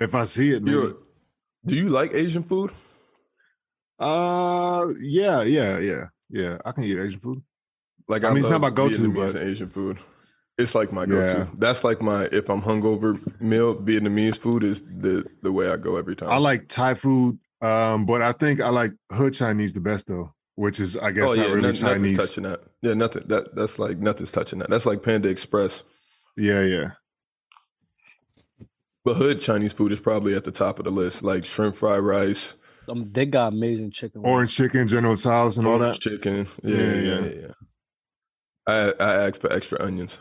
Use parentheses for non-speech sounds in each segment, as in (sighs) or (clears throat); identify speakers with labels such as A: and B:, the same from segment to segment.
A: If I see it, maybe.
B: You're- do you like Asian food?
A: Uh, yeah, yeah, yeah, yeah. I can eat Asian food.
B: Like
A: I mean, it's not
B: love
A: my go-to,
B: Vietnamese
A: but-
B: and Asian food. It's like my go-to.
A: Yeah.
B: That's like my if I'm hungover meal. Vietnamese food is the the way I go every time.
A: I like Thai food, um, but I think I like hood Chinese the best though, which is I guess
B: oh
A: not
B: yeah,
A: really
B: no- nothing's
A: Chinese.
B: touching that. Yeah, nothing. That that's like nothing's touching that. That's like Panda Express.
A: Yeah, yeah.
B: But hood Chinese food is probably at the top of the list. Like shrimp fried rice,
C: Um, they got amazing chicken. wings.
A: Orange chicken, General Tso's, and all
B: orange
A: that.
B: chicken. Yeah,
A: Yeah,
B: yeah, yeah.
A: yeah.
B: yeah, I I asked for extra onions.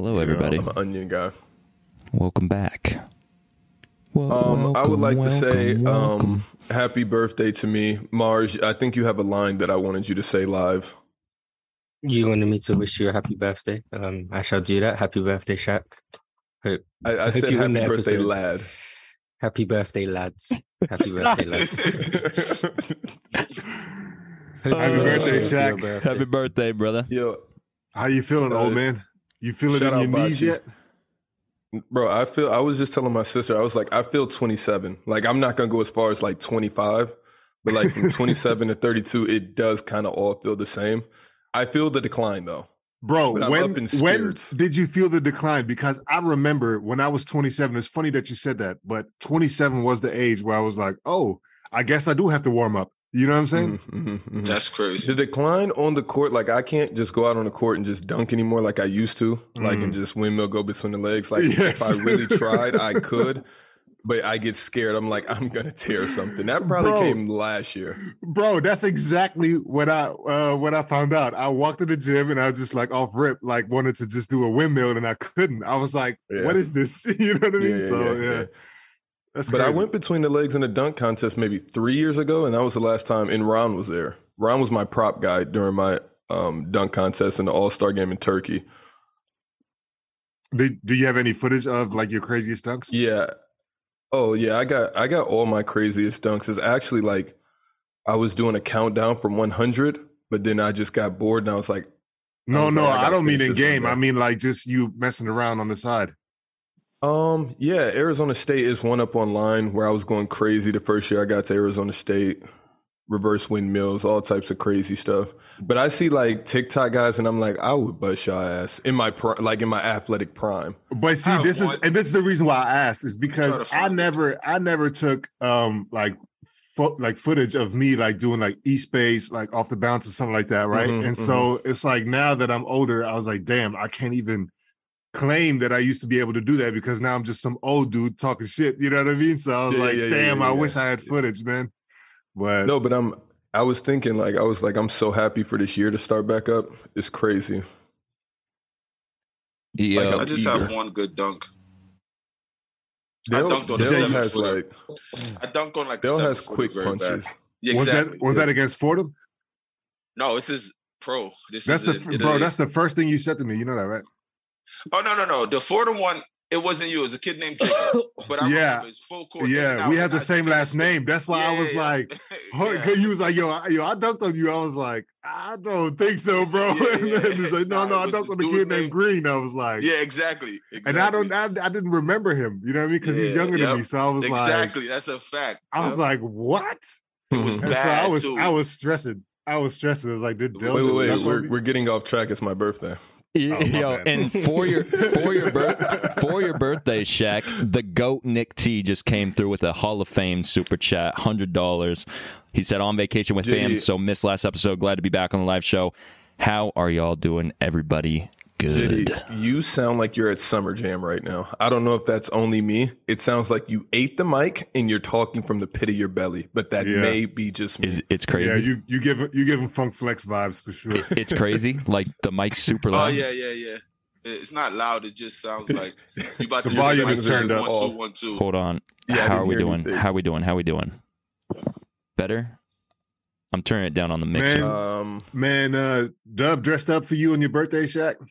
D: Hello,
B: You know,
D: everybody.
B: I'm an onion guy.
D: Welcome back. Well,
B: Um, I would
D: welcome,
B: like to
D: welcome,
B: say
D: welcome.
B: um, happy birthday to me, Marge. I think you have a line that I wanted you to say live.
E: You wanted me to wish you a happy birthday. Um, I shall do that. Happy birthday, Shaq. Hope.
B: I, I,
E: hope
B: said
E: you
B: happy
E: win the
B: birthday,
E: episode.
B: lad.
E: Happy birthday, lads. (laughs) Happy birthday, lads. Hope
D: Happy
E: you
D: birthday,
E: wish you a
A: Shaq.
E: birthday.
D: Happy birthday, brother.
B: Yo,
A: (laughs) How you feeling,
B: Uh,
A: old man? You feel it
B: shout
A: in your
B: out Bachi.
A: knees yet?
B: bro, I feel. I was just telling my sister. I was like, I feel 27. Like I'm not gonna go as far as like 25, but like from 27 to 32, it does kind of all feel the same. I feel the decline though.
A: Bro,
B: But I'm
A: when
B: up
A: when
B: in spirits.
A: did you feel the decline? Because I remember when I was 27. It's funny that you said that, but 27 was the age where I was like, "Oh, I guess I do have to warm up." You know what I'm saying?
B: Mhm, mhm, mhm.
F: That's crazy.
B: The decline on the court, like I can't just go out on the court and just dunk anymore like I used to, like and just windmill go between the legs. Like
A: Mm. Yes.
B: if
A: (laughs)
B: I really tried, I could, but I get scared. I'm like, I'm gonna tear something. That probably
A: Bro.
B: came last year.
A: Bro, that's exactly what I uh, what I found out. I walked to the gym and I just like off rip, like wanted to just do a windmill and I couldn't. I was like,
B: Yeah.
A: "What is this?" (laughs) you know what I mean? so yeah, that's.
B: But I
A: crazy.
B: went between the legs in a dunk contest maybe three years ago, and that was the last time. And Ron was there. Ron was my prop guy during my um, dunk contest in the All Star game in Turkey.
A: Do, do you have any footage of like your craziest dunks?
B: Yeah. Oh yeah, I got I got all my craziest dunks. It's actually like I was doing a countdown from 100, but then I just got bored and I was like, I
A: No,
B: was
A: no,
B: like, I
A: I
B: gotta
A: don't mean
B: finish
A: in
B: this one,
A: game.
B: bro.
A: I mean like just you messing around on the side.
B: um, yeah, Arizona State is one up online where I was going crazy the first year I got to Arizona State, reverse windmills, all types of crazy stuff. But I see like TikTok guys and I'm like, I would bust y'all ass in my pri- like in my athletic prime.
A: But see,
F: I
A: this is
F: want-
A: and this is the reason why I asked is
F: Try to
A: because I
F: find it.
A: never I never took um like fo- like footage of me like doing like e space like off the bounce or something like that, right?
B: Mhm,
A: and so it's like now that I'm older, I was like, damn, I can't even claim that I used to be able to do that because now I'm just some old dude talking shit. You know what I mean? So I was
B: Yeah,
A: like,
B: yeah, yeah,
A: damn,
B: yeah,
A: I
B: yeah.
A: wish I had footage, man. But
B: No, but I'm I was thinking like I was like I'm so happy for this year to start back up. It's crazy.
D: Yo,
B: Like,
F: I just have
B: Eager.
F: one good dunk. I
B: Dale,
F: dunked on a
B: Dale
F: seven
B: has
F: footer.
B: like
F: I dunked on like a
B: Dale
F: seven
B: has
F: footer
B: quick
F: very bad.
B: punches.
F: Yeah,
A: was
F: exactly.
A: that was that against Fordham?
F: no, this is pro. This
A: That's
F: is
A: the
F: in
A: f- bro.
F: Italy.
A: That's the first thing you said to me. You know that, right?
F: oh no no no. The Fordham one, it wasn't you. It was a kid named
A: (laughs)
F: Jacob. But I
A: Yeah.
F: remember it's full court. in
A: Yeah,
F: and
A: we
F: out,
A: have
F: and
A: the
F: I
A: same
F: defended
A: last
F: him.
A: name. That's why I
F: Yeah,
A: was
F: yeah.
A: like,
F: (laughs)
A: (laughs) Huh,
F: Yeah.
A: 'cause you was like, yo, I, yo, I dunked on you. I was like, I don't
F: (laughs)
A: think so, bro. (laughs)
F: Yeah,
A: And
F: yeah.
A: then he's like, no,
F: Nah,
A: no,
F: it
A: I
F: was
A: dunked
F: this
A: on the
F: dude
A: kid named
F: named-
A: Green. I was like,
F: Yeah, exactly. exactly.
A: And I don't, I, I didn't remember him. You know what I mean? Because he's
F: Yeah,
A: younger than
F: yep.
A: me. So I was like,
F: exactly. That's a fact.
A: I was
F: Yep.
A: like, what?
F: it was
A: And
F: bad
A: so I was,
F: too.
A: I was stressing. I was stressing. I was like, did
F: Wait,
A: Dale
B: wait, wait,
A: just dunk
B: wait.
A: on
B: We're,
A: me?
B: we're getting off track. It's my birthday.
A: Oh, my
D: (laughs) yo,
A: bad.
D: and for your for your bir- for your birthday, Shaq, the goat Nick T just came through with a Hall of Fame super chat, hundred dollars. He said on vacation with
B: Gee.
D: fam, so missed last episode. Glad to be back on the live show. How are y'all doing, everybody? Good.
B: Jitty, you sound like you're at Summer Jam right now. I don't know if that's only me. It sounds like you ate the mic and you're talking from the pit of your belly, but that
A: Yeah.
B: may be just me.
D: Is it's crazy?
A: (laughs) Yeah, you you give you give him funk flex vibes for
F: (laughs)
A: sure.
D: It- it's crazy. Like the mic's super
F: Oh
D: loud.
F: yeah, yeah, yeah. It's not loud. It just sounds like you
B: (laughs)
F: about to
A: The
F: say
A: volume
F: like
A: is turned up.
F: One two one two.
D: Hold on.
B: Yeah, I
D: How
B: didn't
D: are we
B: hear
D: doing?
B: anything.
D: How are we doing? How are we doing? Better? I'm turning it down on the mixer.
A: Man.
B: um,
A: Man, uh Dub dressed up for you on your birthday, Shaq.
C: (coughs)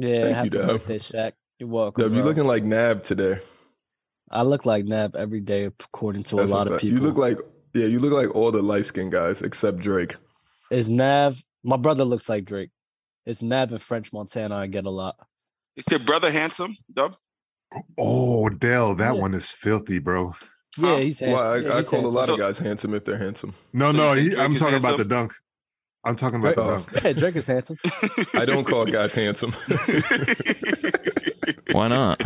C: Yeah,
B: Thank
C: happy
B: you, Dub.
C: birthday, Shaq. You're welcome.
B: Dub, you
C: bro.
B: looking like Nav today?
C: I look like Nab every day, according to
B: That's
C: a lot of
B: fact.
C: people.
B: You look like yeah, you look like all the light skinned guys except Drake.
C: Is Nav? My brother looks like Drake. It's Nav in French Montana. I get a lot.
F: It's your brother handsome, Dub.
A: Oh, Dell, that
C: Yeah.
A: one is filthy, bro.
C: Yeah, he's handsome.
B: Well, I,
C: Yeah,
B: I
C: he's
B: call a lot
F: handsome.
B: of guys handsome if they're handsome.
A: No,
F: So
A: no,
F: you think
A: he,
F: Drake
A: I'm
F: is
A: talking about the
F: handsome?
A: dunk. I'm (laughs) talking about the
B: Oh.
A: dunk.
C: handsome. (laughs) Yeah, Drake is handsome.
B: I
F: (laughs)
B: don't
C: (laughs)
B: call guys handsome.
D: (laughs) Why not?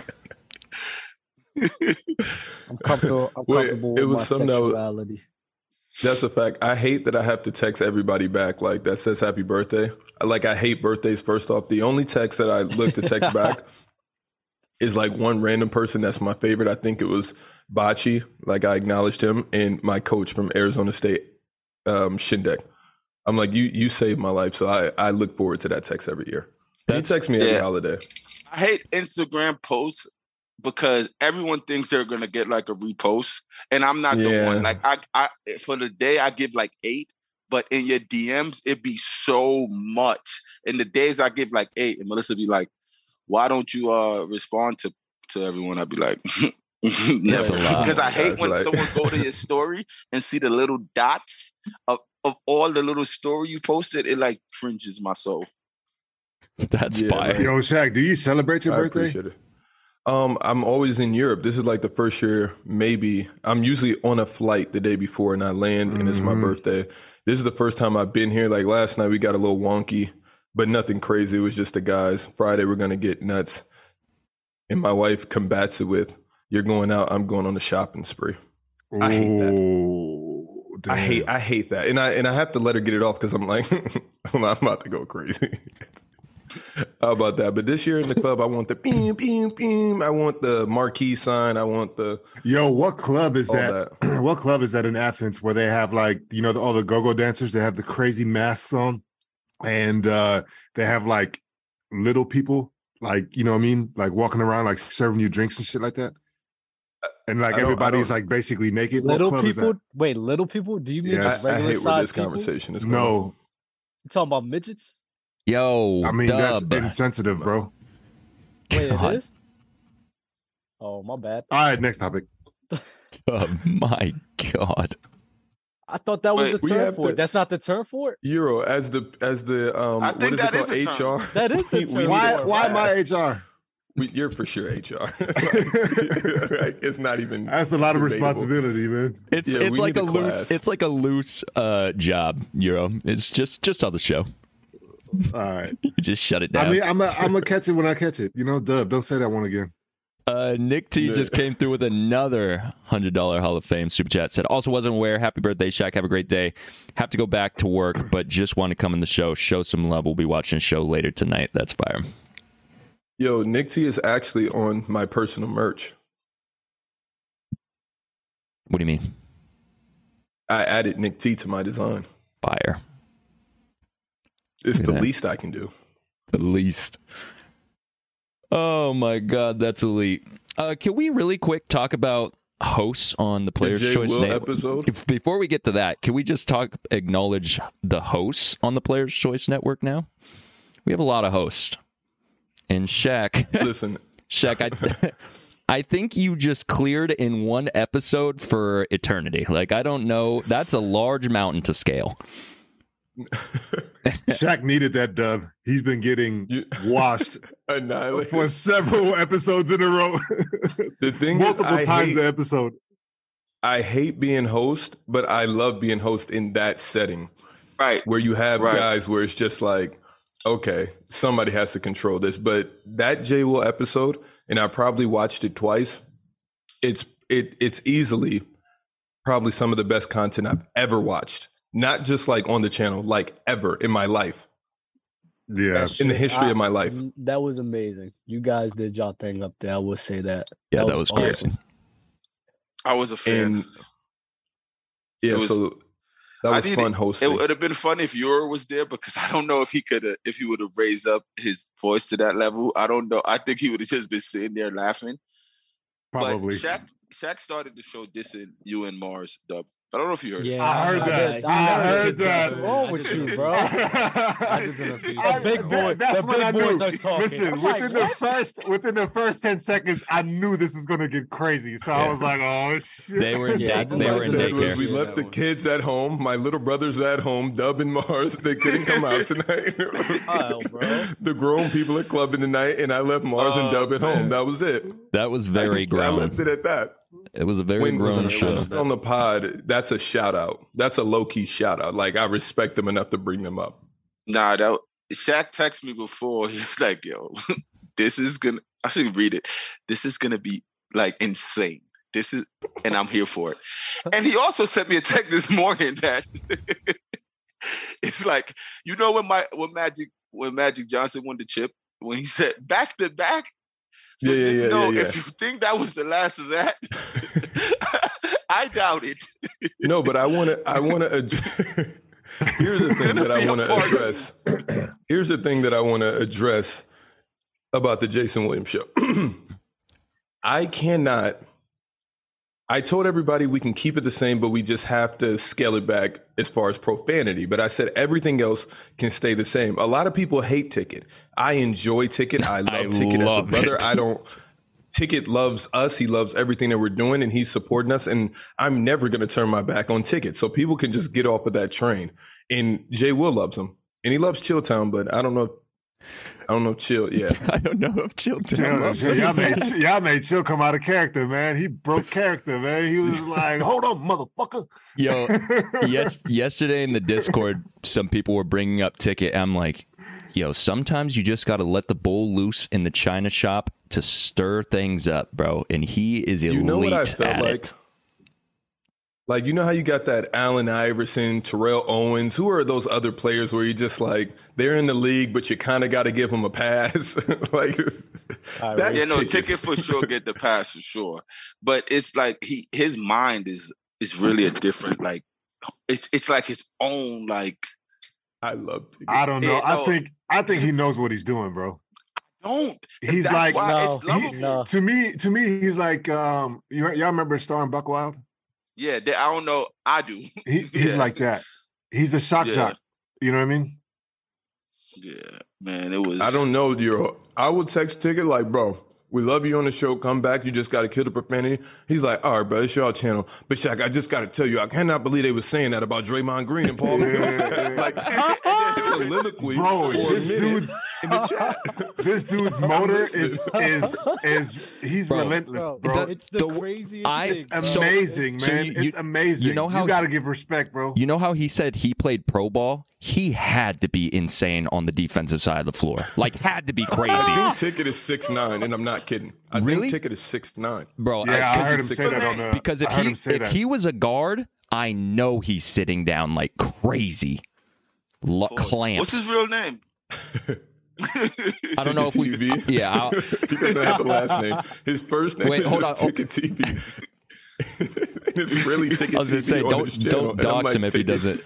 C: I'm comfortable. I'm
B: Wait,
C: comfortable
B: it
C: with
B: was
C: my
B: something that was-
C: sexuality.
B: That's a fact. I hate that I have to text everybody back like that says happy birthday. Like I hate birthdays first off. The only text that I look to text back is like one random person that's my favorite. I think it was Bachi, like I acknowledged him and my coach from Arizona State, um, Shindek. I'm like, you you saved my life. So I, I look forward to that text every year.
D: That's-
B: he texts me every
F: Yeah.
B: holiday.
F: I hate Instagram posts because everyone thinks they're gonna get like a repost, and I'm not the
B: Yeah.
F: one. Like I, I for the day I give like eight, but in your DMs it be so much. In the days I give like eight, and Melissa be like, "Why don't you uh respond to to everyone?" I'd be like. (laughs) Never,
D: a lot.
F: because I hate
B: That's
F: when
B: like-
F: someone go
B: (laughs)
F: to your story and see the little dots of, of all the little story you posted. It like cringes my soul.
D: That's
B: Yeah,
D: fire.
B: man.
A: Yo, Shaq, do you celebrate your
B: I
A: birthday?
B: appreciate it. Um, I'm always in Europe. This is like the first year, maybe. I'm usually on a flight the day before and I land and it's my
A: Mhm.
B: birthday. This is the first time I've been here. Like last night, we got a little wonky, but nothing crazy. It was just the guys. Friday, we're going to get nuts. And my wife combats it with, You're going out, I'm going on a shopping spree. I hate that.
A: Oh,
B: I hate I hate that. And I and I have to let her get it off because I'm like, (laughs) I'm about to go crazy. (laughs) How about that? But this year in the club, I want the beam, beam, beam. I want the marquee sign. I want the
A: Yo, what club is
B: all
A: that? (clears throat)
B: that.
A: what club is that in Athens where they have like you know the, all the go-go dancers they have the crazy masks on and uh they have like little people like you know what I mean like walking around like serving you drinks and shit like that and like
B: Uh, I don't- I
A: everybody's
B: don't-
A: like basically naked What
C: Little
A: club is that?
C: people. Wait, little people? Do you mean
A: Yeah,
B: I,
C: just
B: I
C: regular
B: hate where
C: size
B: this
C: people? You
B: conversation is going.
A: no
C: talking about midgets?
D: Yo,
A: I mean that's
D: dub. (laughs)
A: insensitive bro
C: Wait,
D: God.
C: it is. Oh my bad.
A: all right next topic
D: Dub, my God.
C: I thought that was
F: Wait,
C: the
B: we
C: term
B: have
C: for
B: to-
C: it. That's not the term for it.
B: Euro as the as the um.
F: I
B: what
F: think
B: is
F: that is
B: it
F: a
B: called?
F: term.
B: HR. (laughs)
C: That is the
B: We- we
C: term.
B: need
A: why
B: to
A: why
B: go
A: my
B: fast.
A: HR
B: We- You're for sure HR. (laughs) Like, it's not
A: (laughs)
B: even.
A: that's a lot of
B: Debatable.
A: responsibility man
D: It's
B: Yeah,
D: it's
B: we
D: like
B: need
D: a
B: a
D: loose
B: class.
D: it's like a loose uh job, Euro. It's just just on the show. (laughs)
A: all right
D: You just shut it down.
A: I mean
B: (laughs)
A: I'm a, I'm gonna catch it when I catch it you know Dub don't say that one again
D: Uh, Nick T
B: Yeah.
D: just came through with another hundred dollar Hall of Fame super chat. Said also wasn't aware. Happy birthday, Shaq. Have a great day. Have to go back to work, but just want to come in the show, show some love. We'll be watching a show later tonight. That's fire.
B: Yo, Nick T is actually on my personal merch.
D: What do you mean,
B: I added Nick T to my design.
D: fire?
B: It's
D: Look at
B: the
D: that.
B: least I can do.
D: The least. Oh my god, that's elite. Uh, can we really quick talk about hosts on the Players'
B: The J.
D: Choice
B: Will
D: Network? (laughs)
B: episode.
D: If- before we get to that, can we just talk acknowledge the hosts on the Players Choice Network now? We have a lot of hosts. And Shaq, (laughs)
B: Listen, (laughs)
D: Shaq, I (laughs) I think you just cleared in one episode for eternity. Like I don't know, that's a large mountain to scale.
A: Shaq needed that dub. He's been getting
B: you (laughs)
A: washed
B: annihilate.
A: for
B: (laughs)
A: several episodes in a row,
B: The (laughs) thing
A: multiple
B: is, I
A: times an
B: Hate,
A: episode.
B: I hate being host, but I love being host in that setting
F: Right.
B: where you have
F: Right.
B: guys where it's just like, okay, somebody has to control this. But that J Will episode, and I probably watched it twice. It's it it's easily probably some of the best content I've ever watched. Not just like on the channel, like ever in my life,
A: Yeah,
B: in the history of my life.
C: Mm, That was amazing. You guys did y'all thing up there. I will say that.
D: Yeah, that,
C: That
D: was,
C: was
D: crazy.
F: I was a fan.
B: And yeah,
F: It was-
B: so that
F: I
B: was
F: did
B: fun
F: It
B: hosting.
F: would have been funny if Euro was there because I don't know if he could have if he would have raised up his voice to that level. I don't know. I think he would have just been sitting there laughing.
A: probably.
F: But Shaq Shaq started the show dissing you and Mars dub. But I don't know if you heard. it.
E: Yeah,
A: I heard that. I heard that.
E: What's
A: wrong
C: with
E: you,
C: bro?
E: just didn't
A: (laughs)
E: appreciate
A: I-
E: The big
A: that-
C: boy-
A: That's
C: the
A: what
C: big
A: I knew.
C: boys are talking.
A: Listen,
C: I'm like,
A: within the
C: what?
A: first within the first ten seconds, I knew this is gonna get crazy. So I
D: Yeah.
A: was like, oh shit.
D: They were in
E: Yeah,
D: day,
E: I
D: they
B: All
D: were
B: I
D: in
B: said was
D: daycare.
B: we left the kids at home. My little brother's at home. Dub and Mars, they couldn't come (laughs) out tonight.
G: Hell, bro.
B: The grown people are clubbing tonight, and I left Mars and
F: Oh,
B: Dub at home.
F: man.
B: That was it.
D: That was very
B: I left
D: grown.
B: it at that.
D: It was a very
B: when
D: grown
B: when
D: show.
B: Chris is on the pod, that's a shout out. That's a low key shout out. Like I respect them enough to bring them up.
F: Nah, that Shaq texted me before. (laughs) He was like, "Yo, this is gonna." I should read it. This is gonna be like insane. This is, and I'm here for it. And he also sent me a text (laughs) this morning that it's like you know when my when Magic when Magic Johnson won the chip when he said back to back. So
B: Yeah, yeah,
F: just
B: yeah,
F: know
B: yeah, yeah.
F: if you think that was the last of that, (laughs) I doubt it.
B: No, but I want to. I want to. Ad- (laughs) Here's the thing
F: Gonna
B: that I
F: be a
B: want to
F: party.
B: address. Here's the thing that I want to address about the Jason Williams show. (clears throat) I cannot. I told everybody we can keep it the same, but we just have to scale it back as far as profanity. But I said everything else can stay the same. A lot of people hate Ticket. I enjoy Ticket. I love
D: (laughs) I
B: Ticket
D: love
B: as a brother.
D: it.
B: I don't. Ticket loves us. He loves everything that we're doing and he's supporting us. And I'm never going to turn my back on Ticket. So people can just get off of that train. And Jay Will loves him and he loves Chilltown, but I don't know. I don't know. if Chill. Yeah.
D: (laughs) I don't know if Chill Town
A: Chill,
D: loves
A: chill.
D: it.
A: Y'all made
D: (laughs)
A: y'all made Chill come out of character, man. He broke character, man. He was like, "Hold on, motherfucker." (laughs)
B: (laughs)
D: Yo, yes, yesterday in the Discord, some people were bringing up ticket. I'm like, yo, sometimes you just got to let the bull loose in the china shop to stir things up, bro. And he is elite
B: You know what I felt
D: at
B: like?
D: it.
B: Like you know how you got that Allen Iverson, Terrell Owens. Who are those other players where you just like they're in the league, but you kind of got to give them a pass? (laughs) like that's
F: yeah, no,
B: (laughs) Ticket.
F: ticket for sure get the pass for sure. But it's like he his mind is is really a different like it's it's like his own like
B: I love ticket.
A: I don't know.
F: Yeah,
A: I
F: no.
A: think I think he knows what he's doing, bro.
F: don't. And
A: He's like,
F: that's why
C: no,
F: it's
A: he-
F: lovable.
C: no.
A: to me, to me, he's like, um, you, y'all remember Star and Buckwild?
F: Yeah, they, I don't know. I do. (laughs)
A: He, he's
F: Yeah.
A: like that. He's a shock
F: Yeah.
A: jock. You know what I mean?
F: Yeah, man, it was.
B: I
F: (laughs)
B: don't know, Euro. I would text Ticket like, bro, we love you on the show. Come back. You just got to kill the profanity. He's like, all right, bro, it's your channel. But Shaq, I just got to tell you, I cannot believe they were saying that about Draymond Green and Paul.
A: (laughs)
B: (laughs) Millsap. like, (laughs) soliloquy.
A: Bro,
B: for a
A: this
B: minute
A: dude's
B: in the chat.
A: (laughs) this dude's motor is is
C: Bro.
A: is he's
D: Bro.
A: relentless, bro.
D: The-
C: it's the,
D: the-
C: craziest
D: I-
C: thing. bro.
D: So-
A: amazing,
D: so
A: man.
D: you-
A: it's
D: you-
A: amazing.
D: you know how-
A: you gotta give respect, bro.
D: You know how he said he played pro ball? He had to be insane on the defensive side of the floor. Like, had to be crazy.
B: (laughs) I think Ticket is six nine, and I'm not kidding. I
D: Really?
B: think Ticket is six nine.
D: Bro,
A: yeah, I,
D: I,
A: heard him say that on the
D: because if
A: Uh, I heard
D: he
A: him say
D: if
A: that.
D: he was a guard, I know he's sitting down like crazy. Lo-
F: Pause.
D: clamps.
F: What's his
B: (laughs)
F: real name?
D: I don't know if we.
B: TV. (laughs)
D: Yeah, I'll-
B: he doesn't have a last name. His first name
D: Wait,
B: is
D: hold
B: just
D: on. Oh.
B: Ticket TV. And (laughs) it's really Ticket
D: I was gonna
B: TV
D: say
B: on
D: don't
B: his channel.
D: don't
B: And I'm
D: dox
B: like,
D: him if he
B: "Ticket-
D: doesn't.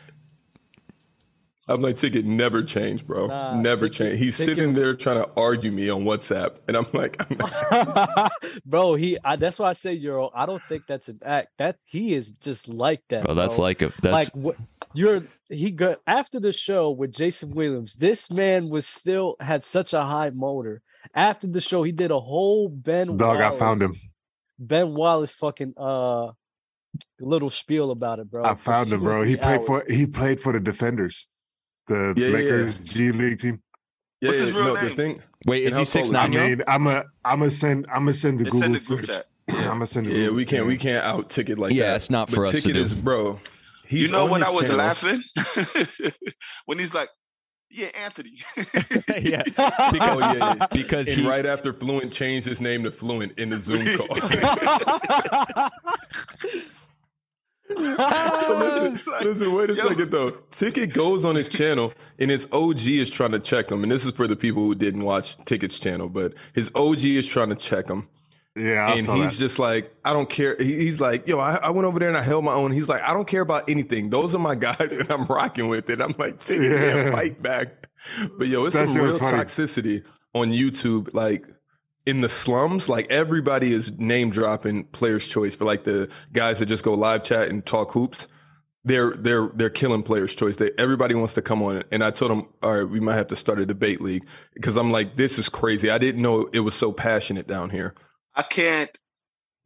B: I'm like, Ticket never changed, bro.
C: Nah,
B: never
C: Ticket-
B: changed. He's
C: Ticket-
B: sitting there trying to argue me on WhatsApp, and I'm like, I'm not,
C: (laughs) bro, he. I, that's why I say Euro. I don't think that's an act. That he is just like that.
D: Bro, that's like a that's
C: like what you're. He go after the show with Jason Williams. This man was still had such a high motor. After the show, he did a whole Ben.
A: dog, I
C: Wallace-
A: found him.
C: Ben Wallace fucking uh little spiel about it, bro.
A: I
C: for
A: found
C: two
A: him, bro.
C: or
A: He
C: three
A: played for
F: (laughs)
C: hours.
A: he played for the defenders, the
B: Yeah, yeah, yeah.
A: Lakers G League team.
B: yeah,
F: What's his
B: yeah,
F: real
B: no, the
F: name?
B: thing,
D: wait,
B: and
D: is
B: how
D: he six
B: tall
A: I
D: nine?
B: is
A: mean, I'm a I'm a send I'm a send the
F: It's in
A: Google
F: the group
A: search.
F: chat.
A: (clears throat) I'm gonna send the
B: yeah,
A: Google
B: we can't
A: search.
B: we can't out Ticket (laughs) like
D: Yeah,
B: that.
D: it's not
B: But
D: for us to
B: Ticket
D: do.
B: is, bro. He's
F: you know
B: on
F: when
B: his
F: I was
B: channel.
F: laughing (laughs) when he's like, "Yeah, Anthony." (laughs)
D: (laughs) yeah,
B: Oh,
C: (laughs)
D: because
B: yeah, yeah, yeah.
D: because
B: And
D: he,
B: right after Fluent changed his name to Fluent in the
F: (laughs)
B: Zoom call.
C: (laughs)
B: listen, listen, wait a
F: Yo.
B: second though. Ticket goes on his channel and his OG is trying to check him. And this is for the people who didn't watch Ticket's channel, but his OG is trying to check him.
A: Yeah, I
B: and
A: saw
B: he's
A: that.
B: just like, I don't care. He- He's like, yo, I, I went over there and I held my own. He's like, I don't care about anything. Those are my (laughs) guys and I'm rocking with it. I'm like, Ticket, yeah.
A: Yeah.
B: fight back. But yo, it's
A: That
B: some
A: shit was
B: real
A: funny.
B: toxicity on YouTube. Like, in the slums, like everybody is name dropping players' choice for like the guys that just go live chat and talk hoops. they're they're they're killing players' choice. They everybody wants to come on, and I told them, all right, we might have to start a debate league because I'm like, this is crazy. I didn't know it was so passionate down here.
F: I can't.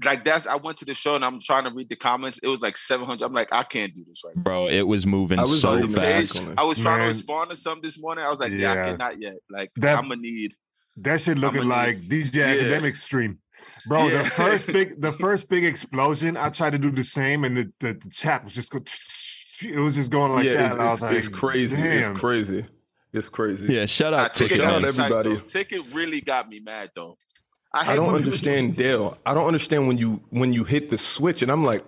F: Like that's I went to the show and I'm trying to read the comments. It was like 700. I'm like, I can't do this right now.
D: bro. It was moving
B: I was
D: so
B: on the
D: fast.
B: page.
F: I was trying
A: Man.
F: to respond to some this morning. I was like, yeah, I
A: Yeah.
F: cannot yet. Like
A: That-
F: I'm gonna need.
A: That shit looking
F: I'ma
A: like
F: just-
A: DJ
F: yeah.
A: Academic stream. Bro,
F: Yeah.
A: the first big the first big explosion, I tried to do the same and the, the, the chap was just go, it was just going like
B: yeah,
A: that.
B: it's,
A: and I was
B: it's,
A: like,
B: it's crazy.
A: Damn.
B: It's crazy. It's crazy.
D: Yeah, shout
F: Nah,
D: out to
F: ticket
B: shout out
F: got me
D: Sean.
F: tight,
B: everybody.
F: though. Ticket really got me mad though. hate
B: I don't
F: when people do
B: understand Dale. I don't understand when you when you hit the switch, and I'm like,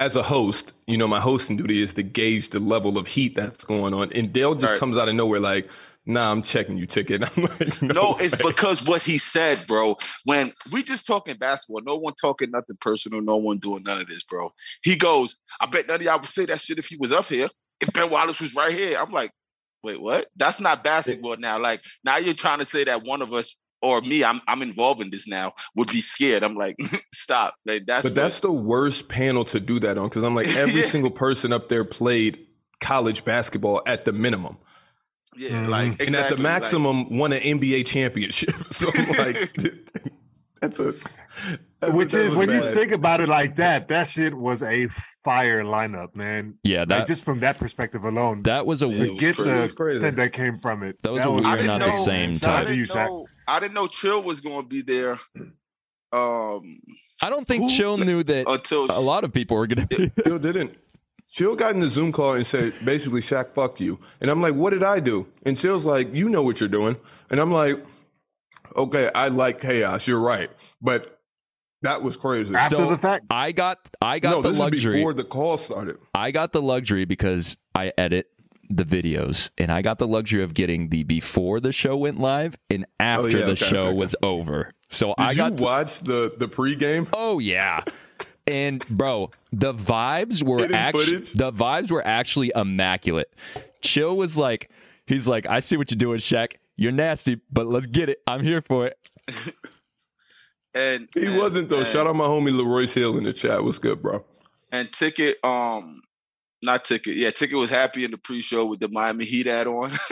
B: as a host, you know, my hosting duty is to gauge the level of heat that's going on, and Dale just
F: Right.
B: comes out of nowhere like, "Nah, I'm checking you, ticket." (laughs) And I'm like, "No,
F: (laughs) No, it's
B: way."
F: because what he said, bro. When we just talking basketball, no one talking nothing personal, no one doing none of this, bro. He goes, I bet none of y'all would say that shit if he was up here. If Ben Wallace was right here, I'm like, wait, what? That's not basketball now. Like now you're trying to say that one of us or me, I'm I'm involved in this now, would be scared. I'm like, (laughs) stop. Like that's,
B: but that's the worst panel to do that on because I'm like, every
F: Yeah.
B: single person up there played college basketball at the minimum,
F: what- (laughs) yeah, like
B: Mm-hmm.
F: exactly,
B: and at the
F: like-
B: maximum, won an NBA championship. (laughs) So like, that's a that's a-
A: Which
B: that
A: is
B: was
A: when you
B: bad.
A: think about it like that, that shit was a fire lineup, man.
D: Yeah,
A: like
D: that
A: just from that perspective alone.
D: that was a
F: Yeah, it was
A: forget
F: crazy.
B: It
A: the
B: was crazy.
A: thing that came from it.
D: That was a weird,
F: I
D: not
F: didn't
D: the
F: know-
D: same
A: Shout out
F: I
D: type.
A: to you,
F: didn't
A: Shaq.
F: know I didn't know Trill was gonna be there. Um
D: I don't think
F: Who-
D: Chill knew that
F: until
D: a lot of people were gonna be.
B: Jill didn't. Jill got in the Zoom call and said, basically, Shaq, fuck you. And I'm like, what did I do? And Jill's like, you know what you're doing. And I'm like, okay, I like chaos. You're right. But that was crazy.
A: After
D: So-
A: the fact,
D: (laughs) I got I got
B: no,
D: the
B: this is
D: luxury.
B: before the call started.
D: I got the luxury because I edit the videos and I got the luxury of getting the before the show went live and after
B: Oh, yeah,
D: the
B: okay,
D: show
B: okay, okay.
D: was over. So
B: Did
D: I
B: you
D: got to-
B: watch the, the pregame?
D: Oh yeah. And bro, the vibes were
B: Hidden
D: actually
B: footage?
D: the vibes were actually immaculate. Chill was like, he's like, I see what you're doing, Shaq. You're nasty, but let's get it. I'm here for it.
F: and
B: He
F: and-
B: wasn't, though.
F: and-
B: Shout out my homie Leroy Hill in the chat. What's good, bro?
F: and ticket um not ticket yeah ticket was happy in the pre-show with the miami heat ad on (laughs)
C: (laughs)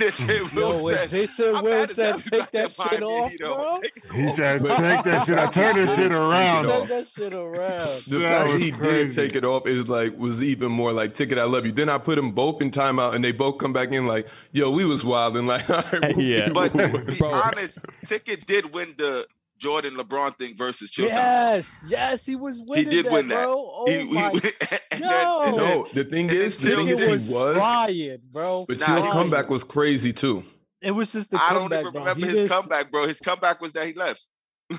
F: this it
C: Mm-hmm. Yo,
F: will
C: when
F: said
C: Jason
F: I'm
C: Williams
F: mad as hell
C: said, "Take
F: you got
C: that shit
F: Miami
C: off,
F: Heat on.
C: bro."
F: Take it
A: he
F: off."
A: said,
B: but-
A: "Take that shit. I turn this shit around."
B: Take it off.
C: Take that shit around.
F: (laughs)
B: The
A: That
B: fact
A: was
B: he didn't
A: crazy.
B: take it off is like was even more like ticket. I love you. Then I put them both in timeout, and they both come back in like, "Yo, we was wild." And (laughs) like, all right, we'll
D: (laughs)
B: (laughs)
D: Yeah.
B: be-
F: (laughs) but
B: we'll
F: to
B: be-
F: be
D: Bro.
F: honest ticket did win the jordan lebron thing versus Chill Time.
C: Yes, yes, he was winning.
F: did
C: that,
F: win that.
C: Bro. Oh
F: He- he- (laughs)
C: my
F: and
C: Yo!
F: then, and then-
B: no, the thing
F: and
B: is, the
F: then
B: thing
F: Ticket
B: is,
C: was
B: he was,
C: Ryan, bro.
B: but
F: Nah,
B: Chill's
F: he was-
B: comeback was crazy too.
C: It was just the
F: I don't
C: comeback,
F: even
C: bro.
F: remember
C: He
F: his
C: just-
F: comeback, bro. His comeback was that he left.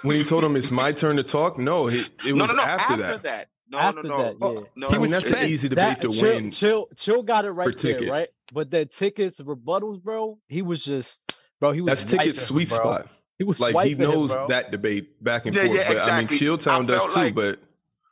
B: When he told him it's my turn to talk, no, he, it was
F: no, no, no.
B: after, that.
F: No,
C: After
F: no,
C: that,
F: no.
C: yeah.
F: no,
D: He
B: I
F: no,
B: mean,
D: was
F: no.
B: that's the
D: spent.
B: easy debate
C: That,
B: to
C: chill,
B: win.
C: chill, chill got it right
B: for
C: there,
B: Ticket.
C: right? But then tickets rebuttals, bro. He was just, bro. He was
B: That's ticket's
C: wiping him,
B: sweet
C: bro.
B: spot.
C: He was
B: Like he
C: wiping him,
B: knows
C: bro.
B: that debate back and
F: Yeah,
B: forth.
F: yeah,
B: but, I mean,
F: exactly.
B: Chill
F: I
B: Town does
F: felt
B: too.
F: like-
B: but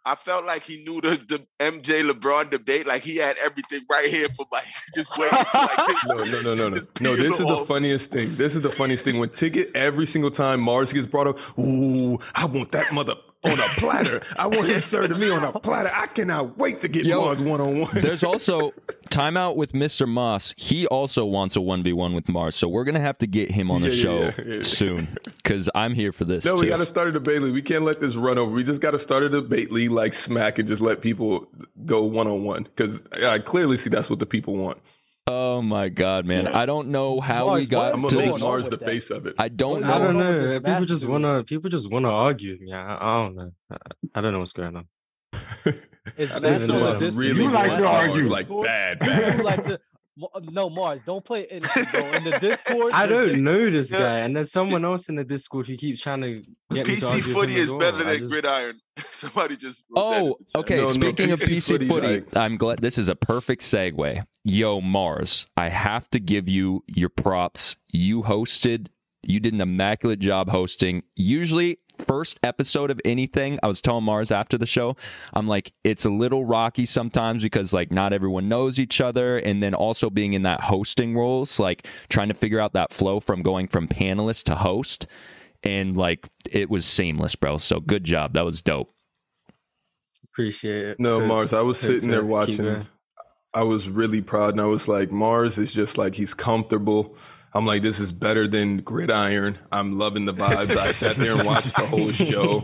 F: I felt like he knew the, the MJ LeBron debate. Like he had everything right here for my (laughs) just waiting
B: (laughs)
F: to like just,
B: No, no, no, no,
F: to
B: no.
F: just
B: No,
F: peel
B: this is the
F: off.
B: funniest thing. This is the funniest thing. When Ticket, every single time Mars gets brought up, ooh, I want that mother on a platter. I want him served to me on a platter. I cannot wait to get
D: Yo,
B: Mars one on one. (laughs)
D: There's also timeout with Mr. Moss. He also wants a 1v1 with Mars. So we're going to have to get him on the
B: Yeah, yeah,
D: show
B: yeah, yeah.
D: soon cuz I'm here for this
B: No, we
D: too.
B: got to start a debate league. We can't let this run over. We just got to start a debate league like smack and just let people go one on one because I clearly see that's what the people want.
D: oh my god, man. I don't know how
C: Mars,
D: we got
B: I'm
C: what
B: gonna
D: to
B: make
C: is
D: this.
C: going on?
B: Mars
C: with
B: the
C: that?
B: face of it.
D: I
C: What
D: don't know.
C: is
E: I don't
C: going on with
E: know.
C: this
E: People just
C: basketball?
E: wanna people just wanna argue. Yeah, I, I don't know. I, I don't know what's going on.
C: It's
B: I
E: That's
B: just
E: the
C: basketball
E: one
B: want
E: that
B: to
C: just-
B: really
A: You like
B: want
A: to
B: Mars,
A: argue.
B: like bad,
C: (laughs) You
B: bad.
C: like to, Ma- no Mars, don't play innocent, bro. In the
B: (laughs)
C: Discord,
E: I
C: there's-
E: (laughs) don't know this
F: Yeah.
E: guy, and there's someone else in the Discord who keeps trying to get me to
F: PC
E: argue with
F: footy
E: him as
F: is
E: well.
F: better
E: I
F: than
E: just-
F: gridiron. (laughs) Somebody just wrote that in
D: Oh,
F: the chat.
D: okay.
B: No, no,
D: Speaking
B: (laughs)
D: of
B: PC
D: PC footy,
B: footy, like-
D: I'm glad this is a perfect segue. Yo, Mars, I have to give you your props. You hosted, you did an immaculate job hosting. Usually, first episode of anything, I was telling Mars after the show, I'm like, it's a little rocky sometimes because, like, not everyone knows each other. And then also being in that hosting role, it's like trying to figure out that flow from going from panelist to host. And like, it was seamless, bro. So good job. That was dope.
E: Appreciate it.
B: No,
E: Good.
B: Mars, I was
E: good
B: sitting there
E: to keep
B: watching.
E: going.
B: I was really proud, and I was like, Mars is just like he's comfortable. I'm like, this is better than Gridiron. I'm loving the vibes. I sat there and watched the whole show.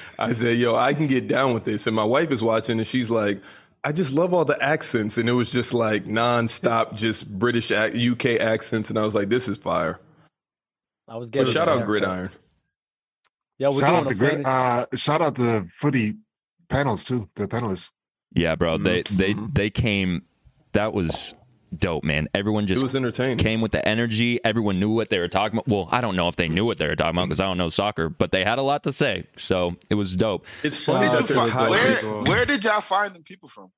B: (laughs) I said, yo, I can get down with this. And my wife is watching, and she's like, I just love all the accents. And it was just like nonstop, just British, ac- UK accents. And I was like, this is fire.
C: I was
B: But
C: getting
B: shout out
C: there.
B: Gridiron.
C: Yo, we're
A: shout
C: doing
A: out
C: a
A: the great,
C: planet-
A: uh, shout out the footy panels too. The panelists.
D: Yeah, bro. They they
B: Mhm.
D: they came. That was dope, man. Everyone
B: It
D: just
B: was entertaining.
D: came with the energy. Everyone knew what they were talking about. Well, I don't know if they knew what they were talking about because I don't know soccer, but they had a lot to say. So it was dope.
B: It's
E: Shout
B: funny
E: out
F: Did
B: that there's
E: Uh, to
F: you
E: the
F: find,
B: a
E: Dutch
F: where,
E: people.
F: where did y'all find them people from?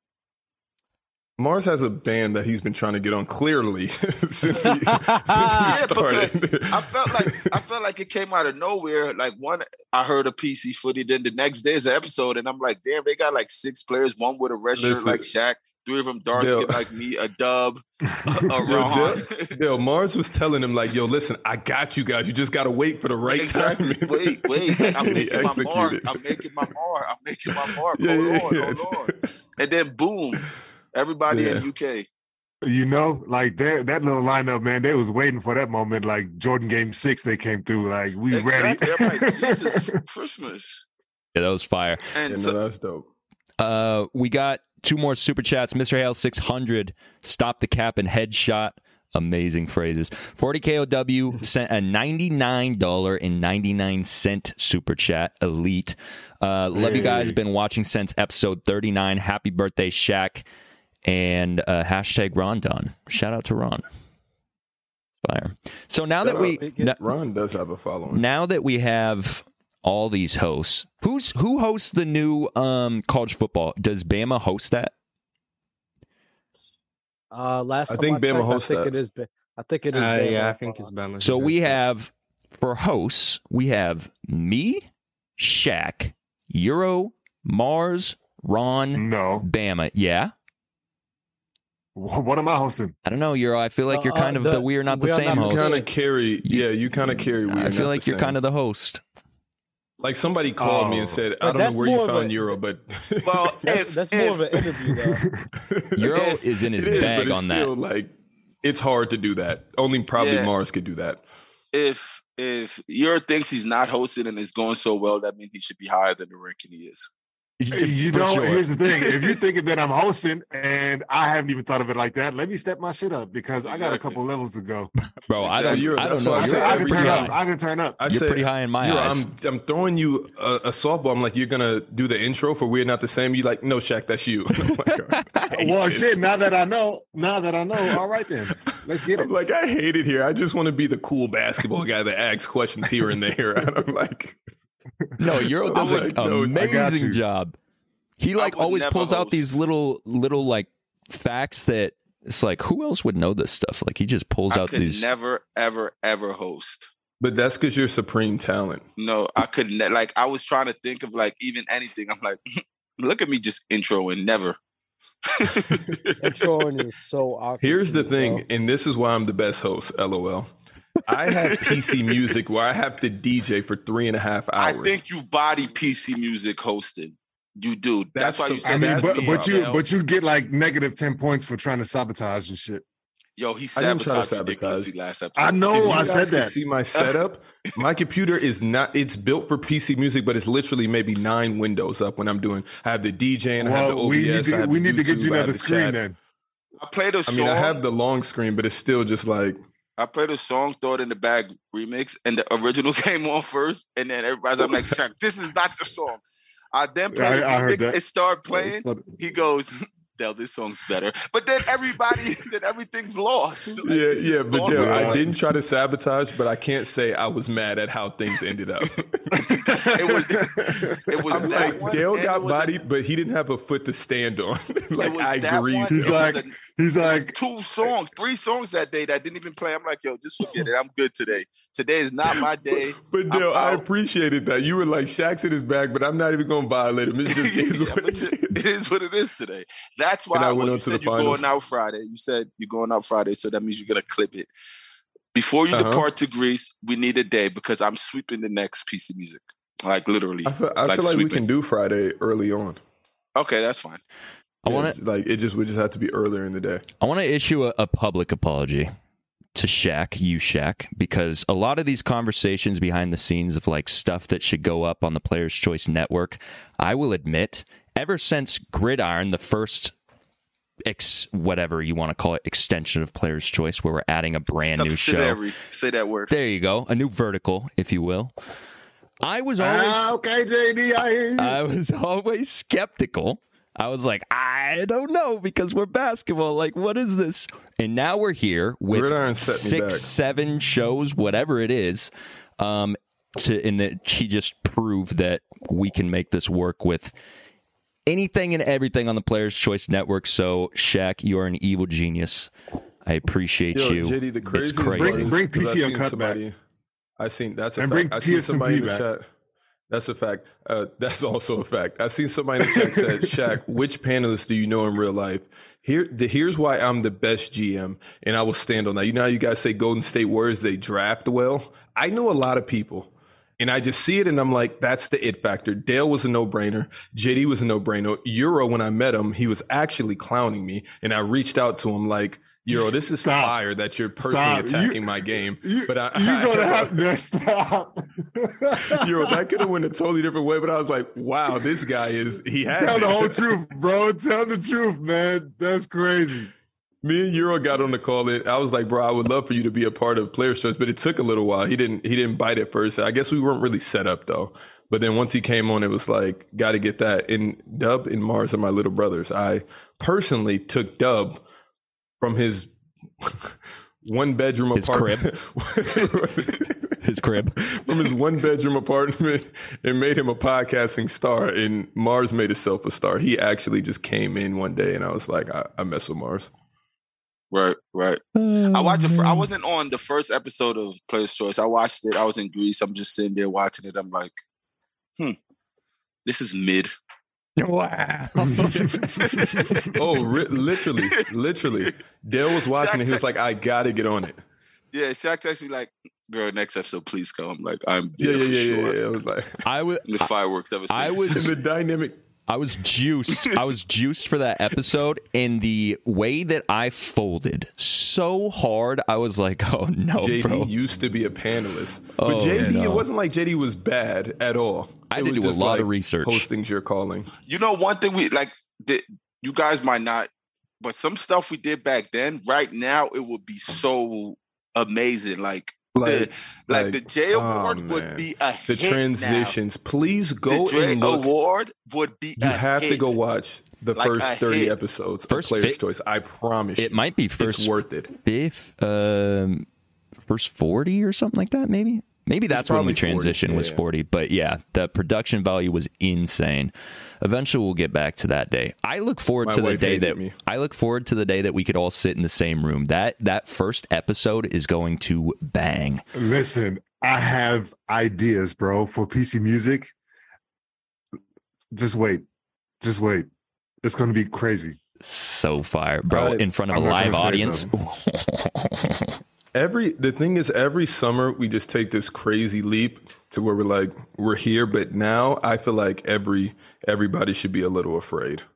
B: Mars has a band that he's been trying to get on clearly (laughs) since
C: (laughs)
B: he, since he (laughs) started.
F: I felt
B: (laughs)
F: like I felt like it came out of nowhere. Like one, I heard a PC footy. Then the next day is an episode, and I'm like, damn, they got like six players. One with a red shirt
B: Listen.
F: like Shaq. Three of them dark
B: Yo.
F: skin like me. A dub.
B: (laughs)
F: A, a
B: Yo,
F: Ron.
B: Yo, Mars was telling him like, "Yo, listen, I got you guys. You just gotta wait for the right
F: exactly.
B: time."
F: Wait, wait.
B: (laughs)
F: Like, I'm
B: And he
F: making my mark.
B: executed.
F: I'm making my mark. I'm
B: (laughs)
F: making my mark.
B: Yeah,
F: hold
B: yeah, yeah.
F: on, hold
B: (laughs)
F: on. And then boom, everybody in UK.
A: You know, like that that little lineup, man. They was waiting for that moment. Like Jordan Game Six, they came through. Like we
F: Exactly. I'm
A: ready.
F: like,
B: (laughs)
F: Jesus, Christmas.
D: Yeah, that was fire.
B: Yeah,
F: And
B: no,
F: so
B: that's dope.
D: Uh, we got two more super chats. Mr. Hale six hundred. Stop the cap and headshot. Amazing phrases. 40KOW sent a $99.99 super chat. Elite. Uh, love you guys.
A: Hey.
D: Been watching since episode 39. Happy birthday, Shaq. And uh, hashtag Ron Don. Shout out to Ron. Fire. So now that
B: Shout
D: we.
C: out.
D: no-
B: Ron does have a following.
D: now that we have all these hosts, who's who hosts the new um college football? Does Bama host that?
C: Uh, last
B: I
C: time
B: think
C: I
B: Bama
C: checked,
B: hosts
C: I think
B: that.
C: it is. Ba- I think it is.
E: Uh,
C: Bama.
E: yeah, I think it's Bama.
D: So we have for hosts, we have me, Shaq, Euro, Mars, Ron,
A: (laughs)
C: Mm.
A: no,
D: Bama. Yeah.
A: Wh- what am I hosting?
D: I don't know, Euro. I feel like you're
C: Uh, uh,
D: kind of
C: the-
D: the, we are not the
C: we are not
D: same
B: You
C: the
D: host.
B: kind of carry, yeah. You kind of carry.
D: I feel like you're kind of
B: (laughs)
D: the host.
B: like somebody called me and
A: Oh.
B: said,
C: But
B: "I don't
C: that's
B: know where
C: more
B: you
C: of
B: found
C: a-
B: Euro, but
F: well,
B: (laughs)
C: That's,
F: if,
C: that's
F: if,
C: more of an interview,
A: (laughs)
C: though.
D: Euro
F: Yes,
D: is in his
B: It is,
D: bag
B: but it's
D: on
B: still,
D: that.
B: like it's hard to do that. Only probably
F: Yeah.
B: Mars could do that.
F: if if Euro thinks he's not hosted and it's going so well, that means he should be higher than the ranking he is.
A: You
D: For
A: know,
D: sure.
A: here's the (laughs) thing. If you're thinking that I'm hosting and I haven't even thought of it like that, let me step my shit up because I got a
F: Exactly.
A: couple levels to go.
D: Bro, I
F: Exactly.
D: don't,
B: Euro,
D: I
B: that's
D: don't
B: why
D: know.
A: I,
B: I
D: You're
A: can-
B: said
A: I can
D: pretty
A: turn
D: high.
A: up. I can turn up.
B: I
D: You're
B: said,
D: pretty high in my
B: You're-
D: eyes.
B: I'm I'm throwing you a, a softball. I'm like, you're gonna do the intro for We're Not the Same. You like, no, Shaq, that's you. (laughs) Oh I'm like, I hate
A: well,
B: this.
A: shit. Now that I know, now that I know, all right
B: (laughs)
A: then, let's get it.
B: I'm like, I hate it here. I just want to be the cool basketball guy that asks questions here and there. (laughs) And I'm like,
D: No,
B: (laughs)
D: Euro
B: I'm
D: does an
B: like, no, I
A: got
D: amazing
A: you.
D: job. He like
F: would
D: always
F: never
D: pulls out
F: host.
D: these little little like facts that it's like who else would know this stuff? Like he just pulls
F: I
D: out
F: could
D: these.
F: never, ever, ever host.
B: but that's because you're supreme talent.
F: No, I could ne- like I was trying to think of like even anything. I'm like, (laughs) look at me just intro and
B: (laughs)
F: never. (laughs)
C: Introing is so awkward.
B: Here's
C: to
B: the
C: me,
B: thing,
C: bro.
B: and this is why I'm the best host. LOL. I have PC music where I have to DJ for three and a half
F: I
B: hours.
F: think you body PC music hosting. You do. That's,
B: That's
F: why
B: the-
F: you
A: I
F: said
A: mean,
F: that.
B: that's
A: but,
B: the
A: but you
F: Mel.
A: but you get like negative ten points for trying to sabotage and shit.
F: yo, he
B: I didn't try to
F: sabotaged ridiculously
B: sabotage.
F: last episode.
A: I
B: If
A: know.
B: you
A: I
B: guys
A: said
B: could
A: that.
B: See my setup. my computer is not. It's built for PC music, but it's literally maybe nine windows up when I'm doing. I have the DJ and I have the
A: Well,
B: OBS.
A: we need
B: I
A: to
B: have
A: we
B: the
A: need to get you
B: YouTube, I have
A: another
B: the
A: screen
B: chat.
A: then.
F: I played a
B: I
F: song.
B: mean, I have the long screen, but it's still just like
F: I played a song, Throw It in the Bag remix, and the original (laughs) came on first, and then everybody's I'm like, Shaq, this is not the song. I then
A: I-
F: played the
A: I heard
F: remix,
A: that.
F: it started playing.
B: (laughs)
F: He goes, (laughs) Dell, this song's better. But then everybody, (laughs) then everything's lost. Like,
B: yeah,
F: it's
B: yeah.
F: just
B: But
F: gone.
B: no,
A: yeah.
B: I didn't try to sabotage, but I can't say I was mad at how things ended
A: (laughs)
B: up.
F: It was- it was
B: I'm
F: that
B: like,
F: one,
B: Dale
F: and it
B: got
F: was a-
B: bodied, but he didn't have a foot to stand on. (laughs)
F: it
B: like
F: was
B: I
F: that
B: agreed.
F: one,
A: He's
F: it was
A: like-
F: a-
A: (laughs) He's
B: (laughs)
F: There's
A: like,
F: two songs, three songs that day that didn't even play. I'm like, yo, just forget it. I'm good today. Today is not
B: (laughs)
F: my day.
B: But Dale, I
F: out.
B: appreciated that. You were like, Shaq's in his bag, but I'm not even going to violate him. It's
A: (laughs)
B: just is
F: (laughs) Yeah,
B: what
F: but you-
B: it
F: (laughs) it
B: is.
F: is what it is today. That's why
B: And I went
F: when you
B: on to the
F: said you're
B: finals.
F: going out Friday. You said you're going out Friday, so that means you're gonna clip it. Before you
B: Uh-huh.
F: depart to Greece, we need a day because I'm sweeping the next piece of music. Like literally.
B: I feel, I
F: Like
B: feel like we
F: sweeping.
B: can do Friday early on.
F: Okay, that's fine.
D: I want to
B: to like it. Just would just have to be earlier in the day.
D: I want to issue a, a public apology to Shaq, you Shaq, because a lot of these conversations behind the scenes of like stuff that should go up on the Players Choice Network, I will admit, ever since Gridiron, the first ex whatever you want to call it extension of Players Choice, where we're adding a brand new show.
F: Subsidiary. Say that word.
D: There you go, a new vertical, if you will. I was always
B: Oh,
A: Ah, okay, JD, I hear you.
D: I was (laughs) always skeptical. I was like, I don't know because we're basketball. Like, what is this? And now we're here with
B: Gridiron set me
D: six,
B: back.
D: seven shows, whatever it is. Um, to and that she just proved that we can make this work with anything and everything on the Players Choice Network. So, Shaq, you are an evil genius. I appreciate
B: Yo,
D: you.
B: JD, the
D: it's
B: craziest part
D: crazy.
A: Bring-
B: is-
A: bring
B: because
A: PC
B: I've seen
A: Uncut
B: somebody- I seen that's a
A: And
B: fact.
A: bring
B: I seen
A: TSMP
B: somebody in the
A: back.
B: chat. That's a fact. Uh, that's (laughs) also a fact. I seen somebody in the chat said, "Shaq, which panelist do you know in real life?" Here, the, here's why I'm the best GM, and I will stand on that. You know how you guys say Golden State Warriors they draft well. I know a lot of people, and I just see it, and I'm like, that's the it factor. Dale was a no brainer. JD was a no brainer. Euro, when I met him, he was actually clowning me, and I reached out to him like, Euro, this is
A: Stop.
B: fire that you're personally
A: Stop. You-
B: attacking my game.
A: (laughs) You,
B: but I,
A: you're
B: (laughs)
A: gonna have to stop. (laughs)
B: Yo, that could have went a totally different way, but I was like, wow, this guy is he has
A: Tell
B: it.
A: the
B: (laughs)
A: whole truth, bro. Tell the truth, man. That's crazy.
B: Me and Euro got on the call it. I was like, bro, I would love for you to be a part of player choice, but it took a little while. He didn't he didn't bite at first. I guess we weren't really set up though. But then once he came on, it was like, gotta get that. And Dub and Mars are my little brothers. I personally took Dub from his (laughs) one bedroom
D: His
B: apartment.
D: (laughs) His crib.
B: from his one bedroom apartment and made him a podcasting star. And Mars made himself a star. He actually just came in one day and I was like, I, I mess with Mars.
F: Right, right. I watched it. For,
B: Mm.
F: I wasn't on the first episode of Player's Choice. I watched it. I was in Greece. I'm just sitting there watching it. I'm like, hmm, this is mid.
D: Wow.
B: Oh, ri- literally, literally. Dale was watching it. He was like, I gotta get on it.
F: Yeah, Shaq texted me like, "Girl, next episode, please come." I'm like, "I'm
B: Yeah,
F: there
B: yeah,
F: for
B: yeah,
F: sure."
B: yeah, yeah. (laughs) I was
F: (laughs)
B: like,
D: I would.
F: And the fireworks ever since.
D: I
B: and
D: was-
B: the dynamic.
D: I was juiced.
B: (laughs)
D: I was juiced for that episode in the way that I folded so hard. I was like, (laughs) "Oh no,
B: JD
D: bro!"
B: used to be a panelist,
D: Oh,
B: but JD,
D: no.
B: it wasn't like JD was bad at all.
D: I
B: It
D: did
B: was
D: do a
B: just
D: lot of
B: like,
D: research.
B: Hosting's your calling.
F: (laughs) you know, one thing we like that you guys might not, but some stuff we did back then, right now, it would be so amazing. Like,
B: Like,
F: the, like,
B: like,
F: the J
B: oh,
F: Award
B: man.
F: would be a
B: the
F: hit now.
B: transitions. Please go
F: the Dre
B: and look.
F: Award would be.
B: You
F: a
B: have to
F: hit.
B: go watch the
F: Like
B: first
F: a
B: 30
F: hit.
B: episodes of
D: First
B: Player's
D: fi-
B: Choice. I promise.
D: It
B: you.
D: might be first
B: it's worth it.
D: fifth, um, first forty or something like that. Maybe, maybe that's when we
B: probably 40,
D: transitioned was
B: yeah.
D: forty. But yeah, the production value was insane. Eventually, we'll get back to that day. I look forward
B: My
D: to the
B: wife
D: day
B: hated
D: that
B: me.
D: I look forward to the day that we could all sit in the same room. That that first episode is going to bang.
A: Listen, I have ideas, bro, for PC music. Just wait. Just wait. It's gonna be crazy.
D: So fire, bro!
B: I-
D: in front of
A: I'm
D: a
A: not
D: live
A: gonna say
D: audience.
B: Every the thing is every summer we just take this crazy leap to where we're like we're here, but now I feel like every everybody should be a little afraid.
D: (laughs)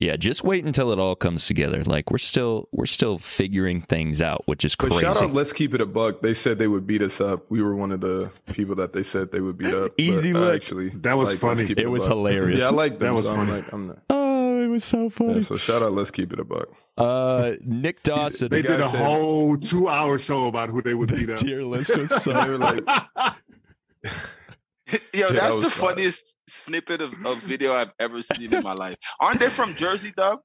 D: Yeah, just wait until it all comes together. Like we're still we're still figuring things out, which is
B: But
D: crazy.
B: shout out, let's keep it a buck. They said they would beat us up. We were one of the people that they said they would beat up. but
D: Easy
B: I
D: look.
B: Actually,
A: That was
B: like,
A: funny.
B: let's keep
D: It
B: a
D: was
B: buck.
D: hilarious.
B: Yeah, I like them,
A: That was
B: so
A: funny.
B: I'm like, I'm not.
D: oh, it was so
B: Yeah,
D: funny.
B: so shout out, let's keep it a buck.
D: uh, Nick Dawson,
A: They
B: The guy
A: did a
B: said-
A: whole two hour show about who they would beat
D: the
A: up.
D: tier list was
A: (laughs)
D: so.
B: And they were like,
F: (laughs) Yo,
B: that
F: that's
B: was
F: the
B: fire.
F: funniest snippet of, of video I've ever seen in my life. Aren't they from Jersey, Dub?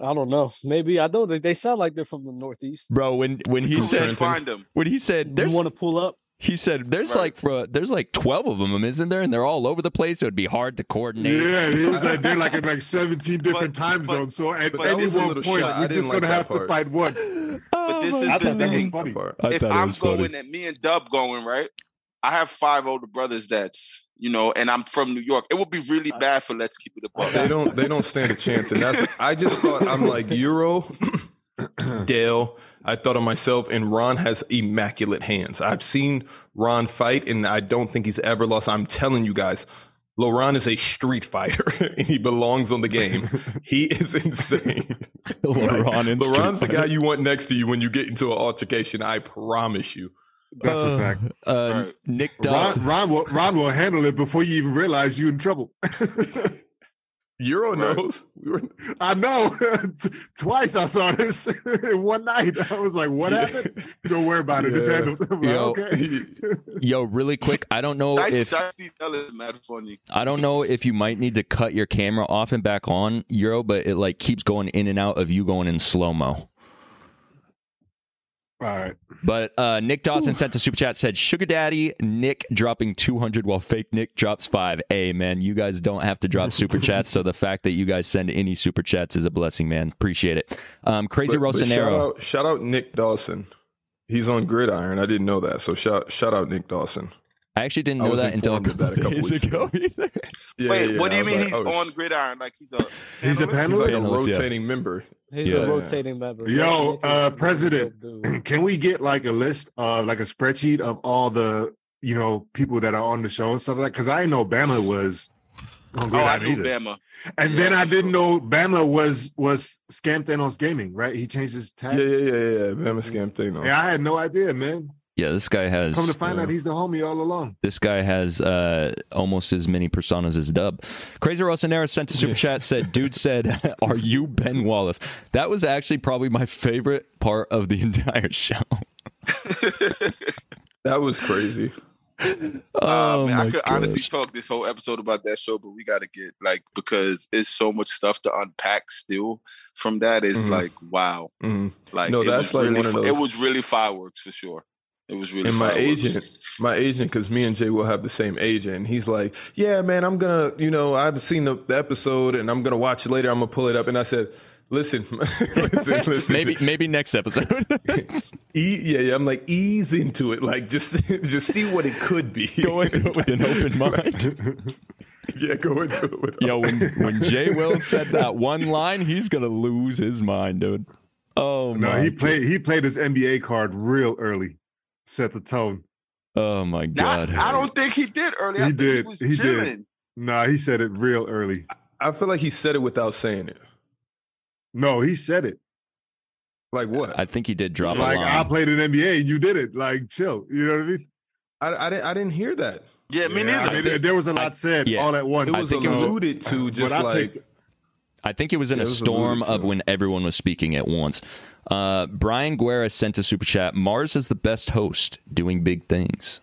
C: I don't know. Maybe I don't. think- They sound like they're from the Northeast.
D: Bro, when when he
F: You
D: said
F: can find them.
D: when he said
C: You
D: there's
C: want to pull up?
D: he said there's
F: Right.
D: like for there's like twelve of them, isn't there? And they're all over the place. It would be hard to coordinate.
A: Yeah, it was like they're like in
B: (laughs)
A: like 17 different
F: But-
A: time
F: but-
A: zones. So at
F: but that
A: any
F: was a
A: one
B: little
A: point,
B: shot. I
A: we're
B: didn't
A: just
B: like
A: gonna
B: that
A: have to
B: part.
A: fight one.
D: (laughs) Oh
F: this
D: my
F: is
A: I
F: the
A: thought that was
F: thing.
A: funny.
B: Part.
D: I
F: if
D: thought it
F: I'm
D: was funny.
F: (laughs) going and me and Dub going, right? I have five older brothers that's, you know, and I'm from New York. It would be really bad for Let's Keep It
B: They
F: Above.
B: don't they don't stand a chance. And that's I just thought I'm like Euro (clears throat) Dale, I thought of myself, and Ron has immaculate hands. I've seen Ron fight, and I don't think he's ever lost. I'm telling you guys, LaRon is a street fighter, (laughs) and he belongs on the game. he is (laughs)
A: (laughs)
B: insane.
D: LeBron and Street
B: LaRon's the
D: Fighter.
B: guy you want next to you when you get into an altercation. I promise you.
A: That's a
D: Uh,
A: fact.
D: Uh,
F: Right.
D: Nick
A: Ron,
D: Dawson.
A: Ron, will, Ron will handle it before you even realize you're in trouble. (laughs)
B: Euro
F: Right.
B: knows. (laughs) We were,
A: I know. (laughs) T- Twice I saw this (laughs) in one night. I was like, what
B: (laughs)
A: happened? Don't worry about it. It's
B: Yeah.
A: handled. (laughs) I'm like,
D: Yo.
F: (laughs)
A: okay.
D: Yo, really quick. I don't know
F: Dicey,
D: if
F: Dicey Dell is mad funny.
D: I don't know if you might need to cut your camera off and back on Euro, but it like keeps going in and out of you going in slow mo.
A: All right.
D: But uh, Nick Dawson sent a super chat said Sugar Daddy Nick dropping 200 while fake Nick drops five. Hey man, you guys don't have to drop
A: (laughs)
D: super chats, so the fact that you guys send any super chats is a blessing, man. Appreciate it. Um, Crazy
B: But- but Shout
D: Rosanero,
B: out, shout out Nick Dawson. He's on Gridiron. I didn't know that. So shout shout out Nick Dawson.
D: I actually didn't
B: I
D: know
B: was
D: that until a
B: informed of
D: couple,
B: that a couple
D: days
B: weeks
D: ago. (laughs) Either.
B: Yeah,
F: Wait,
B: yeah, yeah.
F: what do you
B: I was
F: mean
B: like,
F: he's
B: oh,
F: on gridiron? Like he's a
A: He's a
B: He's
A: panelist?
B: like a
D: Panelist, yeah.
B: rotating member.
C: He's
D: Yeah.
C: a rotating member.
A: Yo,
C: Nick is
A: uh,
C: a dope
A: President.
C: dude.
A: Can we get like a list of like a spreadsheet of all the, you know, people that are on the show and stuff like that? Because I didn't know Bama was on
F: oh, I
A: Gridiron
F: knew
A: either.
F: Bama.
A: And
F: Yeah,
A: then I
F: for
A: didn't
F: sure.
A: know Bama was was Scam Thanos Gaming, right? He changed his
B: Yeah,
A: tag.
B: yeah, yeah, yeah. yeah. Bama Scam thing.
A: And I had no idea, man.
D: Yeah, this guy has
A: Come to find
F: uh,
B: yeah.
A: out, he's the homie all along.
D: This guy has uh, almost as many personas as Dub. Crazy Rosanera sent a super
B: Yeah.
D: chat said, "Dude said, (laughs) are you Ben Wallace?" That was actually probably my favorite part of the (laughs) entire show.
B: That was crazy.
F: Uh,
D: Oh
F: man, I
D: my
F: could honestly (laughs)
D: gosh.
F: talk this whole episode about that show, but we got to get like because it's so much stuff to unpack still from that. It's
B: Mhm.
F: like wow,
B: Mm.
F: like
B: No,
F: it
B: that's
F: was
B: like
F: really
B: one of
F: fi-
B: those-
F: It was really fireworks for sure. It was really
B: And my
F: fireworks.
B: agent, my agent, because me and Jay will have the same agent. And he's like, "Yeah, man, I'm gonna, you know, I've seen the, the episode, and I'm gonna watch it later. I'm gonna pull it up." And I said, "Listen, (laughs) listen, listen.
D: maybe maybe next episode. (laughs)
B: E- yeah, yeah. I'm like ease into it, like just (laughs) just see what it could be.
D: (laughs) Go into it with
B: (laughs)
D: an open mind.
B: yeah, go into it with.
D: Yo, when when Jay Will said that one line, he's gonna lose his mind, dude. Oh
A: No,
D: my,
A: he played he played his NBA card real early. Set the tone.
D: oh my
F: Not-
D: god.
F: I don't think he did early.
A: He
F: I think
A: did.
F: He was
A: He did.
F: chilling.
A: Nah, he said it real early.
B: I feel like he said it without saying it.
A: No, he said it.
B: Like what?
D: I think he did drop
A: like
D: a
A: I
D: line.
A: played in NBA and you did it. Like chill. You know what I mean?
B: I, I didn't. I didn't hear that.
F: Yeah, me
A: Yeah,
F: neither.
A: I mean, there was a lot said
D: yeah.
A: all at once.
B: It was
D: think it was-
B: alluded to,
A: What
B: just
A: I
B: like
A: think-
D: I think it was in
B: Yeah,
D: a
B: it was
D: storm
B: alluded to.
D: of when everyone was speaking at once. Uh, Brian Guerra sent a super chat. Mars is the best host, doing big things.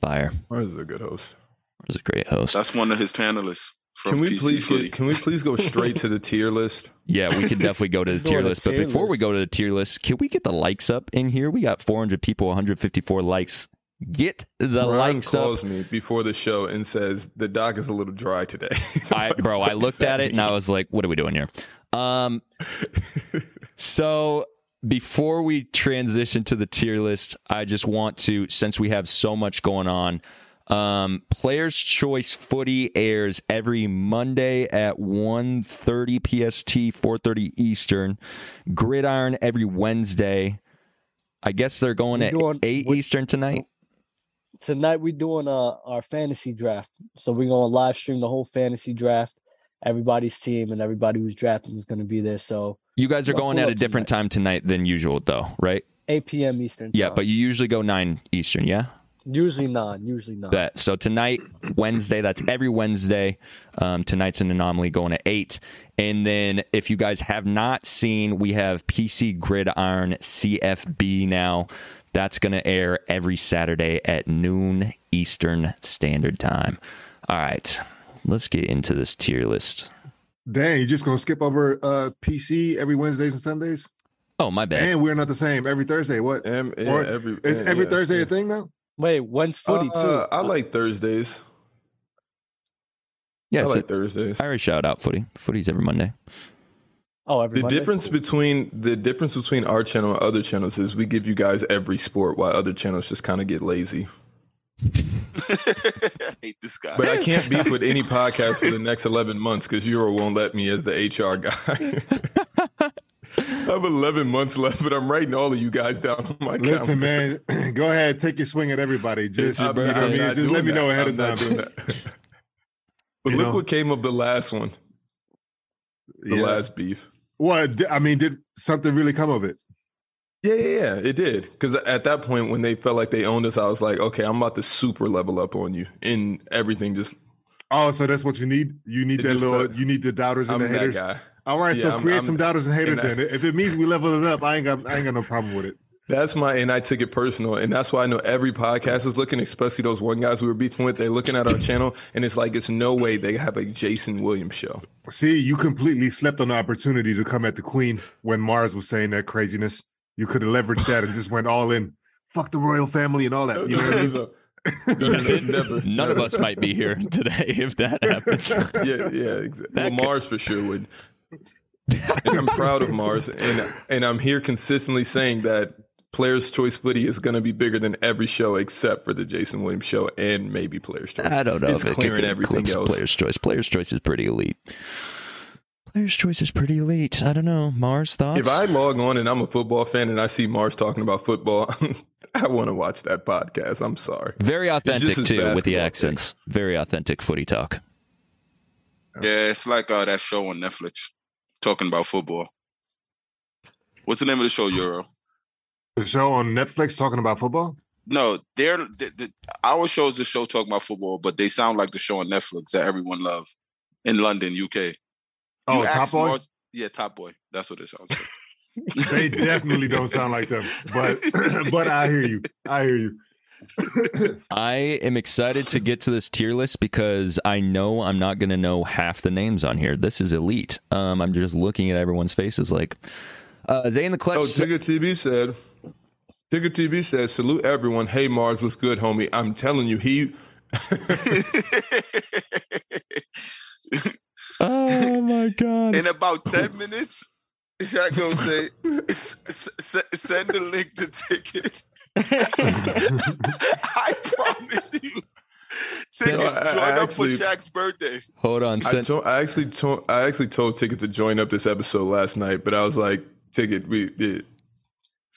D: Fire.
B: Mars is a good host.
D: Mars is a great host.
F: That's one of his panelists. From
B: Can we
F: TC
B: please
F: Footy.
B: get, can we please go straight to
D: (laughs)
B: the tier list?
D: Yeah, we can definitely go to the
C: Go
D: tier
C: to
D: list. But
C: tier
D: before we
C: list.
D: go to the tier list, can we get the likes up in here? We got 400 people, 154 likes. Get the
B: Ryan
D: likes up.
B: calls me before the show and says the doc is a little dry today. (laughs)
D: (laughs) I, bro, I
B: What
D: looked
B: does that
D: at it and I was like, what are we doing here? Um, so before we transition to the tier list, I just want to, since we have so much going on, um, Players Choice Footy airs every Monday at 1.30 PST, 4.30 Eastern. Gridiron every Wednesday. I guess they're going
C: We
D: at
C: doing-
D: 8
C: we-
D: Eastern tonight.
C: tonight we're doing uh, our fantasy draft. So we're gonna live stream the whole fantasy draft. Everybody's team and everybody who's drafted is gonna be there. So
D: You guys are
C: Yeah,
D: going
C: pull
D: at
C: up
D: a different time tonight than usual, though, right?
C: 8 p.m. Eastern.
D: Yeah,
C: time.
D: but you usually go 9 Eastern, yeah?
C: usually nine. Usually nine.
D: Bet. So tonight, Wednesday, that's every Wednesday. Um, tonight's an anomaly going to eight. And then if you guys have not seen, we have PC Gridiron CFB now. That's going to air every Saturday at noon Eastern Standard Time. All right, let's get into this tier list.
A: Dang, you just gonna skip over uh PC every Wednesdays and Sundays?
D: Oh, my bad.
A: And we're not the same every Thursday. What?
B: mean? And-
A: Or
B: yeah, every,
A: Is
B: and-
A: every
B: yeah,
A: Thursday
B: yeah.
A: a thing now?
C: Wait, when's footy
B: Uh,
C: too?
B: I like Thursdays.
D: Yeah,
B: I
D: so
B: like Thursdays.
D: I already shout out footy. Footy's every Monday.
C: oh, every
B: The
C: Monday?
B: difference between the difference between our channel and other channels is we give you guys every sport while other channels just kind of get lazy.
F: I (laughs) hate this guy.
B: But I can't beef with any
A: (laughs)
B: podcast for the next eleven months because Euro won't let me as the HR guy. I have 11 months left, but I'm writing all of you guys down on my
A: Listen,
B: calendar.
A: man, (clears throat) go ahead, take your swing at everybody. Just,
D: your
A: you know what
D: birthday.
A: I
D: I'm
A: mean?
B: not
A: Just let
B: doing
A: me know
B: that.
A: ahead
B: I'm
A: of
B: not
A: time.
B: doing
A: (laughs)
B: that. But
A: You
B: look
A: know?
B: what came of the last one, the
A: Yeah.
B: last beef.
A: Well, di- I mean, did something really come of it?
B: Yeah, yeah, yeah, it did. Because at that point, when they felt like they owned us, I was like, okay, I'm about to super level up on you, and everything just
A: Oh, so that's what you need. You need
B: It
A: that
B: just, uh,
A: little. You need the doubters and
B: I'm
A: the
B: that
A: haters.
B: guy.
A: All right,
B: Yeah,
A: so
B: I'm-
A: create
B: I'm-
A: some doubters and haters. And
B: and I-
A: if it means we level it up, I ain't got. I ain't got no problem with it.
B: That's my, and I took it personal, and that's why I know every podcast is looking, especially those one guys we were beefing with. They're looking at our channel, and it's like it's no way they have a Jason Williams show.
A: See, you completely slept on the opportunity to come at the queen when Mars was saying that craziness. You could have leveraged that and just went all in. Fuck the royal family and all that. (laughs) You know what I mean?
B: No, no, no, never,
D: None of
B: never.
D: us might be here (laughs) today if that happened.
B: yeah, yeah. Exactly. Well,
D: That could-
B: Mars for sure would. and I'm proud of Mars, and and I'm here consistently saying that Players Choice Footy is going to be bigger than every show except for the Jason Williams show and maybe Players Choice.
D: I don't know.
B: It's
D: if it could
B: clearing
D: be
B: everything
D: Clips
B: else.
D: Player's choice. Player's choice is pretty elite. Player's choice is pretty elite. I don't know. Mars thoughts.
B: If I log on and I'm a football fan and I see Mars talking about football, (laughs) I want to watch that podcast. I'm sorry.
D: Very authentic
B: his
D: too, with the
B: basketball
D: accents. Very authentic footy talk.
F: (laughs) Yeah, it's like uh, that show on Netflix talking about football. What's the name of the show, Euro?
A: The show on Netflix talking about football.
F: No, they're the, the, our show is the show talking about football, but they sound like the show on Netflix that everyone loves in London, UK.
A: Oh,
F: You
A: Top
F: ask
A: Boy.
F: Mars- yeah, Top Boy. That's what it sounds like.
A: (laughs) They definitely don't sound like them, but (clears throat) but I hear you. I hear
B: (laughs)
A: you.
D: I am excited to get to this tier list because I know I'm not going to know half the names on here. This is elite. Um, I'm just looking at everyone's faces like uh, Zay in the clutch.
B: Oh, Tigger TV said, Tigger TV said, salute everyone. Hey, Mars, what's good, homie? I'm telling you, he.
D: oh my
B: (laughs)
D: god!
F: (laughs) in about 10 minutes, Shaq gonna say, "S- s- s- send the link to ticket. (laughs) I promise you.
B: No,
F: Tickets
B: I- I
F: join up for
B: actually-
F: Shaq's birthday.
D: Hold on,
B: I,
D: send,
B: to- I actually, to- I actually told Ticket to join up this episode last night, but I was like, Ticket, we, it,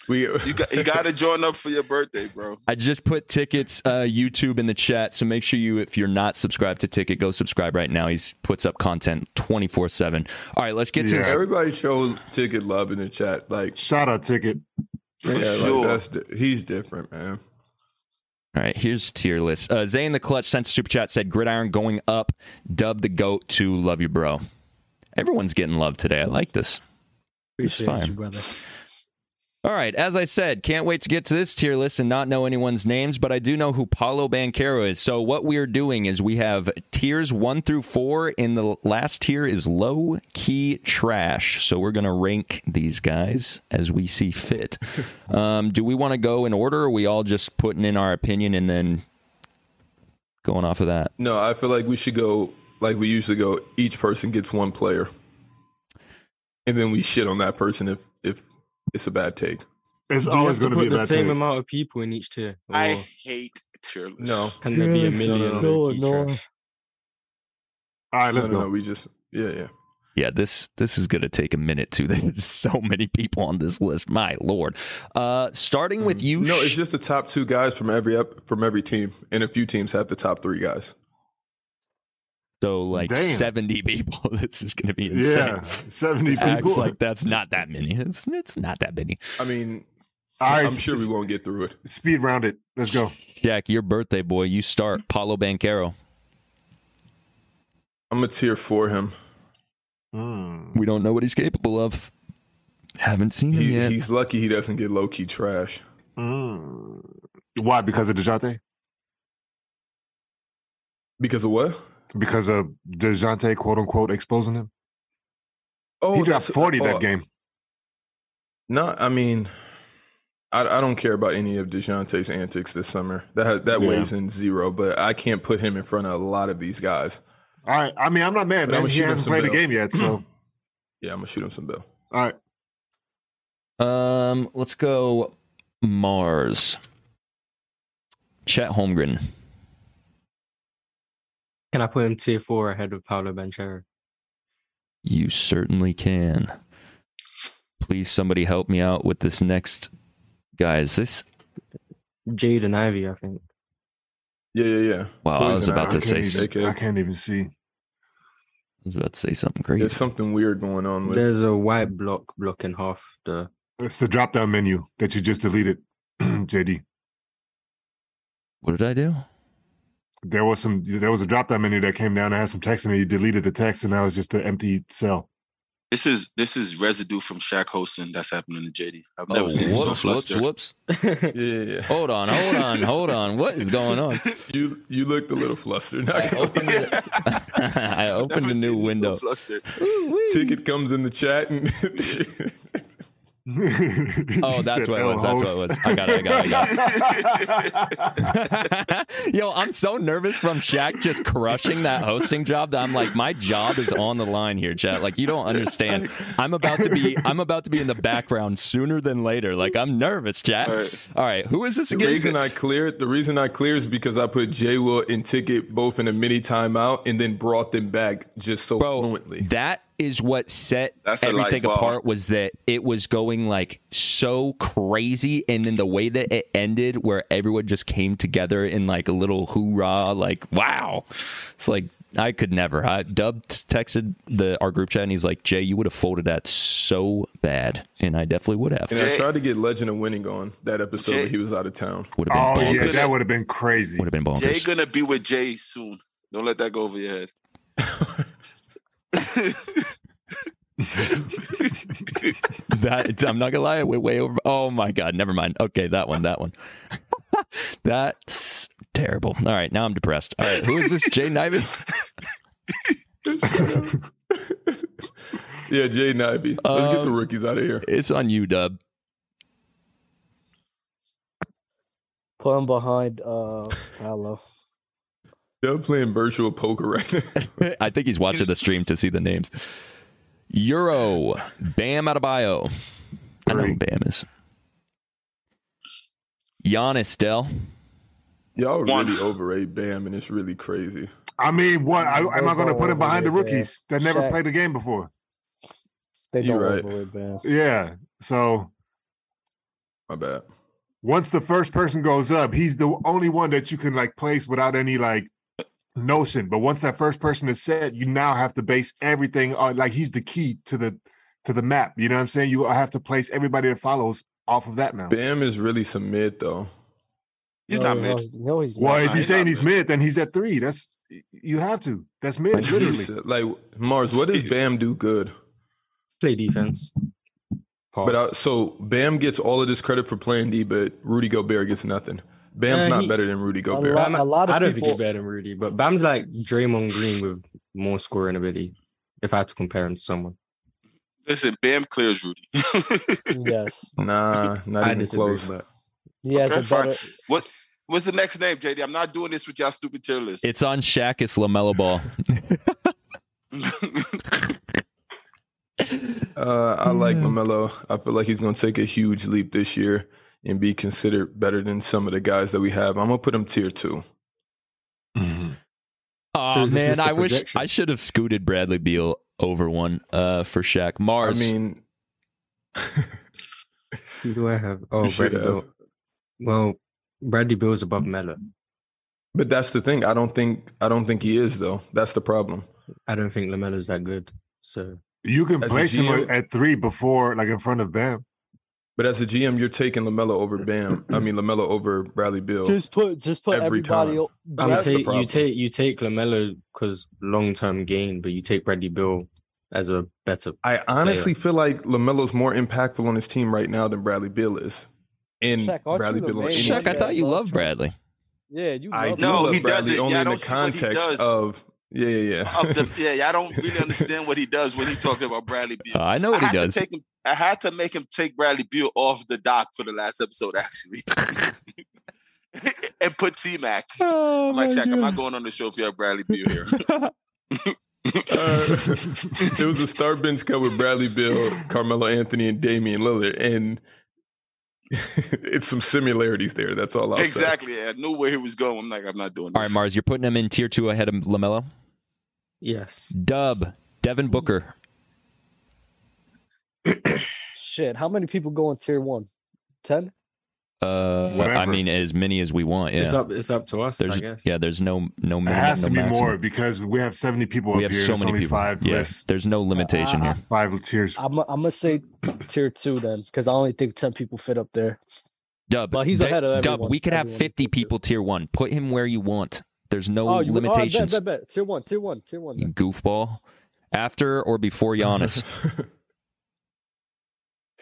B: we,
F: You got you gotta join up for your birthday, bro.
D: I just put tickets uh, YouTube in the chat, so make sure you, if you're not subscribed to Ticket, go subscribe right now. He's puts up content 24 seven. All right, let's get to this.
B: (laughs) everybody showed Ticket love in the chat. Like,
A: Shout out ticket.
F: For
B: yeah,
F: sure.
B: like that's di- he's different, man.
D: All right, here's tier list. Uh, Zay in the clutch sent a super chat said Gridiron going up. Dub the goat to love you, bro. Everyone's getting love today. I like this.
C: Appreciate
D: fine.
C: you, brother.
D: All right, as I said, can't wait to get to this tier list and not know anyone's names, but I do know who Paulo Banquero is. So what we are doing is we have tiers one through four, and the last tier is low key trash. So we're gonna rank these guys as we
B: (laughs)
D: see fit. Um, do we want to go in order? Or are we all just putting in our opinion and then going off of that?
B: No, I feel like we should go like we usually go. Each person gets one player, and then we shit on that person if if it's a bad take.
A: It's
E: Do you
A: always
E: have to
A: going to be
E: put
A: a
E: the
A: bad
E: same
A: take.
E: amount of people in each tier? Or
F: I
D: Oh.
F: hate tier lists.
B: No,
E: can there be a
C: No,
E: million?
B: no,
E: low-key
C: no, no.
E: trash?
A: All right, let's
B: no, no, no,
A: go.
B: we just yeah, yeah.
D: Yeah, this this is gonna take a minute too. (laughs) There's so many people on this list. My lord. Uh, starting with you.
B: Um, No, it's
D: Sh-
B: just the top two guys from every up from every team, and a few teams have the top three guys.
D: So like
A: Damn.
D: 70 (laughs) people. This is going to be insane.
A: Yeah,
B: (laughs)
A: seventy people.
D: Acts like that's not that many. It's, it's not that many.
B: I mean,
A: All right,
B: I'm sure we won't get through it.
A: speed round it. Let's go.
D: Jack, your birthday boy, you start Paulo Banquero.
B: I'm a tier for him.
A: Hmm,
D: We don't know what he's capable of. Haven't seen him
B: He,
D: yet.
B: He's lucky he doesn't get low key trash.
A: Mm. Why? Because of Dejounte?
B: Because of what?
A: Because of Dejounte, quote unquote, exposing him.
B: Oh,
A: he dropped
B: that's-
A: forty
B: oh,
A: that game.
B: No, I mean, I, I don't care about any of Dejounte's antics this summer. That that
A: Yeah.
B: weighs in zero, but I can't put him in front of a lot of these guys.
A: All right. I mean, I'm not mad,
B: But I'm
A: man.
B: gonna
A: He
B: shoot him
A: hasn't
B: some
A: played the
B: bell.
A: game
D: (clears throat)
A: yet, (clears throat) so
B: Yeah, I'm gonna shoot him some bill.
A: all right.
D: Um, let's go Mars. Chet Holmgren.
E: Can I put him tier four ahead of Paolo Banchero?
D: You certainly can. please somebody help me out with this next guy. Is this?
E: Jade and Ivy, I think.
B: Yeah, yeah, yeah.
D: Wow, I was
B: Poison
D: about
A: I
D: to
B: Ivy.
D: say
A: can't
D: s-
A: even- I can't even see.
D: I was about to say something
B: There's
D: crazy.
B: something weird going on with.
E: There's a white block blocking half the.
A: It's the drop down menu that you just deleted, (clears throat) JD.
D: What did I do?
A: There was some. There was a drop down menu that came down. that had some text in it. You deleted the text, and now it's just an empty cell. (laughs)
F: This is this is residue from Shaq Hosen that's happening to JD. I've never
D: Oh,
F: seen him so
D: whoops, whoops,
F: flustered.
D: whoops.
B: (laughs) yeah, yeah, yeah.
D: Hold on, hold on, hold on. What is going on? (laughs)
B: You you looked a little flustered. (laughs) Not
D: I
B: gonna
D: opened
B: lie.
D: it. I
F: I've
D: opened
F: never
D: a
F: seen
D: new
F: him so
D: window.
F: (laughs) flustered.
B: Ticket comes in the chat and
D: (laughs)
B: (laughs)
D: Oh,
A: oh,
D: that's what it was. That's what it was. I got it. I got
F: (laughs)
D: it. (laughs)
A: got it.
D: I got it. Yo, I'm so nervous from Shaq just crushing that hosting job that I'm like, my job is on the line here, chat. Like, you don't understand. I'm about to be. I'm about to be in the background sooner than later. Like, I'm nervous, chat. All
F: All
D: right,
F: right.
D: who is this
B: the
D: again?
B: reason I cleared the reason I cleared is because I put J Will and Ticket both in a mini timeout and then brought them back just so
D: Bro,
B: fluently.
D: That is what set
F: That's a light
D: everything
F: bulb.
D: apart was that it was going like so crazy and then the way that it ended where everyone just came together in like a little hoorah like wow. It's like I could never. I Dub texted the our group chat and he's like, "Jay, you would have folded that so bad." And I definitely would have.
B: And I tried to get Legend of Winning on that episode
F: Jay-
B: when he was out of town.
D: Would have
A: Oh
D: been
A: yeah,
D: bonkers.
A: that would have been crazy.
D: Would have been bonkers.
F: Jay gonna be with Jay soon. Don't let that go over
D: (laughs)
F: your head. (laughs)
D: that it's- I'm not gonna lie, it went way over. Oh my god, never mind. Okay, that one, that
E: (laughs)
D: one. That's terrible. All right, now I'm depressed. All right, who is this? Jay Nivis?
B: Yeah, Jay and Ivy. Let's get the
D: Um,
B: rookies out of here.
D: It's on you, Dub.
C: Put him behind uh Paolo.
B: They're playing virtual poker right now. (laughs)
D: I think he's watching the stream to see the names. Euro, Bam Adebayo. I know who
A: Three.
D: Bam is. Giannis Dell.
B: Y'all
F: One.
B: really overrate Bam, and it's really crazy.
A: I mean, what I, am I going to put him behind the
C: Yeah.
A: rookies that never
C: Shaq.
A: played the game before?
C: They
B: You
C: don't
B: right.
C: overrate bands.
A: Yeah. So
B: My bad.
A: once the first person goes up, he's the only one that you can like place without any like notion. But once that first person is set, you now have to base everything on like he's the key to the to the map. You know what I'm saying? You have to place everybody that follows off of that now.
B: Bam is really some mid though.
F: He's
C: no,
F: not
C: no,
F: mid.
C: he's- No, he's
A: Well,
F: Nah,
A: if you're
F: he's
A: saying
F: not
A: he's
F: mid.
A: mid, then he's at three. That's you have to. That's mid,
B: Like,
A: literally.
B: he's- like Mars, what does Bam do good?
E: Play defense. Pass.
B: But uh, I, so Bam gets all of this credit for playing D, but Rudy Gobert gets nothing. Bam's
E: Uh,
B: not
E: he-
B: better than Rudy
C: not.
B: Gobert.
C: A lot, a lot of
E: I don't
C: people.
E: think he's better than Rudy, but Bam's like Draymond Green with more scoring ability. If I had to compare him to someone,
F: Listen, Bam clears Rudy. (laughs)
C: Yes,
B: Nah, not
E: (laughs) I
B: even
E: disagree.
B: close.
E: But
C: he has a
F: Okay, fine.
C: better.
F: What's the next name, JD? I'm not doing this with y'all stupid tier list. (laughs)
D: It's on Shaq. It's LaMelo Ball.
E: (laughs)
B: Uh, I like Lamelo. I feel like he's going to take a huge leap this year and be considered better than some of the guys that we have. I'm gonna put him tier two.
D: Oh
E: So is this
D: man,
E: just a
D: I wish
E: projection?
D: I should have scooted Bradley Beal over one uh, for Shaq.
B: I
D: Mars.
B: mean,
E: who do I have? Oh,
B: You should
E: Bradley
B: have.
E: Bill. Well, Bradley Bill's above Melo.
B: but that's the thing. I don't think I don't think he is though. That's the problem.
E: I don't think Lamelo's that good. So
A: You can
B: As a
A: place him
B: GM
A: at three before, like in front of Bam.
B: But as a GM, you're taking Lamelo over Bam. I mean Lamelo over Bradley Bill.
C: Just put, just put
B: Every
C: everybody.
B: time.
C: o-
E: I'm
B: That's the
E: take, you
B: problem.
E: take you take Lamelo because long term gain, but you take Bradley Bill as a better.
B: I honestly feel like Lamelo's more impactful on his team right now than Bradley Bill is. And
C: Shaq, aren't
B: Bradley
C: you
B: Bill on
C: amazed?
B: any
D: Shaq, I
B: team.
C: Yeah,
D: thought you
F: uh,
C: I love
D: loved
C: Shaq.
D: Bradley.
C: Yeah, you.
B: I
C: love
B: do
F: No,
C: him.
B: love
F: he
B: Bradley
F: doesn't.
B: only
F: Yeah, I
B: in the
F: don't see what he
B: context
F: does.
B: of yeah, yeah, yeah.
F: Up the-
B: (laughs)
F: (laughs) yeah, y'all don't really understand what he does when he talking about Bradley Beal.
D: Uh, I know
F: I
D: what he
F: had
D: does.
F: to take him. I had to make him take Bradley Beal off the dock for the last episode, actually, (laughs) and put T Mac.
D: Oh,
F: I'm like,
D: my
F: Shaq, I'm not
D: God.
F: going on the show if you have Bradley Beal
D: (laughs)
F: here. (laughs)
B: Uh, it was a star bench cut with Bradley Bill, Carmelo Anthony, and Damian Lillard, and (laughs) it's some similarities there. That's all I'll say.
F: exactly. yeah, I knew where he was going. I'm like, I'm not doing this.
D: All right, Mars, you're putting him in tier two ahead of Lamelo.
E: Yes.
D: Dub Devin Booker.
C: shit. How many people go in tier one? Ten?
D: Uh, I
A: Whatever.
D: mean, as many as we want. Yeah,
E: It's up. It's up to us. I
D: there's
E: guess.
D: yeah, there's no no
A: It
D: minimum.
A: has
D: no
A: to be
D: maximum.
A: more because we have 70 people
D: We
A: up
D: have
A: here.
D: so
A: There's
D: many
A: only
D: people.
A: five
D: yeah,
A: lists,
D: there's no limitation
C: Uh,
D: here.
A: five
F: (laughs)
A: tiers.
C: I'm I'm gonna say tier two then, because I only think ten people fit up there.
D: Dub,
C: But he's
D: they-
C: ahead of
D: Dub.
C: everyone-
D: We could have
C: everyone.
D: 50 people tier one. Put him where you want. There's no
C: you would-
D: limitations.
C: Oh, bet, bet, bet. Tier one, tier one, tier one.
D: You
B: Mm.
D: goofball. After
C: (laughs)
D: or before
E: (laughs)
D: Giannis?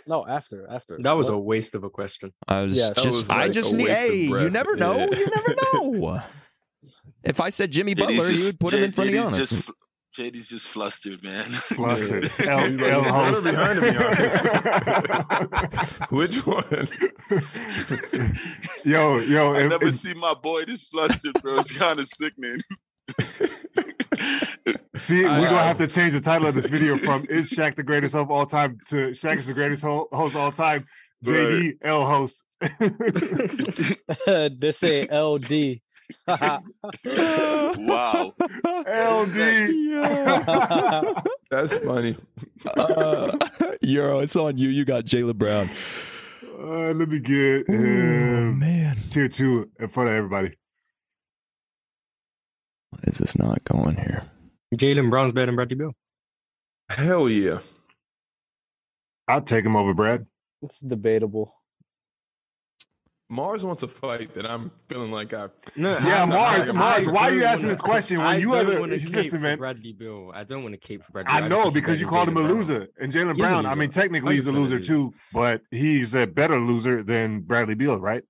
C: No, after, after.
E: That was
C: What?
E: a waste of a question.
D: I was
C: Yeah, that
D: just.
B: was
D: I
B: like
D: just
B: a
D: need.
B: waste of
D: Hey, you
B: breath.
D: never know.
B: Yeah.
D: You
B: (laughs)
D: never know. if I said Jimmy Butler,
F: JD's
D: you would put him in front of
F: JD's
D: Giannis.
F: just fl- JD's just flustered, man. (laughs)
A: Flustered.
F: Yeah.
A: L- L
B: He's
A: host.
B: behind him, Giannis. Which one?
A: (laughs) yo, yo,
F: I
A: if-
F: never
A: if-
F: see my boy this flustered, bro. It's kind
D: (laughs)
F: of sickening. (laughs)
A: see, we're
B: I-
A: gonna
B: I-
A: have to change the title of this video from "Is Shaq the greatest of all time" to "Shaq is the greatest ho- host of all time." JD L
F: (laughs)
A: host. (laughs)
C: (laughs) this ain't (laughs) LD.
D: (laughs)
F: wow.
A: LD.
B: That's funny.
D: uh, Euro, it's on you. You got Jalen Brown.
A: (laughs) Uh, let me get
D: Ooh,
A: him.
D: man,
A: tier two in front of everybody.
D: Why is this not going here?
E: Jalen Brown's better than Bradley Bill.
B: Hell yeah.
A: I'll take him over
E: (laughs)
A: Brad.
C: it's debatable.
B: Mars wants a fight that I'm feeling like I.
E: No,
A: Yeah,
E: I-
A: Mars,
E: I-
A: Mars,
E: I
A: why are you
E: don't
A: asking
E: wanna-
A: this question when
E: I
A: you
E: don't
A: are the-
E: wanna
A: listen,
E: cape for
A: man.
E: Bradley Bill. I don't want to cape for Bradley.
A: I
E: Bill. just
A: know
E: think he's
A: because you
E: better
A: called
E: than
A: him a
E: Jaylen Brown.
A: loser, and Jalen
E: He's a
A: Brown. I
E: loser.
A: mean, technically he's a
E: 100% a
A: loser
E: loser.
A: too, but he's a better loser than Bradley Beal, right?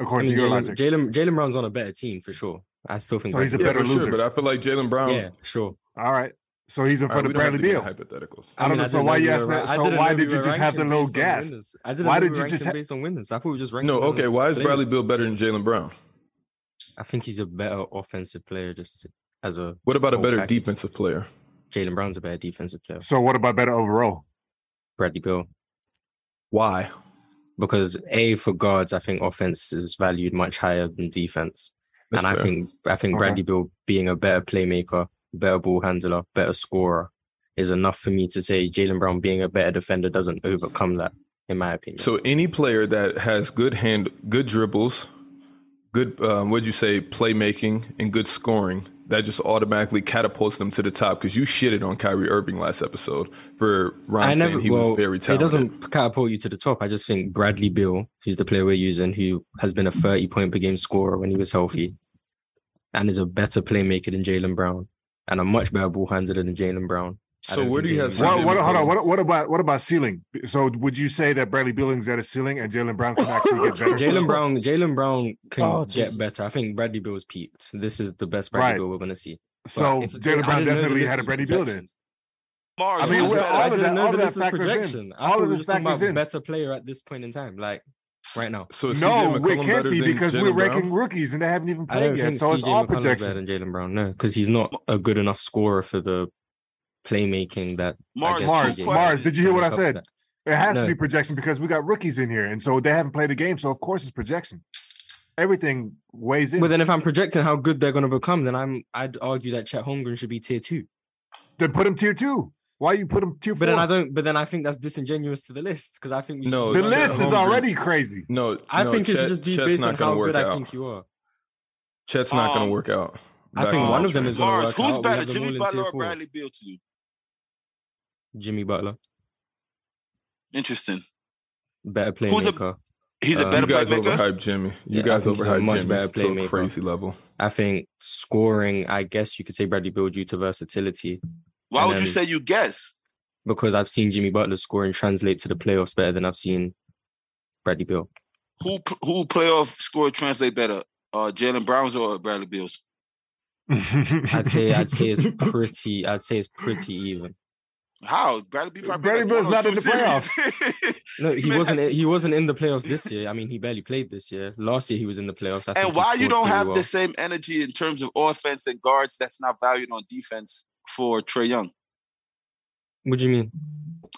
E: I
A: According
E: mean,
A: to your
E: Jalen
A: logic.
E: Jalen Jalen Brown's on a better team for sure. I still think
A: So he's a
E: Bradley
A: better
B: Yeah, for
A: loser.
B: sure, but I feel like Jalen Brown.
E: Bill- Yeah, sure.
A: All right, so he's in
B: All right,
A: front
B: we
A: of
B: don't have
A: Bradley
B: to get
A: Beal.
B: into hypotheticals.
A: I don't know,
E: didn't
A: so why
E: we
A: you
E: were
A: asked that-
E: ra- I
A: so
E: didn't
A: why
E: know we
A: did you
E: were
A: just have the
E: ranking
A: low
E: based
A: gas?
E: on winners. I didn't
A: Why
E: know we
A: did
E: were
A: you
E: ranking
A: just ha-
E: based on winners? I thought we were just ranking.
B: No,
E: winners
B: okay.
E: for
B: Why is Bradley
E: players.
B: Bill better than Jalen Brown?
E: I think he's a better offensive player just as a
B: What about a
E: Whole
B: better
E: package.
B: defensive player?
E: Jalen Brown's a better defensive player.
A: So what about better overall?
E: Bradley Bill.
B: Why?
E: Because A for guards, I think offense is valued much higher than defense.
B: That's
E: and
B: fair.
E: I think I think
A: Okay.
E: Bradley Bill being a better playmaker, better ball handler, better scorer is enough for me to say Jalen Brown being a better defender doesn't overcome that, in my opinion.
B: so. Any player that has good hand, good dribbles, good um, what'd you say, playmaking, and good scoring, that just automatically catapults them to the top. Because you shitted on Kyrie Irving last episode for Ron
E: I
B: saying
E: never.
B: he
E: well,
B: was very
E: it
B: talented.
E: doesn't catapult you to the top. I just think Bradley Bill, who's the player we're using, who has been a thirty point per game scorer when he was healthy, and is a better playmaker than Jalen Brown, and a much better ball handler than Jalen Brown. I
B: so
E: don't
B: where do
E: think
B: you
E: Jalen
B: have?
A: What,
E: Brown-
B: Jalen
A: what, hold on.
B: Brown?
A: What, what about what about ceiling? So would you say that Bradley Beal's at a ceiling and Jalen Brown can actually get better?
E: Jalen Brown, Jalen Brown can
C: Oh, Jesus.
E: get better. I think Bradley Bill's peaked. This is the best Bradley
A: Right.
E: Bill we're gonna see. But
A: So
E: if- I
A: Jalen Brown
E: didn't know the
A: definitely
E: list
A: had a
E: was
A: Bradley Beal then.
E: projections.
F: Mars
A: I mean,
F: was
A: well,
F: better.
A: all of
E: didn't
A: that-
E: know
A: all
E: the
A: of that
E: list was
A: factors in.
E: projection. I
A: All
E: thought
A: of
E: we were
A: this
E: just talking
A: factors
E: about
A: in.
E: better player at this point in time, like right now.
B: So is
A: No,
B: CJ
A: it
B: McCollum
A: can't
B: better
A: be
B: than
A: because
B: Jalen
A: we're
B: Brown?
A: ranking rookies and they haven't even
E: I
A: played
E: don't
A: yet.
E: think
A: So it's
E: CJ
A: all
E: McCollum's better
A: projection.
E: than Jalen Brown, no, because he's not a good enough scorer for the playmaking that I
F: Mars,
E: guess
A: Mars,
E: CJ
F: two
A: Mars,
F: questions.
A: did you hear
E: can
A: what I
E: make up
A: said?
E: for that.
A: It has to
E: No.
A: be projection because we got rookies in here, and so they haven't played a game. So of course it's projection. Everything weighs in.
E: But then if I'm projecting how good they're gonna become, then I'm I'd argue that Chet Holmgren should be tier two.
A: then put him tier two. Why you put him tier
E: But
A: four?
E: then I don't. But then I think that's disingenuous to the list because I think we should
B: No,
A: the
E: just-
B: Chet
A: list is
B: Holmgren-
A: already crazy.
B: No,
E: I
B: no,
E: think it
B: Chet-
E: should just be
B: Chet's
E: based
B: not
E: on
B: gonna
E: how
B: work
E: good I
B: out.
E: think you are.
B: Chet's not going
F: Um,
B: to work out.
E: I
B: Back
E: think
B: on
E: one
B: the
E: of them
B: train.
E: is gonna
F: Mars,
E: work
F: Oh, who's
E: out. We
F: better,
E: have them all
F: Jimmy
E: in
F: Butler
E: tier
F: or
E: four.
F: Bradley Beal to you?
E: Jimmy Butler,
F: Interesting.
E: better
F: Who's a-
E: playmaker.
F: He's
E: Uh,
F: a
B: You
F: better
B: guys
F: playmaker.
B: overhyped Jimmy. You
E: Yeah, I
B: guys
E: think he's a
B: overhyped
E: much
B: Jimmy
E: better
B: to a
E: playmaker.
B: crazy level.
E: I think scoring. I guess you could say Bradley Bill due to versatility
F: Why
E: and
F: would you
E: then-
F: say you guess?
E: because I've seen Jimmy Butler's scoring translate to the playoffs better than I've seen Bradley Bill.
F: Who p- who playoff score translate better? Uh, Jalen Brown's or Bradley Beal's?
E: (laughs) I'd say I'd say
A: (laughs)
B: (laughs)
E: it's pretty. I'd say it's pretty even.
F: How Bradley Beal? probably
A: Bradley
F: like
A: Beal's
F: one or
A: not in
F: two
A: the playoffs.
F: series.
E: No, he
F: Man.
E: wasn't. He wasn't in the playoffs this year. I mean, he barely played this year. Last year he was in the playoffs. I think
F: (laughs) and
E: he
F: why you
E: scored
F: don't
E: pretty
F: have
E: well.
F: the same energy in terms of offense and guards that's not valued on defense for Trey Young?
E: What do you mean?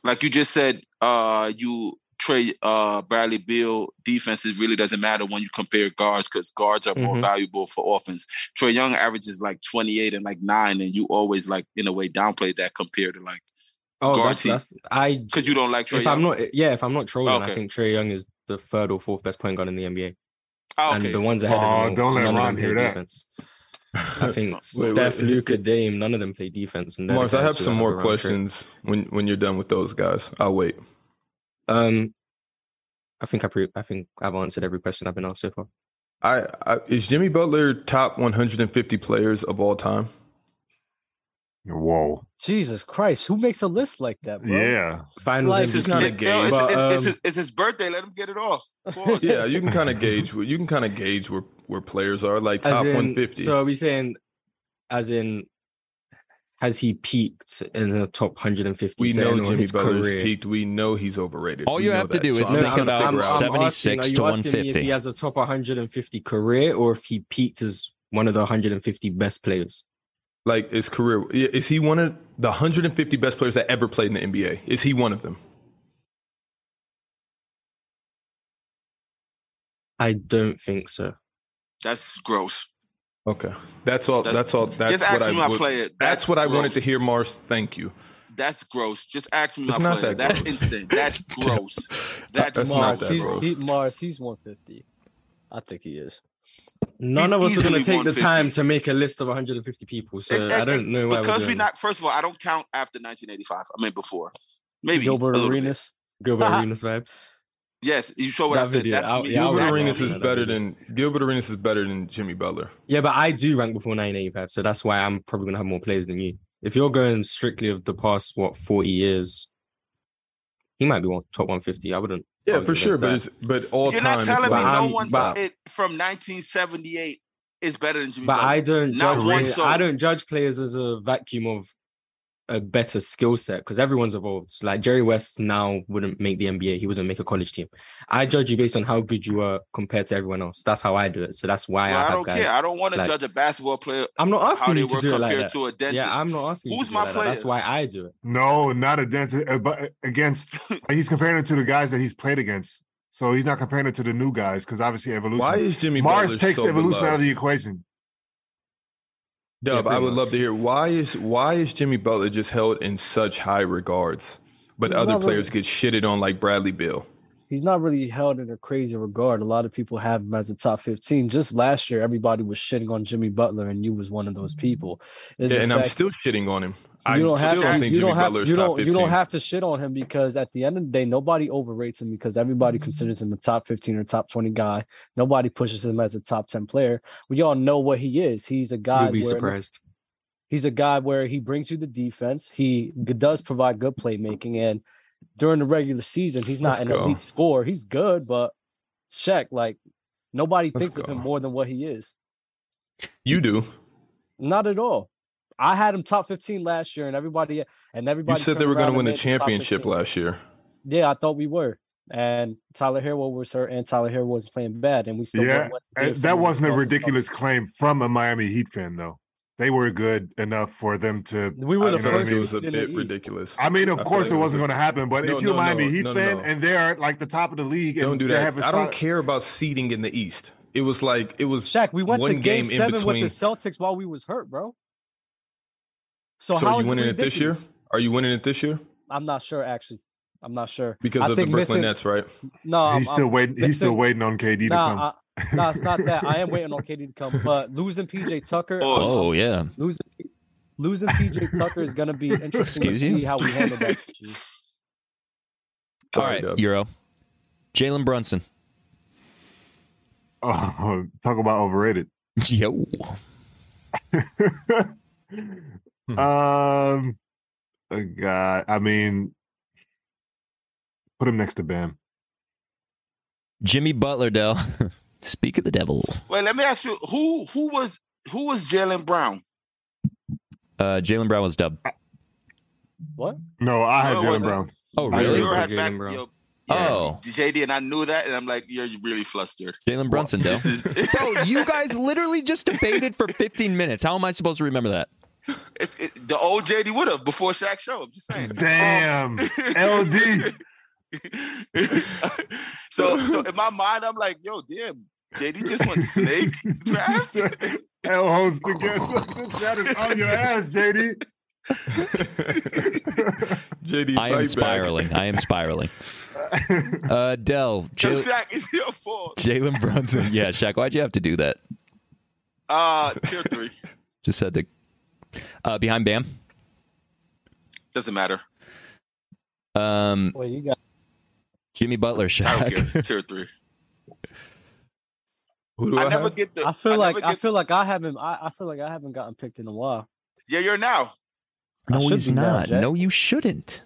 F: Like you just said, uh, you Trey uh, Bradley Beal defense it really doesn't matter when you compare guards because guards are more
B: Mm-hmm.
E: Mhm.
F: valuable for offense. Trey Young averages like twenty eight and like nine, and you always like in a way downplay that compared to like
E: Oh, that's,
F: Garcia.
E: that's I.
F: because you don't like Trey.
E: If I'm
F: Young.
E: not, yeah, if I'm not trolling,
F: Okay.
E: I think Trey Young is the third or fourth best point guard in the NBA,
F: Ah,
E: and
F: okay.
E: the ones ahead
A: Oh,
E: of him,
A: don't let
E: none of them
A: Ron
E: play
A: hear that.
E: Defense.
B: (laughs)
E: I think
B: wait,
E: Steph,
B: wait.
E: Luca, Dame, none of them play defense. And they're the
B: Mars, I
E: guys
B: have
E: who
B: some
E: have
B: more
E: around Trey.
B: questions when when you're done with those guys. I'll wait.
E: Um, I think I pre- I think I've answered every question I've been asked so far.
B: I, I is Jimmy Butler top 150 players of all
E: (laughs)
B: time?
A: Whoa.
C: Jesus Christ, who makes a list like that, bro?
A: Yeah.
E: Finals
C: Like-
F: It's his,
E: MVP.
B: not a
F: it's-
B: game,
F: yo, it's-
E: but,
F: it's- it's
E: um,
F: his- it's his birthday. Let him get
B: (laughs)
F: it off. Pause.
B: Yeah, you can kind of gauge. You can kind of gauge where where players are like
E: As
B: top
E: in-
B: 150.
E: So are we saying, as in, has he peaked in the top 150?
B: we
E: setting
B: know
E: or
B: Jimmy
E: his
B: Butler's
E: career?
B: peaked. We know he's overrated.
D: All
B: We
D: you
B: know
D: have to
B: that.
D: do
B: So
D: is
B: I'm
D: think
B: trying to
D: about
B: figure out-
D: 76
E: asking,
D: to
E: are you asking me
D: 150?
E: If he has a top 150 career, or if he peaked as one of the 150 best players.
B: like his career. yeah, Is he one of the 150 best players that ever played in the NBA? Is he one of them?
E: I don't think so.
F: That's gross.
B: Okay, that's all. That's,
F: That's-
B: all. That's
F: Just
B: what
F: ask me
B: I
F: my
B: would-
F: player.
B: That's, what I wanted to
F: gross.
B: hear, Mars. Thank you.
F: That's gross. Just ask me my
B: It's not
F: player.
B: that
F: That's
B: gross.
F: insane.
B: (laughs)
F: That's gross. That's
B: That's not
F: gross.
C: Mars,
B: that
C: he's,
B: bro.
C: he, Mars, he's 150. I think he is.
E: None of
F: He's
E: us are going
F: easily
E: to take the
F: 150.
E: time to make a list of 150 people, so
F: And-
E: I
F: and-
E: don't know why
F: eh, because
E: we're
F: we
E: doing
F: not. First of all, I don't count after 1985. I mean before. Maybe
C: Gilbert
F: a little bit.
C: Arenas.
E: this.
F: Uh-huh.
E: Gilbert Arenas vibes.
F: Yes, you saw what
E: That
F: I said.
E: video,
F: That's
E: I'll-
F: me.
E: yeah,
B: Gilbert
E: I'll was
F: That's
B: Arenas
F: me.
E: wrong.
B: is better than Gilbert Arenas is better than Jimmy Butler.
E: Yeah, but I do rank before 1985, so that's why I'm probably going to have more players than you. If you're going strictly of the past, what 40 years, he might be one, top 150. I wouldn't.
B: Yeah,
E: argue
B: for sure.
E: against
B: But
E: that.
B: it's, but all
F: You're
B: time.
F: not
B: it's
F: telling me
B: like-
F: no
E: I'm-
F: one
E: but-
F: it, from 1978 is better than Jimmy
E: but
F: Butler.
E: I don't
F: Not
E: judge
F: one
E: players-
F: soul.
E: I don't judge players as a vacuum of a better skill set because everyone's evolved. Like Jerry West now wouldn't make the NBA, he wouldn't make a college team. I judge you based on how good you are compared to everyone else. That's how I do it. So that's why
F: Well,
E: I
F: I
E: have
F: don't
E: guys.
F: care. I don't want to
E: like-
F: judge a basketball player
E: I'm not
F: how
E: asking
F: they
E: you to
F: were
E: do it like
F: compared
E: that.
F: to a dentist.
E: Yeah, I'm not asking. you
F: Who's
E: to do
F: my
E: it like that. That's
F: player?
E: why I do it.
A: No, not a dentist, uh, but
B: (laughs)
A: against. like, he's comparing it to the guys that he's played against. So he's not comparing it to the new guys because obviously evolution.
B: why is Jimmy
A: Mars
B: Butler
A: takes
B: so
A: evolution out of
B: beloved?
A: the equation.
B: Dub,
E: Yeah,
B: I would
E: pretty
B: love to hear why is why is Jimmy Butler just held in such high regards, but
C: He's
B: other
C: not
B: players
C: really-
B: get shitted on like Bradley Bill.
C: He's not really held in a crazy regard. A lot of people have him as a top 15. Just last year, everybody was shitting on Jimmy Butler, and you was one of
E: Mm-hmm.
C: those people. It's
B: Yeah,
C: the
B: and I'm
C: fact-
B: still shitting on him. I
C: You don't have
B: still
C: to.
B: think
C: you
B: Jimmy
C: don't have.
B: Butler's
C: You
B: top
C: don't.
B: 15.
C: You don't have to shit on him because at the end of the day, nobody overrates him because everybody
E: Mm-hmm.
C: considers him a top fifteen or top twenty guy. Nobody pushes him as a top ten player. We all know what he is. He's a guy.
E: You'll be
C: where-
E: surprised.
C: he's a guy where he brings you the defense. He g- does provide good playmaking, and during the regular season, he's not
B: Let's
C: an
B: go.
C: elite scorer. He's good, but check like nobody
B: Let's
C: thinks of him
B: go.
C: more than what he is.
B: You do.
C: Not at all. I had him top fifteen last year, and everybody and
B: You
C: everybody
B: said
C: turned
B: they were
C: around
B: going
C: and
B: to win the
C: made him top
B: championship
C: 15.
B: last year.
C: Yeah, I thought we were. And Tyler Hero was hurt, and Tyler Hero was playing bad, and we still
A: Yeah,
C: won West
A: And
C: Gibson
A: that
C: and we
A: wasn't a
C: lost to
A: ridiculous
C: Celtics.
A: claim from a Miami Heat fan, though. They were good enough for them to.
C: We were
B: I
C: the
A: you know what I
B: think
C: first.
A: mean?
B: it was a
C: seed in the
B: bit
C: East.
B: ridiculous.
A: I mean, of
B: I feel
A: course, it
B: like it was
A: wasn't
B: a-
A: going to happen. But
B: No,
A: if you're
B: no,
A: a Miami
B: no,
A: Heat
B: no, no,
A: fan
B: no.
A: and they're like the top of the league, and
B: Don't do
A: they
B: that.
A: have a
B: I don't
A: solid-
B: care about seeding in the East. It was like it was.
C: Shaq, we went to
B: one
C: game,
B: game in
C: seven
B: between.
C: with the Celtics while we was hurt, bro. So,
B: So,
C: how
B: are
C: is
B: you winning it this year?
C: ridiculous?
B: Are you winning it this year
C: I'm not sure, actually. I'm not sure.
B: because
C: I
B: of the
C: think
B: Brooklyn
C: missing-
B: Nets, right?
C: No,
B: Um,
C: I'm,
A: he's
C: I'm-
A: still waiting. He's still
C: missing-
A: waiting on KD to come.
C: Nah,
B: uh,
C: I, nah, it's not that. I am waiting on KD to come, but losing PJ Tucker,
F: Oh,
C: I'm-
F: so-
D: Oh yeah.
C: losing losing PJ Tucker is
B: (laughs)
C: gonna be interesting to
D: Excuse you?
C: see how we handle that. issue.
D: All right,
B: Dub.
D: Euro. Jalen Brunson.
A: (laughs) Oh, talk about overrated.
D: (laughs) Yo.
B: Hmm.
A: um, uh, God, I mean, put him next to Bam.
D: Jimmy Butler, Dell. (laughs) Speak of the devil.
F: Wait, let me ask you who who was who was Jalen Brown?
D: Uh, Jalen Brown was dubbed.
C: What?
A: No, I had
F: No, it
A: Jalen
F: wasn't.
A: Brown.
D: Oh
A: I
F: You
A: agree
D: really?
F: ever
E: with
F: had
E: Jaylen
F: back,
E: Brown.
F: yo, yeah,
D: Oh.
F: JD, and I knew that, and I'm like, you're really flustered. (laughs)
D: Jalen Brunson, Dell.
F: This is (laughs)
D: Bro, you guys literally just debated for 15 minutes. How am I supposed to remember that?
F: it's it, the old JD would have before Shaq show. I'm just saying.
A: Damn,
F: Oh. (laughs)
A: LD.
F: so so in my mind, I'm like, yo, damn, JD just
A: (laughs)
B: (laughs)
F: went snake draft. (laughs)
A: L host again. that is on your ass, JD.
B: JD,
D: I am
B: right
D: spiraling. I am spiraling. Uh, Dell,
F: Yo,
D: Jalen
F: Shaq, (laughs) it's your fault.
D: Jalen Brunson. Yeah, Shaq, why'd you have to do that?
F: Uh, tier three.
D: Just had to. Uh, behind Bam.
F: Doesn't matter.
D: Um,
C: Well, you got
D: Jimmy Butler,
F: I
B: (laughs)
D: Shaq.
F: don't care. Tier three.
B: Who do
F: I,
B: I,
F: never
B: have?
F: get the.
C: I feel
F: never
C: like I
F: get-
C: feel like I haven't I, I feel like I haven't gotten picked in a while.
F: Yeah, you're now.
C: I
D: No,
C: should
D: he's
C: be now,
D: not.
C: Jack.
D: no, you shouldn't.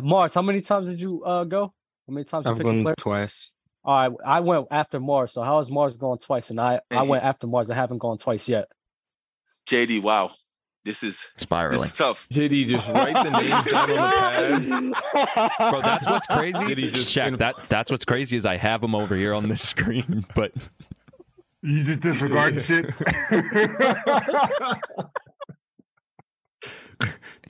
C: Mars, how many times did you uh go? How many times you
E: I've
C: picked a
E: gone
C: player?
E: twice.
C: All right, I went after Mars. So how is Mars going twice? And I I
F: Hey.
C: went after Mars. I haven't gone twice yet.
F: JD, wow, this is this
D: Spiraling.
F: is tough.
B: JD, just write the names down on the pad.
C: (laughs)
D: Bro, (laughs) that's what's crazy.
B: Did he just-
D: Shaq, that that's what's crazy is I have him over here on this (laughs) screen, but
A: You just disregarding shit.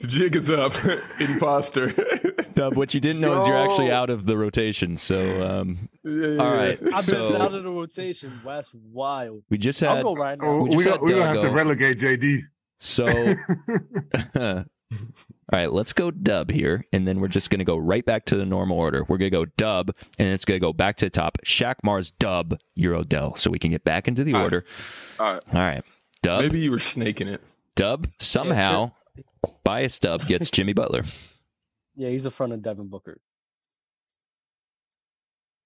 B: The jig is up. (laughs) Imposter. (laughs)
D: Dub, what you didn't know is you're actually
A: Yo.
D: out of the rotation. So um, All right.
C: I've
D: So-
C: been out of the rotation. That's wild.
D: we just
C: I'll
D: had
C: go right now.
A: oh,
D: We just
A: we
D: had
A: don't, we don't have to
D: Duggo.
A: relegate JD.
D: so. (laughs) all right, let's go dub here, and then we're just gonna go right back to the normal order. We're gonna go dub, and it's gonna go back to the top. Shaq Mars dub Eurodell, so we can get back into the
F: All right.
D: order.
F: All right.
D: All right, dub
B: Maybe you were snaking it.
D: dub somehow. Bias dub
B: (laughs)
D: gets Jimmy Butler.
C: Yeah, he's in front of Devin Booker.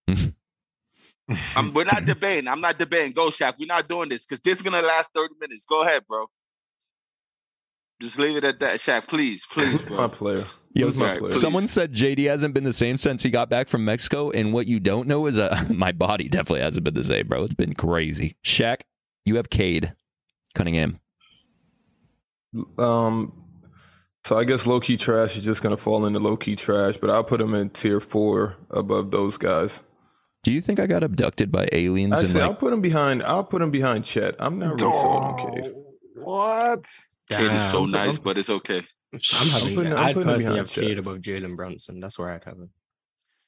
F: I'm, we're
B: (clears throat)
F: not debating. I'm not debating. Go, Shaq. We're not doing this because this is gonna last 30 minutes. Go ahead, bro. Just leave it at that, Shaq. Please, please,
B: Who's my
F: bro.
B: player?
D: Yo,
B: Who's my
F: Zach,
B: player?
F: please.
D: Someone said JD hasn't been the same since he got back from Mexico, and what you don't know is uh, (laughs) my body definitely hasn't been the same, bro. It's been crazy. Shaq, you have Cade Cunningham.
B: Um, so I guess low key trash is just gonna fall into low key trash, but I'll put him in tier four above those guys.
D: Do you think I got abducted by aliens?
B: Actually,
D: And
B: I'll
D: like,
B: put him behind. I'll put him behind Chet. I'm not really sold on Cade.
A: Oh, What?
F: Kid is so
E: Damn.
F: nice, but it's okay.
E: I'm having.
B: putting- I'm
E: I'd
B: putting him
E: personally
B: behind
E: have
B: Chet.
E: Cade above Jalen Brunson. That's where I'd have him.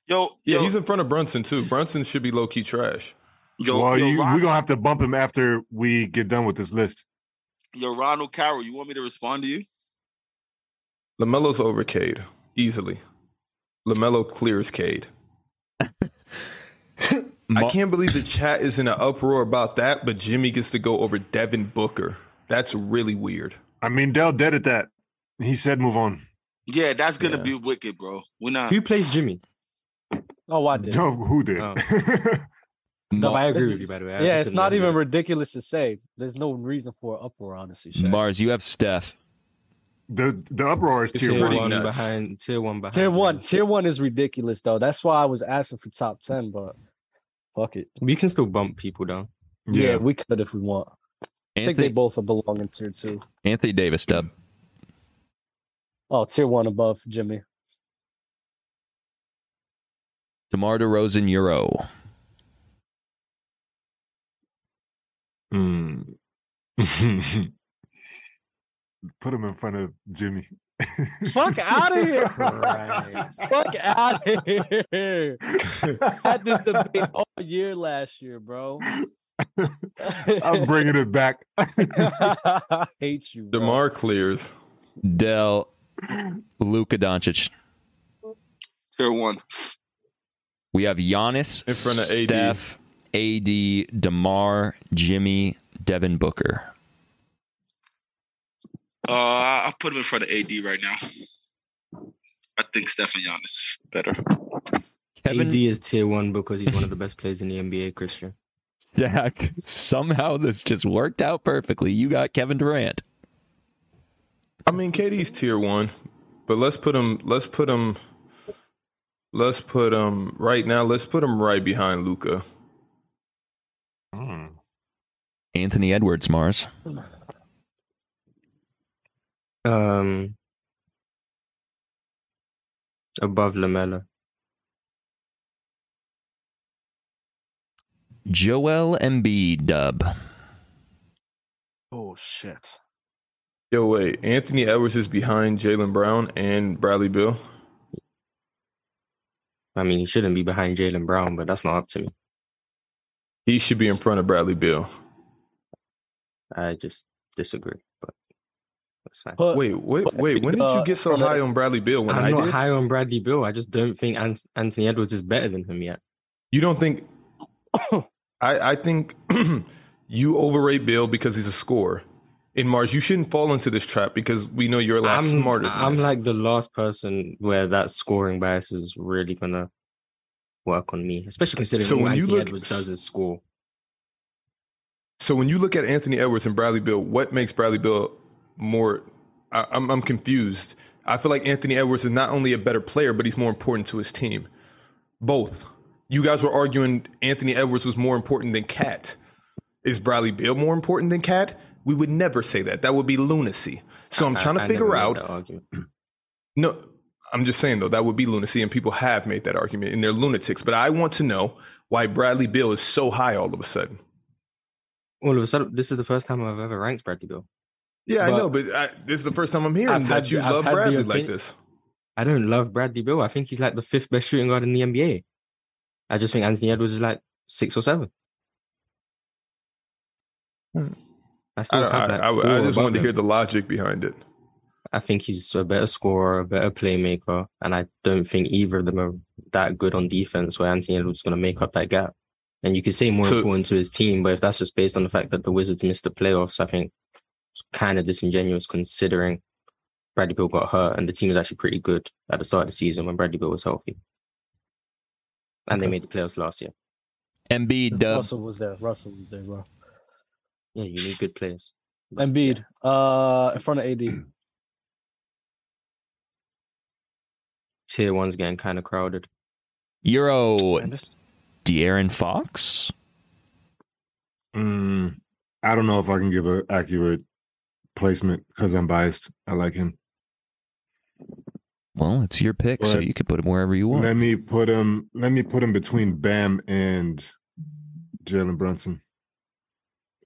F: Yo,
B: Yeah,
F: yo,
B: he's in front of Brunson too. Brunson should be low key trash.
F: yo,
A: well,
F: yo,
A: you,
F: Ron-
A: we're gonna have to bump him after we get done with this list.
F: yo, Ronald Carroll. You want me to respond to you?
B: Lamelo's over Cade easily. Lamelo clears Cade. I
D: Ma-
B: can't believe the chat is in an uproar about that, but Jimmy gets to go over Devin Booker. That's really weird.
A: I mean, Dell dead at that. He said, "Move on."
F: Yeah, that's gonna
B: Yeah.
F: be wicked, bro. We're not.
E: Who plays Jimmy?
C: Oh, I did.
A: Dub, who did?
E: Oh. No,
D: Ma-
E: I agree
C: This
E: with
C: is-
E: you. By the way, I
C: yeah,
E: just
C: it's
E: didn't
C: not
E: know who
C: even
E: that-
C: ridiculous to say. There's no reason for uproar, honestly. Shaq.
D: Mars, you have Steph.
A: (laughs) the the uproar is
E: It's
A: tier
E: tier
A: one.
B: pretty
E: one
B: nuts.
E: behind tier one behind
C: tier
E: Jimmy.
C: one, tier one is ridiculous though. That's why I was asking for top ten, but fuck it.
E: We can still bump people down.
C: Yeah, we could if we want. I think they
D: Anthony,
C: both are belonging tier two.
D: Anthony Davis dub.
C: Oh, tier one above Jimmy.
D: DeMar DeRozan Euro.
A: Mm. (laughs) Put him in front of Jimmy. (laughs)
C: Fuck outta here.
E: Christ.
C: (laughs) Fuck out of here. Had this debate all year last year, bro.
A: I'm bringing it back.
C: I (laughs) hate you. bro.
B: DeMar clears.
D: Dell, Luka Doncic.
F: Tier one.
D: We have Giannis,
B: In front of AD.
D: Steph, AD, DeMar, Jimmy, Devin Booker.
F: Uh, I I put him in front of AD right now. I think Steph and Giannis better.
D: Kevin
E: AD is tier one because he's one of the best players in the NBA. Christian.
D: Jack, somehow this just worked out perfectly. You got Kevin Durant.
B: I mean, KD's tier one, but let's put him. Let's put him. Let's put him right now. Let's put him right behind Luca.
A: Mm.
D: Anthony Edwards, Mars.
E: Um, above Lamella.
D: Joel Embiid, dub.
C: Oh shit.
B: Yo, wait. Anthony Edwards is behind Jalen Brown and Bradley Bill.
E: I mean, he shouldn't be behind Jalen Brown, but that's not up to me.
B: He should be in front of Bradley Bill.
E: I just disagree. But It's fine.
C: (coughs) Put,
B: Wait, wait,
C: but-
B: wait. When did you
C: uh,
B: get so
C: uh,
B: high on Bradley Bill? When
E: I'm
B: I
E: not
B: did?
E: high on Bradley Bill. I just don't think An- Anthony Edwards is better than him yet.
B: You don't think? I I think (clears throat) you overrate Bill because he's a scorer. In Mars, you shouldn't fall into this trap because we know you're a lot
E: I'm
B: smarter. Than
E: I'm
B: this.
E: like the last person where that scoring bias is really gonna work on me, especially considering
B: So
E: all
B: when you
E: Anthony
B: look-
E: Edwards does is score.
B: So when you look at Anthony Edwards and Bradley Bill, what makes Bradley Bill more? I, I'm I'm confused. I feel like Anthony Edwards is not only a better player, but he's more important to his team. Both. You guys were arguing Anthony Edwards was more important than Cat. Is Bradley Bill more important than Cat? We would never say that. That would be lunacy. So I'm
E: I-
B: trying to
E: I never
B: figure
E: made
B: out
E: that argument.
B: no, I'm just saying though that would be lunacy, and people have made that argument, and they're lunatics. But I want to know why Bradley Bill is so high all of a sudden.
E: All of a sudden, this is the first time I've ever ranked Bradley Bill.
B: Yeah, I
E: But-
B: know, but I, this is the first time I'm hearing
E: I've
B: that
E: had-
B: you
E: I've
B: love
E: had the
B: Bradley like
E: opinion-
B: this.
E: I don't love Bradley Bill. I think he's like the fifth best shooting guard in the NBA. I just think Anthony Edwards is like six or seven.
B: Hmm.
E: I
B: I,
E: still
B: don't- I,
E: have like
B: I-
E: four
B: I just
E: above
B: wanted to
E: him.
B: hear the logic behind it.
E: I think he's a better scorer, a better playmaker, and I don't think either of them are that good on defense where Anthony Edwards is going to make up that gap. And you could say more
B: So-
E: important to his team, but if that's just based on the fact that the Wizards missed the playoffs, I think it's kind of disingenuous considering Bradley Bill got hurt and the team was actually pretty good at the start of the season when Bradley Bill was healthy. And they
B: Okay.
E: made the playoffs last year.
D: MB Dub.
C: Russell was there. Russell was there, bro.
E: Yeah, you need good players. But, yeah.
C: Embiid, uh, in front of AD.
E: Tier one's getting kind of crowded.
D: Euro
C: And this-
D: De'Aaron Fox.
A: Mm, I don't know if I can give an accurate placement because I'm biased. I like him.
D: Well, it's your pick, so
A: Right.
D: you could put him wherever you want.
A: Let me put him. Let me put him between Bam and Jalen Brunson,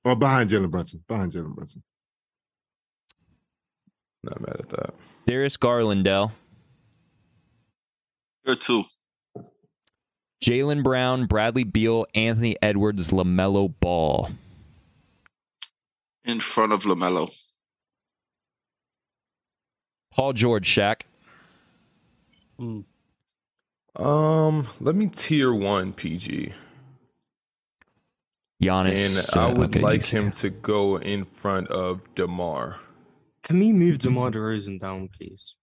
A: or behind Jalen Brunson. Behind Jalen Brunson.
B: Not mad at that.
D: Darius Garlandell,
F: Here too.
D: Jalen Brown, Bradley Beal, Anthony Edwards, Lamelo Ball.
F: In front of LaMelo.
D: Paul George, Shaq.
C: mm.
B: Um, let me tier one PG, and
D: Giannis.
B: I
D: uh,
B: would
D: okay, you
B: like
D: see.
B: him to go in front of Demar.
E: Can we move DeMar
B: Mm-hmm.
E: DeRozan down, please?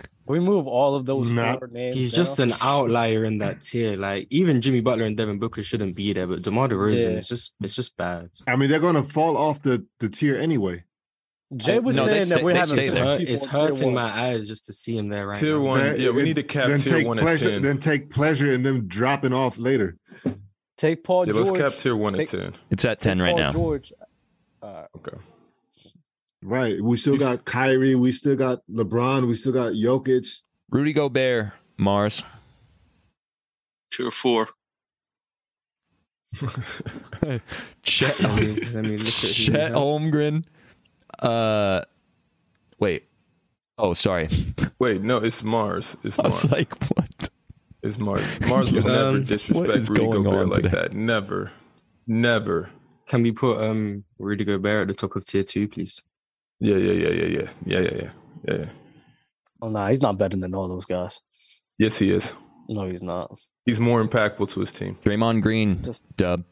C: Can we move all of those
A: Nah.
C: four names.
E: He's
C: now?
E: just an outlier in that tier. Like even Jimmy Butler and Devin Booker shouldn't be there, but DeMar DeRozan
C: Yeah.
E: it's just it's just bad.
A: I mean, they're gonna fall off the the tier anyway.
C: Jay was
D: No,
C: saying
D: they
C: that
D: stay-
C: we're
D: they
C: having
D: stay
E: It's,
C: some
D: there.
E: hurt,
C: people
E: it's
C: on tier one.
E: hurting my eyes just to see him there right
B: tier
E: now.
B: one,
A: That-
B: yeah, we
A: it-
B: need to cap
A: then
B: tier
A: take
B: one at
A: pleasure.
B: ten.
A: Then take pleasure in them dropping off later.
C: Take Paul
B: yeah, let's
C: Oh, George.
B: cap tier one
C: Take-
B: at ten.
D: It's at
C: take
D: 10 right
C: Paul
D: now.
C: George. Uh,
B: Okay.
A: Right. We still
B: You s-
A: got Kyrie. We still got LeBron. We still got Jokic.
D: Rudy Gobert, Mars.
F: Tier four. (laughs)
D: (laughs) Chet,
E: Let me- let me look at who he
D: Chet
E: has.
D: Holmgren. Uh, wait. Oh, sorry. (laughs)
B: Wait, no, it's Mars. It's
D: I was
B: Mars.
D: like, what?
B: it's Mars. Mars
E: (laughs)
B: would
E: Um,
B: never
E: what
B: disrespect
D: is
B: Rudy
D: going
B: Gobert
D: on
B: like
D: today?
B: that. Never, never.
E: Can we put um Rudy Gobert at the top of tier two, please?
B: Yeah, yeah, yeah, yeah, yeah, yeah, yeah, yeah, yeah. yeah.
C: oh, nah, he's not better than all those guys.
B: Yes, he is.
C: No, he's not.
B: He's more impactful to his team.
D: Draymond Green,
C: Just
D: dub.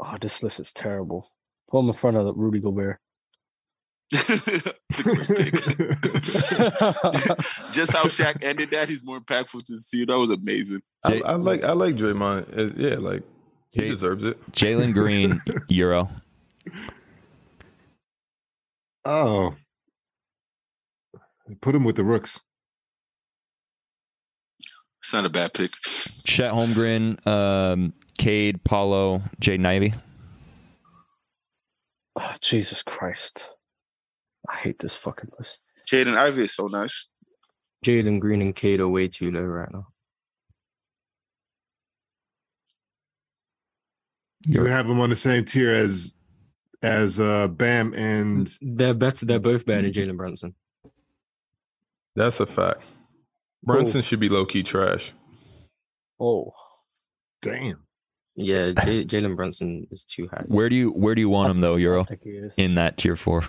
C: oh, this list is terrible. Put him in front of
B: (laughs)
C: Rudy Gobert.
F: It's a great
D: (laughs)
F: pick. Just how Shaq ended that, he's more impactful to see. That was amazing.
B: I,
D: Jay-
B: I like I like Draymond. Uh, Yeah, like he
D: Jay-
B: deserves it. (laughs)
D: Jalen Green, Euro.
A: Oh, put him with the rooks.
F: It's not a bad pick.
D: Chet Holmgren, um, Cade, Paulo, Jaden Ivey.
C: (laughs) Oh, Jesus Christ. I hate this fucking list.
F: Jaden Ivey is so nice.
E: Jalen Green and Cade are way too low right now.
A: You have him on the same tier as as uh Bam
B: Mm.
A: and
E: They're better. They're both better than Jalen Brunson.
B: That's a fact. Brunson should be low key trash.
C: Oh,
A: damn.
E: Yeah, (laughs) J- Jalen Brunson is too high.
D: Where do you where do you want him though, Euro?
C: I think he is.
D: In that tier four.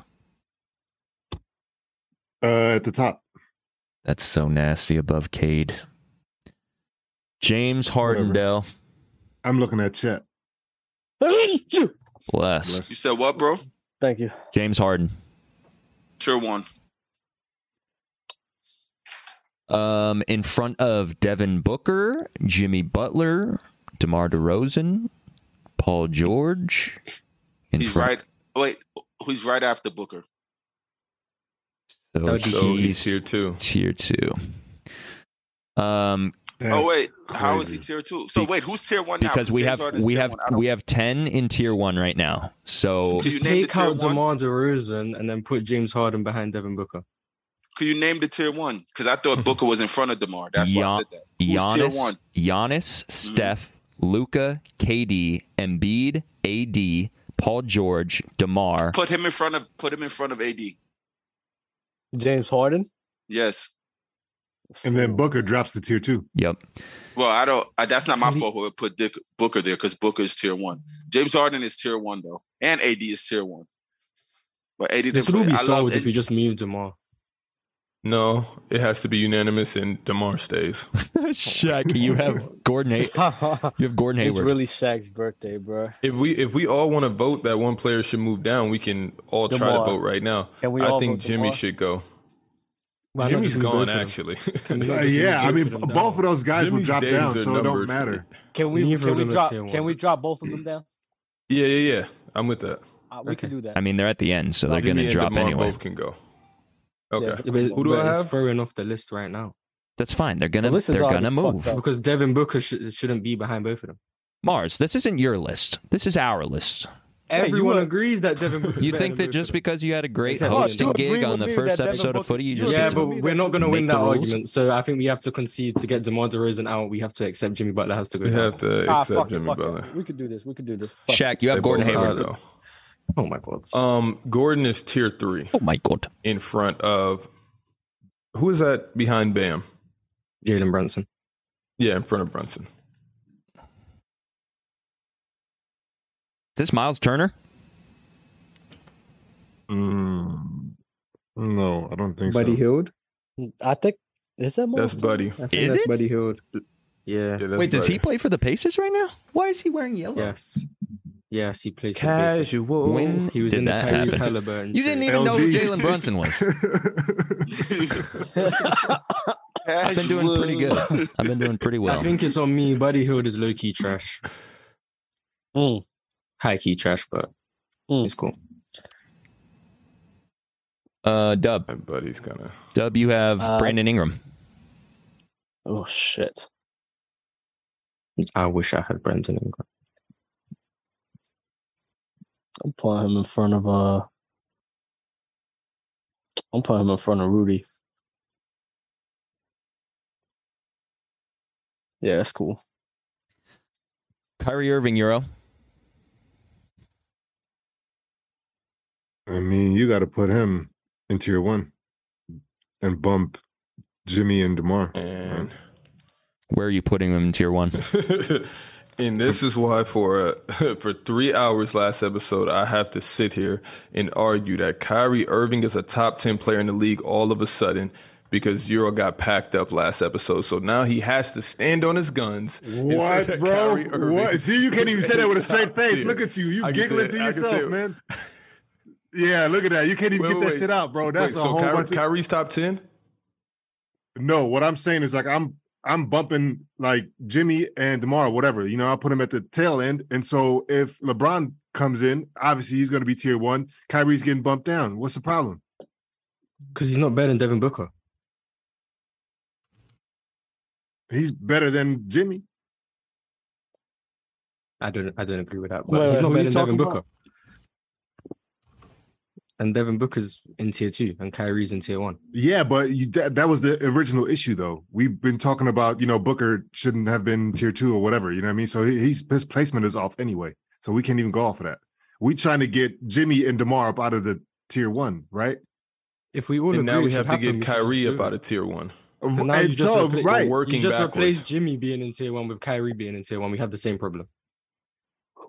A: Uh, at the top,
D: That's so nasty above Cade. James
A: Whatever.
D: Hardendale.
A: I'm looking at Chet.
D: Bless.
A: Bless.
F: You said what, bro?
C: (laughs) Thank you.
D: James Harden.
F: Tier one.
D: Um, in front of Devin Booker, Jimmy Butler, DeMar DeRozan, Paul George. In
F: He's
D: front,
F: right. oh, Wait, he's right after Booker.
D: So
E: That would be
B: So
D: he's
B: he's here too.
D: tier two. Um,
A: That's
F: oh wait, how is he
A: crazy.
F: tier two? So
D: Be-
F: wait, who's tier one now?
D: because we
F: James
D: have
F: Harden's
D: we
F: tier
D: have
F: one. I don't-
D: we have ten in tier one right now. So
F: Can you
E: Just
F: name the
E: take
F: tier
E: out
F: one?
E: DeMar DeRozan and then put James Harden behind Devin Booker.
F: Could you name the tier one? Because I thought Booker was in front of Demar. That's why
D: Yeah.
F: I said that. Who's tier
D: Giannis,
F: one?
D: Giannis, Steph, Luca, KD, Embiid, AD, Paul George, Demar.
F: Put him in front of put him in front of AD.
C: James Harden.
F: Yes.
A: And then
C: (laughs)
A: Booker drops to tier two.
D: Yep.
F: Well, I don't. I, that's not my
E: Maybe-
F: fault. Who put Dick, Booker there? Because Booker is tier one. James Harden is tier one though, and AD is tier one. But AD
E: This
F: didn't
E: would all be
F: play. I love
E: solved if
F: and-
E: we
F: (laughs)
E: just moved DeMar.
B: No, it has to be unanimous, and Demar stays.
D: Shaq, (laughs) you have Gordon. Hay- you have Gordon
C: it's
D: Hayward.
C: really Shaq's birthday, bro.
B: If we if we all want to vote that one player should move down, we can all try to
C: DeMar.
B: vote right now.
C: Can we
B: I
C: all
B: think
C: vote
B: Jimmy
C: DeMar?
B: should go.
E: Why not
B: Jimmy's
E: just move both
B: gone
F: eh?
E: of them?
B: actually. (laughs)
E: Can we not
A: Uh,
E: just move
A: yeah, I
E: both
A: mean,
E: of them
A: both
E: down?
A: of those guys will
B: Jimmy's
A: drop
B: days
A: down, so
B: are
A: it don't
B: numbered.
A: matter.
C: Can we?
E: Neither of
C: Can we
E: them are
C: drop?
E: tier one.
C: Can we drop both of them down?
B: (laughs) Yeah, yeah, yeah. I'm with that.
C: Uh, we can
E: Okay.
C: do that.
D: I mean, they're at the end, so they're going
B: Jimmy
D: to
B: and
D: drop
B: DeMar
D: anyway.
B: both can go. Okay.
C: Yeah,
E: Yeah, but,
B: Who do
E: but
B: I
E: it's
B: have?
E: throwing off the list right now
D: That's fine. They're gonna
C: The list is
D: they're
C: already
D: gonna move.
C: fucked up.
E: because Devin Booker sh- shouldn't be behind both of them.
D: Mars, this isn't your list. This is our list.
C: Hey, you
E: Everyone
C: are-
E: agrees that Devin Booker.
D: You think that just because you had a great
E: Except
D: hosting
E: Harden.
C: You agree
D: gig on
C: with
D: the
C: me that
D: first
C: Devin
D: episode of
C: Booker-
D: Footy, you
C: Yeah,
D: just
E: Yeah,
D: get to-
E: but we're not going to
D: make
E: win
D: the
E: that
D: rules?
E: argument. So I think we have to concede to get DeMar DeRozan out. We have to accept Jimmy Butler has to go.
B: We
E: down.
B: have to
C: Ah,
B: accept
C: fuck it,
B: Jimmy
C: fuck it.
B: Butler.
C: We could do this. We could do this. Fuck.
D: Shaq, you have
B: They
D: Gordon
B: both
D: Hayward.
B: gotta go.
E: Oh my god.
B: Um, Gordon is tier three
D: Oh my god.
B: in front of who is that behind Bam?
E: Jalen Brunson.
B: Yeah, in front of Brunson.
D: Is this Miles Turner?
A: Mm. No, I don't think so.
E: Hield.
C: I think is that
B: That's
C: Miles Turner?
B: Buddy.
E: I think
D: Is it?
E: Buddy Hield. Yeah.
B: Yeah, that's
D: Wait, does
B: Buddy.
D: he play for the Pacers right now? Why is he wearing yellow?
E: Yes. Yes, he plays for the Pacers.
B: Casual.
D: When
E: He was
D: did
E: in the
D: that
E: Tyrese
D: happen?
E: Halliburton.
D: You didn't
E: trade.
D: even know who
A: LD.
D: Jalen Brunson was. I've been doing pretty good.
F: (laughs)
D: I've been doing pretty well.
E: I think it's on me. Buddy Hield is low key trash,
D: Hmm.
C: Mm.
E: high key trash, but
C: Mm.
E: it's cool.
D: uh, Dub,
B: My buddy's kind of.
D: Dub, you have
C: Uh,
D: Brandon Ingram.
C: (laughs) Oh shit.
E: I wish I had Brandon Ingram.
C: I'm putting him in front of uh. I'm putting him in front of Rudy. Yeah, that's cool.
D: Kyrie Irving, Euro.
A: (laughs) I mean, you got to put him in tier one and bump Jimmy and Demar.
B: And (laughs)
D: Where are you putting him in tier one?
B: and this is why for uh, (laughs) for three hours last episode, I have to sit here and argue that Kyrie Irving is a top ten player in the league all of a sudden because Euro got packed up last episode, so now he has to stand on his guns. and say
A: What,
B: that
A: bro?
B: Kyrie Irving
A: What? See, you can't even
B: is
A: say that
B: a
A: with a straight
B: (laughs) top
A: face.
B: 10.
A: Look at you. You
B: I can
A: giggling
B: say
A: to
B: it. I can say
A: yourself,
B: it.
A: man. Yeah, look at that. You can't even
B: Wait,
A: get that
B: wait.
A: shit out, bro. That's
B: Wait,
A: a
B: so
A: whole
B: Kyrie,
A: bunch. Of...
B: Kyrie's top ten.
A: No, what I'm saying is like I'm I'm bumping like Jimmy and Demar, whatever. You know, I put him at the tail end, and so if LeBron comes in, obviously he's going to be tier one. Kyrie's getting bumped down. What's the problem?
E: Because he's not better than Devin Booker.
A: He's better than Jimmy.
E: I don't I don't agree with that. But
C: Wait,
E: he's
C: wait,
E: not
C: who
E: better
C: you
E: than Devin
C: talking
E: Booker. And Devin Booker's in tier two and Kyrie's in tier one.
A: Yeah, but you, that, that was the original issue, though. We've been talking about, you know, Booker shouldn't have been tier two or whatever. You know what I mean? So he, he's, his placement is off anyway. So we can't even go off of that. We trying to get Jimmy and Demar up out of the tier one, right?
E: If we all
B: And
E: agree,
B: now
E: it
B: we
E: should
B: have to
E: happen,
B: get
E: we should just
B: Kyrie
E: do
B: up
E: it.
B: out of tier
E: (laughs)
B: one.
E: Because now
A: And
E: you just
A: so
E: repla-
A: right,
B: Working
E: you just
B: backwards.
E: replaced Jimmy being in tier one with Kyrie being in tier one. We have the same problem.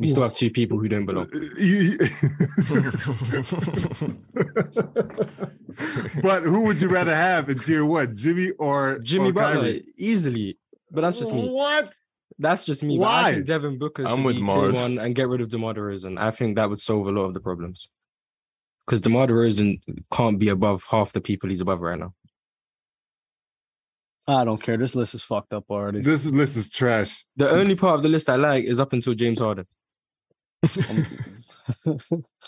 E: We still have two people who don't belong.
A: (laughs) You- but who would you (laughs) rather have in tier one, Jimmy or
E: Jimmy
A: or
E: Butler,
A: Kyrie?
E: easily. But that's just me.
A: What?
E: That's just me. But
A: Why?
E: I think Devin Booker
B: I'm
E: should
B: with
E: be tier
B: Mars.
E: one and get rid of DeMar DeRozan. I think that would solve a lot of the problems. Because DeMar DeRozan can't be above half the people he's above right now.
C: I don't care. This list is fucked up already.
A: This list is trash.
E: The
B: Hmm.
E: only part of the list I like is up until James Harden.
D: (laughs)
C: (laughs)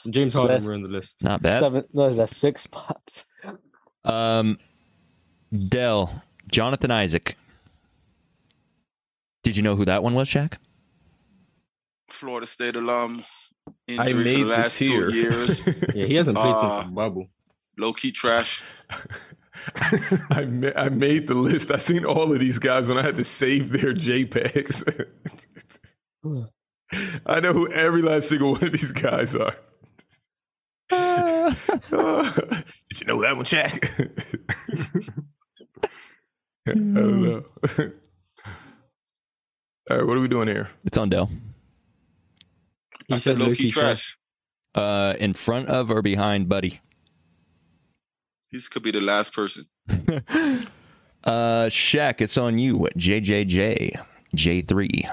E: James
C: So
E: Harden
C: that's-
E: were in the list.
D: Not bad.
C: Seven. What is that? Six spots.
D: Um, Dell, Jonathan Isaac. Did you know who that one was,
C: (laughs)
D: Shaq?
F: Florida State alum.
B: I
F: Injury for
B: made
F: the
B: the
F: last
B: tier. (laughs)
F: two years.
E: (laughs) Yeah, he hasn't played
F: Uh,
E: since the bubble.
F: Low key trash.
B: I, ma- I made the list. I seen all of these guys when I had to save their JPEGs. (laughs) I know who every last single one of these guys are. (laughs) Did you know that one, Shaq? (laughs) I
E: Hmm.
B: don't know. (laughs) all right, what are we doing here?
D: It's on Dell.
E: He
F: I said low key trash.
D: Uh, in front of or behind
C: (laughs)
D: Buddy?
F: This could be the last person.
D: Uh, Shaq, it's on you. JJJ, J3.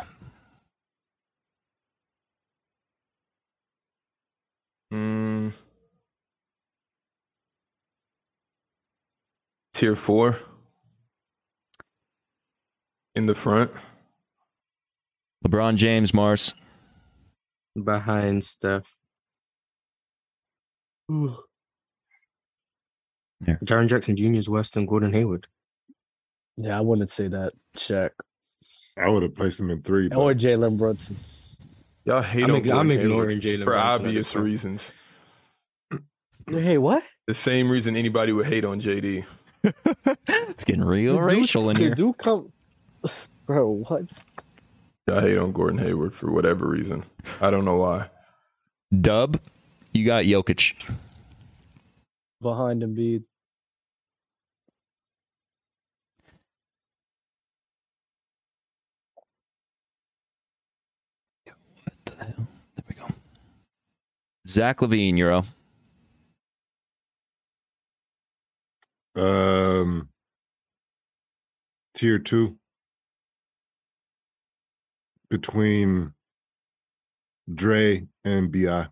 B: Mm. Tier four in the front.
D: LeBron
C: (laughs)
D: James, Mars.
E: Behind Steph.
D: Yeah.
E: Jaron Jackson Jr. is worse than Gordon Hayward.
C: Yeah, I wouldn't say that. Check.
A: I would have placed him in three. but-
C: Or Jalen Brunson.
B: Y'all hate
E: I'm,
B: on
E: ig-
B: Gordon
E: I'm
B: Hayward
E: ignoring Jalen
B: for
E: Brunson at this
B: obvious
E: point.
B: reasons.
C: Hey, what?
B: The same reason anybody would hate on JD.
D: It's getting real
C: Did Duke-
D: racial in
C: did
D: here.
C: Duke come? (laughs) Bro, what?
B: Y'all hate on Gordon Hayward for whatever reason. I don't know why.
D: Dub, you got Jokic.
C: Behind Embiid.
D: What the hell? There we go. Zach Levine, Euro.
A: Um, tier two between Dre and Bi.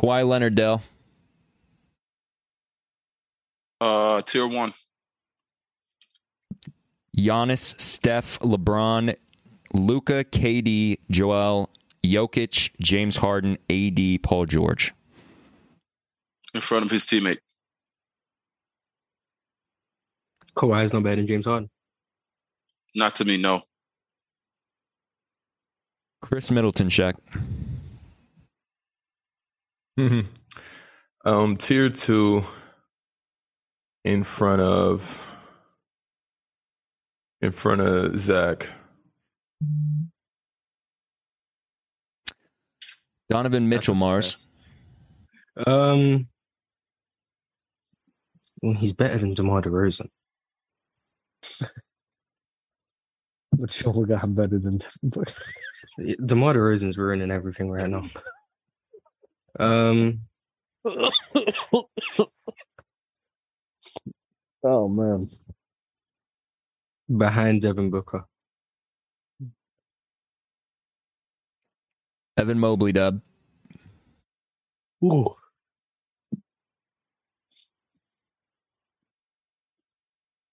D: Kawhi Leonard, Dell.
F: Uh, tier one.
D: Giannis, Steph, LeBron, Luca, KD, Joel, Jokic, James Harden, AD, Paul George.
F: in front of his teammate.
E: Kawhi is not better than James Harden.
F: Not to me, no.
D: Chris Middleton, Shaq.
B: Mhm.
E: Mm-hmm.
B: um, tier two in front of in front of Zach.
D: Donovan Mitchell,
E: That's a
D: Mars.
E: Um, well, he's better than DeMar DeRozan.
C: But you all got better than that.
E: DeMar DeRozan's ruining everything right
F: (laughs)
E: now. Um,
C: oh, man.
E: behind Devin Booker.
D: Evan Mobley, Dub.
C: Ooh.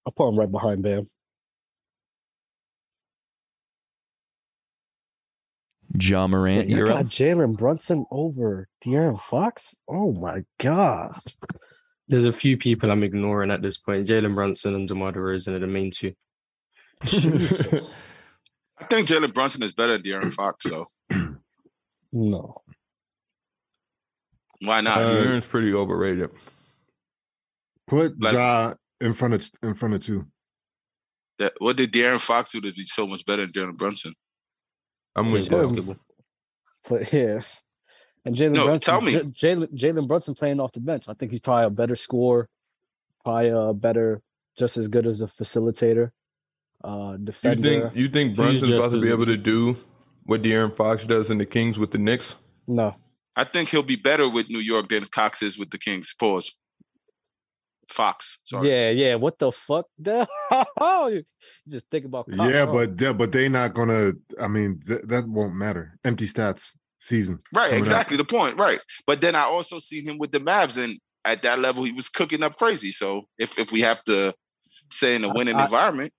C: I'll put him right behind Bam.
D: Ja Morant,
C: Wait, you
D: Euro.
C: got Jalen Brunson over De'Aaron Fox? Oh, my God.
E: There's a few people I'm ignoring at this point. Jalen Brunson and DeMar DeRozan are the main two.
C: Jesus.
F: I think Jalen Brunson is better than De'Aaron Fox, so
C: no.
F: why not?
B: Uh, pretty overrated.
A: Put
F: Like-
A: Ja in front of in front of two.
F: that, what did De'Aaron Fox do to be so much better than Jalen Brunson?
B: I'm with
E: Yeah,
B: you.
E: basketball.
C: But yeah. And Jalen
F: No,
C: Brunson,
F: tell me.
C: J- Jalen Jalen Brunson playing off the bench. I think he's probably a better scorer, probably a better, just as good as a facilitator, uh,
B: You
C: defender.
B: think you think Brunson's
E: just
B: about to be
E: as-
B: able to do what De'Aaron Fox does in the Kings with the Knicks.
C: No.
F: I think he'll be better with New York than Cox is with the Kings. Pause. Fox. Sorry.
C: Yeah, yeah. What the fuck? (laughs) you just think about. Cox,
A: yeah,
C: huh?
A: but yeah, but they not gonna. I mean, th- that won't matter. Empty stats season. (laughs)
F: Right,
A: coming up.
F: exactly the point. Right. But then I also seen him with the Mavs, and at that level, he was cooking up crazy. So if if we have to say in a winning
C: I-
F: environment,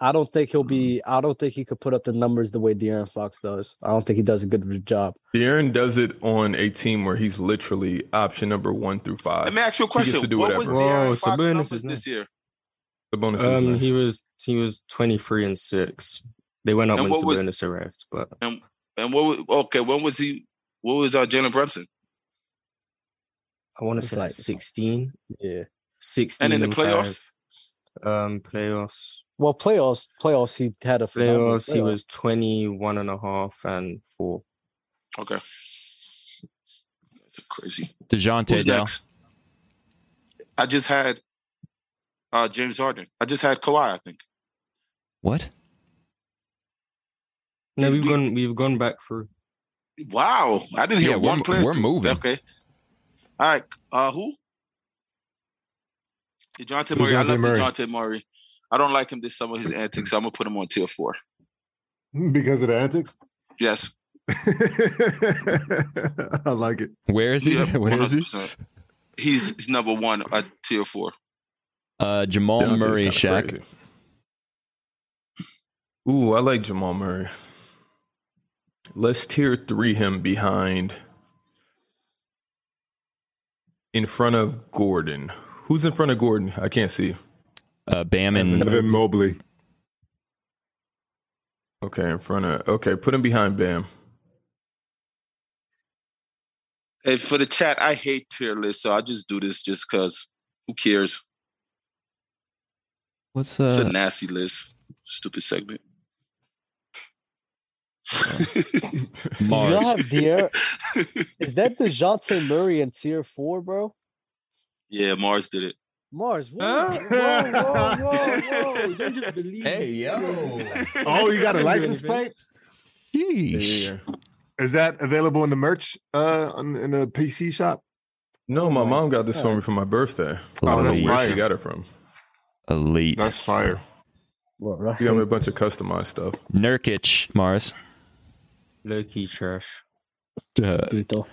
C: I don't think he'll be. I don't think he could put up the numbers the way De'Aaron Fox does. I don't think he does a good of a job.
B: De'Aaron does it on a team where he's literally option number one through five.
F: let me ask you a question.
B: to do
F: What was
B: whatever.
F: De'Aaron
E: Whoa,
F: Fox
E: Sabonis
F: numbers
E: is nice.
F: this year?
B: the bonus is
E: Um,
B: nice.
E: he was he was twenty three and six. They went up
F: And
E: when
F: what was-
E: Sabonis arrived, but
F: And what? wa- Okay, when was he? What was uh, Jalen Brunson?
E: I want to
C: It's
E: say like
C: like-
E: 16,
C: Yeah.
E: 16
F: And in the playoffs,
E: five. Um, playoffs,
C: Well, playoffs, playoffs. He had a phenomenal
E: playoffs. He
C: playoff.
E: was 21 and a half and four.
F: okay. That's crazy.
D: Dejounte
F: Who's
D: now.
F: next? I just had uh, James Harden. I just had Kawhi. I think.
D: What?
E: No,
F: We-
E: we've
F: we-
E: gone we've gone back through.
F: Wow, I didn't hear
D: Yeah, we're-
F: one player.
D: we're moving.
F: Okay. All right. Uh, who? DeJounte Murray. I
A: DeJounte
F: love
A: Murray.
F: DeJounte Murray. I don't like him this summer, his antics, so I'm going to put him on tier four.
A: because of the antics. (laughs)
F: Yes.
A: I like it.
D: Where is he? (laughs)
F: Yeah,
D: Where is he?
F: 100%. He's number one at tier four.
D: Uh, Jamal
B: Deontay's
D: Murray,
B: kinda
D: Shaq.
B: crazy. Ooh, I like Jamal Murray. Let's tier three him behind, in front of Gordon. Who's in front of Gordon? I can't see.
D: Uh, Bam and
A: Evan Mobley.
B: Okay, in front of. Okay, put him behind Bam.
F: And for the chat, I hate tier lists, so I just do this just because who cares?
D: what's
F: It's a
D: uh?
F: nasty list. Stupid segment.
C: Do y'all
D: Mars.
C: have De'Aaron? Is that Dejounte Murray in tier four, bro?
F: (laughs) yeah, Mars did it.
E: (laughs)
C: Mars. What?
E: Huh?
A: Whoa, whoa,
F: whoa, you (laughs) just
E: believe.
D: yo.
A: (laughs) Oh, you got a
E: Didn't do
A: license plate?
E: anything.
D: Sheesh.
B: Yeah.
A: Is that available in the merch uh on, in the PC shop?
B: No, my
C: my
B: mom got this for
C: God.
B: me for my
A: Oh,
B: birthday. I
A: that's
B: don't know
D: Elite.
B: where
A: fire.
B: she got it from.
D: Elite.
A: fire.
C: Well, right.
B: She got me a bunch of customized stuff.
D: Nurkic, Mars.
E: Low key trash.
D: Uh,
C: Dude, though.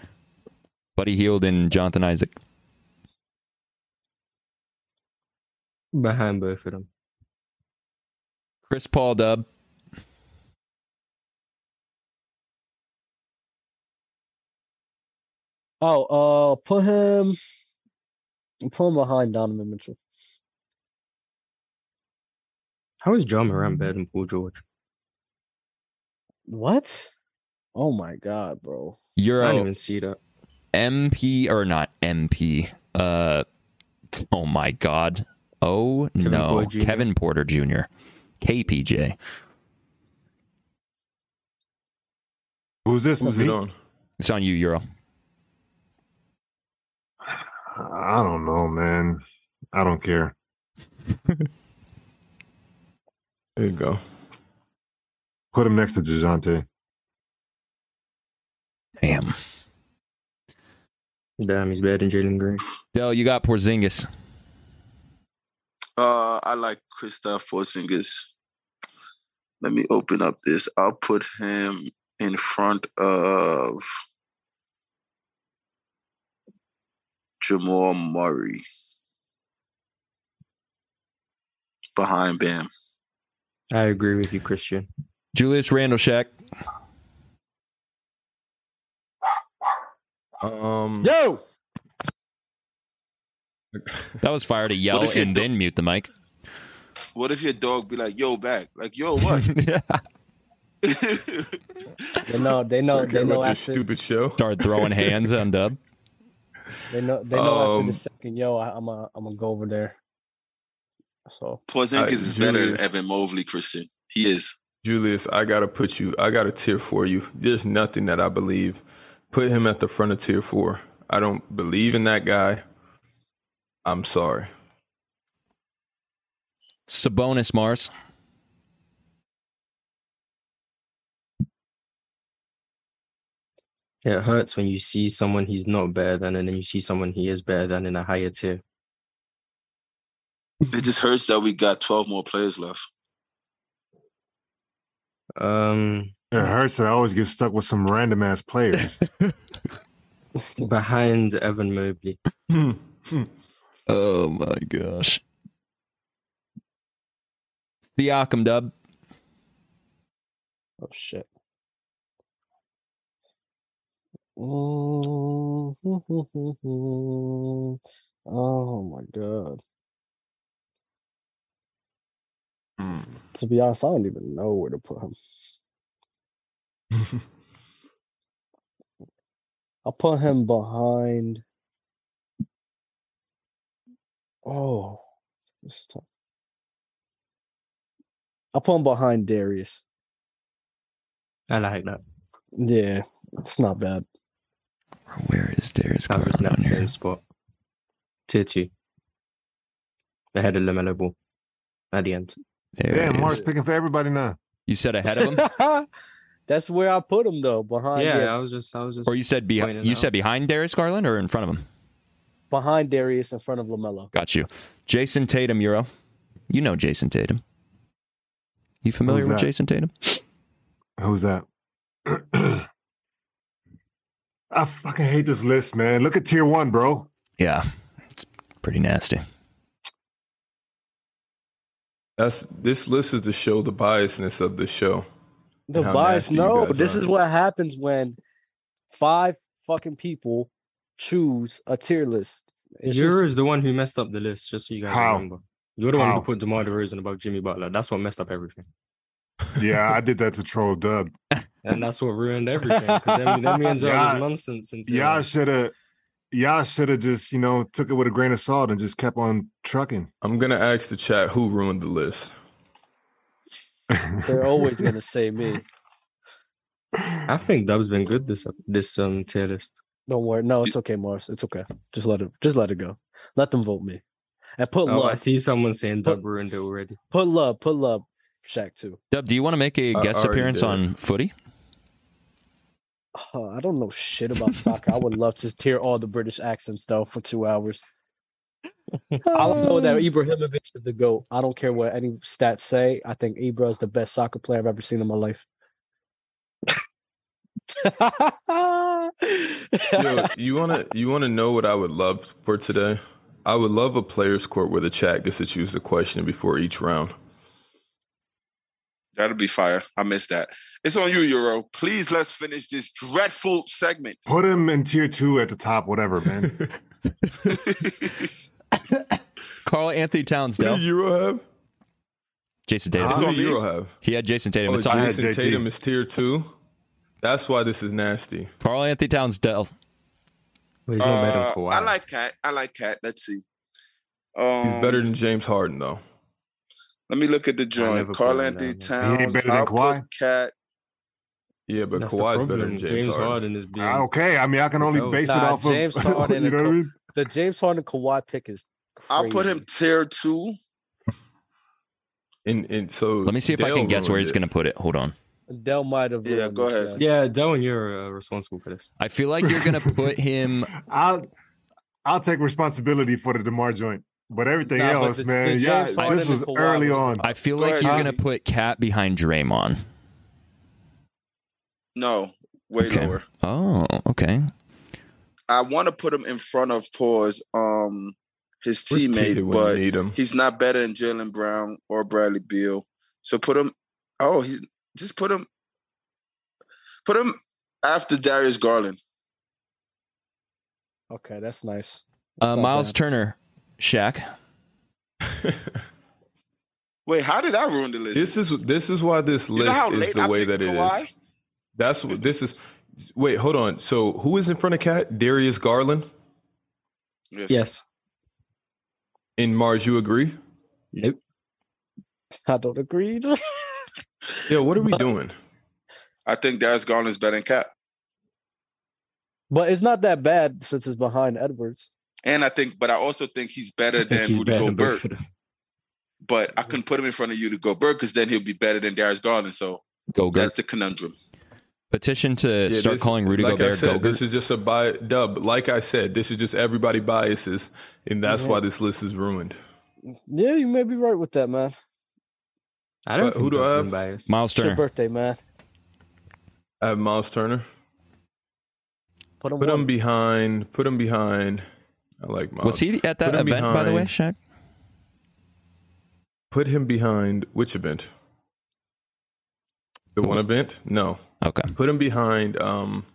D: Buddy Heald and Jonathan Isaac.
E: Behind both of them.
D: Chris Paul dub.
C: Oh, uh, put him. Put him behind Donovan Mitchell.
E: How is John Moran better than Paul George?
C: What? Oh my god, bro.
E: I didn't
D: Euro
E: even see that.
D: MP or not MP. Uh oh my god. Oh
E: Kevin
D: no.
E: Porter Jr..
D: Kevin Porter Jr. KPJ.
A: Who's this?
B: Who's
A: Me?
B: it on?
D: It's on you, Euro.
A: I don't know, man. I don't care.
B: There you go.
A: Put him next to DeJounte.
D: Damn.
E: Damn, he's better than Jalen Green.
D: Dell, you got Porzingis.
F: Uh, I like Christoph Porzingis. Let me open up this. I'll put him in front of Jamal Murray. Behind Bam.
E: I agree with you, Christian.
D: Julius Randle Shack.
B: Um,
A: Yo!
D: That was fire to
F: What
D: yell
F: if you
D: and
F: do-
D: then mute the mic.
E: (laughs)
F: What if your dog be like, yo, back? Like, yo, (laughs) what?
C: They know. They know.
B: okay,
C: They know
B: with your
C: after.
B: stupid show.
D: Start throwing hands on dub.
C: They know. They know after
B: Um,
C: the second. Yo, I, I'm a. I'm gonna go over there. So
F: Porzingis
B: Uh,
F: is better than
B: Julius.
F: Evan Mobley, Christian. He is.
B: Julius, I gotta put you. I got a tier for you. There's nothing that I believe. Put him at the front of tier four. I don't believe in that guy. I'm sorry.
D: Sabonis Mars.
E: It hurts when you see someone he's not better than, and then you see someone he is better than in a higher tier.
F: It just hurts that we got 12 more players left.
E: Um,
C: Hmm.
A: It hurts that I always get stuck with some random ass
C: (laughs)
A: players.
E: behind Evan Mobley.
C: Hmm.
D: Oh my gosh. Siakam dub.
C: Oh shit. Mm-hmm. Oh my god. To be honest, I don't even know where to put him. I'll put him behind. Oh, this is tough. I'll put him behind Darius.
E: I like that.
C: Yeah, it's not bad.
D: Where is Darius
E: I was in
D: Garland
E: that
D: on here?
E: same spot. Tier two. Ahead of Lamelo Ball. At the end.
D: There he
A: yeah,
D: is.
A: Mark's picking for everybody now.
D: You said ahead of
C: (laughs)
D: him,
C: That's where I put him though, behind
E: Uh, yeah,
C: yeah,
E: I was just, I was just.
D: or you said
E: Pointing
D: behind?
E: it
D: You
E: out.
D: said behind Darius Garland, or in front of him?
C: behind Darius in front of Lamelo.
D: Got you. Jason Tatum, Euro. You know Jason Tatum. You familiar
A: Who's
D: with
A: that?
D: Jason Tatum?
A: Who's that? (clears throat) I fucking hate this list, man. Look at tier one, bro.
D: Yeah, it's pretty nasty.
B: That's this list is to show the biasness of the show.
C: The
B: How
C: bias,
B: nasty you
C: no,
B: guys
C: this
B: are.
C: is what happens when five fucking people choose a tier list. It's just-
E: You're is the one who messed up the list, just so you guys
A: How?
E: remember. You're the one
A: How?
E: who put DeMar DeRozan above Jimmy Butler. That's what messed up everything.
A: Yeah, I did that to troll
C: (laughs)
A: Dub.
E: And that's what ruined everything. Because then, then we ended up
A: Yeah.
E: with nonsense. Until,
A: Y'all should have, y'all should have just you know took it with a grain of salt and just kept on trucking.
B: I'm gonna ask the chat who ruined the list.
C: (laughs)
A: (laughs)
C: they're always
E: (laughs)
C: gonna say me.
E: I think Dub's been good this this um tier list.
C: Don't worry. No, it's okay, Mars. It's okay. Just let it. Just let it go. Let them vote me. And put
E: Oh, I
C: love.
E: see someone saying Dub ruined it already.
C: Put love. Put love. Shaq too.
D: Dub, do you want to make a
B: I
D: guest
B: already
D: appearance
B: did.
D: on Footy?
C: Uh, I don't know shit about soccer. I would love to hear all the British accents though for two hours. I don't know
D: Um,
C: that Ibrahimovic is the goat. I don't care what any stats say. I think Ibra is the best soccer player I've ever seen in my life. (laughs)
B: Yo, you wanna you wanna know what I would love for today? I would love a players court where the chat gets to choose the question before each round.
F: That'll be fire. I missed that. It's on you, Euro. Please let's finish this dreadful segment.
B: (laughs)
A: Put him in tier two at the top, whatever, man.
F: it's
D: Carl Anthony Towns,
B: Who (laughs)
D: Dell.
B: do Euro have?
D: Jason Tatum.
F: Huh?
B: Who
F: on
B: do
F: me.
B: Euro have?
D: He had Jason Tatum.
B: Oh,
D: It's all-
B: Jason
A: JT.
B: Tatum is tier two. That's why this is nasty.
D: Carl Anthony Towns, Dell.
E: Well, he's not better than Kawhi.
F: Uh, I like Cat. I like Cat. Let's see. Um,
B: He's better than James Harden though.
F: Let me look at
E: never
F: the joint.
E: put
F: Carl
E: him
F: Anthony
E: down
A: there.
F: Towns.
A: He ain't better than
F: I'll
A: Kawhi?
F: put Cat.
B: Yeah, but
E: That's the
B: Kawhi's better
E: problem.
B: than James, Harden.
E: is being.
A: okay, I mean I can only
E: Oh,
A: base it
C: nah,
A: off of
C: James
A: (laughs)
C: Harden
A: you know what
C: and
A: I
C: Ka-
A: mean.
C: the James Harden Kawhi pick is.
F: I'll put him
C: crazy.
F: tier two.
B: And and so
D: Let me see if I
B: Dale
D: can guess where
B: ruined
D: he's
B: it.
D: going to put it. Hold on.
C: Dell might have.
F: Yeah,
C: ruined
F: go
C: this,
F: ahead.
E: Yeah, Dylan, you're uh, responsible for this.
D: I feel like you're going to put him.
A: I'll I'll take responsibility for the Demar joint, but everything
C: Nah, but
A: else,
C: the- the
A: man.
C: James
A: yeah,
C: Harden
A: this
C: and
A: was
C: Kawhi
A: early
C: was-
D: (laughs)
A: on.
D: I feel
F: Go
D: like
F: ahead,
D: you're
F: Dub.
D: going to put Cat behind Draymond.
F: No, way
D: Okay.
F: lower.
D: Oh, okay.
F: I want to put him in front of Paws, um, his
B: Where's TJ
F: teammate,
B: when
F: but
B: you need him.
F: he's not better than Jalen Brown or Bradley Beal. So put him. Oh, he just put him. Put him after Darius Garland.
C: Okay, that's nice. That's
D: Uh,
C: not
D: Miles
C: bad.
D: Turner, Shaq.
F: Wait, how did I ruin the list?
B: This is this is why this
F: you know how
B: list is
F: late
B: the
F: I
B: way
F: picked
B: that it
F: Kawhi?
B: is. That's what this is. Wait, hold on. So who is in front of Cat? Darius Garland
F: Yes.
E: Yes.
B: and Mars. You agree?
E: Nope.
C: I don't agree. (laughs)
B: Yeah. What are we doing?
F: I think Darius Garland's better than Cap,
C: But it's not that bad since it's behind Edwards.
F: and I think, but I also think he's better
E: I think
F: than
E: he's
F: Rudy
E: better than
F: Gobert.
E: both of them.
F: But I couldn't put him in front of you to Gobert because then he'll be better than Darius Garland. So
D: Go, go.
F: that's the conundrum.
D: Petition to
B: Yeah,
D: start
B: this-
D: calling Rudy
B: like I
D: Gobert
B: said,
D: Gogurt.
B: This is just a bi- dub. Like I said, this is just everybody biases, and that's
C: Mhm.
B: why this list is ruined.
C: Yeah, you may be right with that, man.
E: I don't
B: But
E: think
B: who do I
E: Johnson
B: have?
D: (laughs)
E: biased.
D: Miles
C: It's your
D: Turner.
C: birthday, man.
B: I have Miles Turner.
C: Put him
B: Put
C: on.
B: him behind. Put him behind. I like Miles.
D: Was he at that
B: Put him
D: event, by the way,
B: behind-
D: Shaq?
B: Put him behind which event? The one event? No.
D: Okay.
B: Put him behind. Um,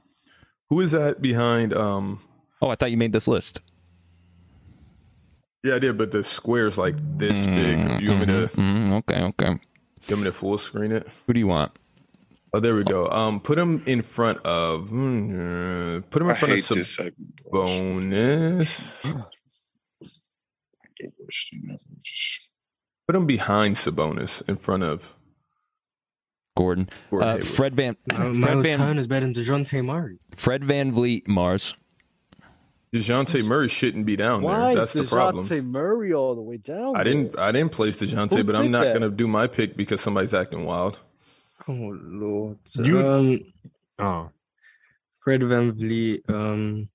B: who is that behind? Um,
D: Oh, I thought you made this list.
B: yeah, I did, but the square's like this big. You want me to?
D: Mhm, okay, okay.
B: You want me to full screen it?
D: Who do you want?
B: Oh, there we go. Um, put him in front of. mm, Put him
F: I
B: in front of
F: hate
B: some
F: this segment. bro. It's
B: bonus.
F: the worst thing ever. Just-
B: Put him behind Sabonis in front of
D: Gordon.
B: Gordon
D: Uh,
B: Hayward.
D: Fred Van
E: Uh,
D: Fred
E: Miles
D: Van,
E: Turner's better than Dejounte Murray.
D: Fred Van Vliet Mars.
B: Dejounte Murray shouldn't be down
C: Why
B: there. That's
C: is
B: the problem.
C: DeJounte Murray all the way down?
B: I didn't. I didn't place Dejounte,
C: Who
B: but I'm
C: did
B: not
C: that?
B: gonna do my pick because somebody's acting wild.
E: Oh lord.
A: You-
E: um,
A: Oh,
E: Fred VanVleet. Um,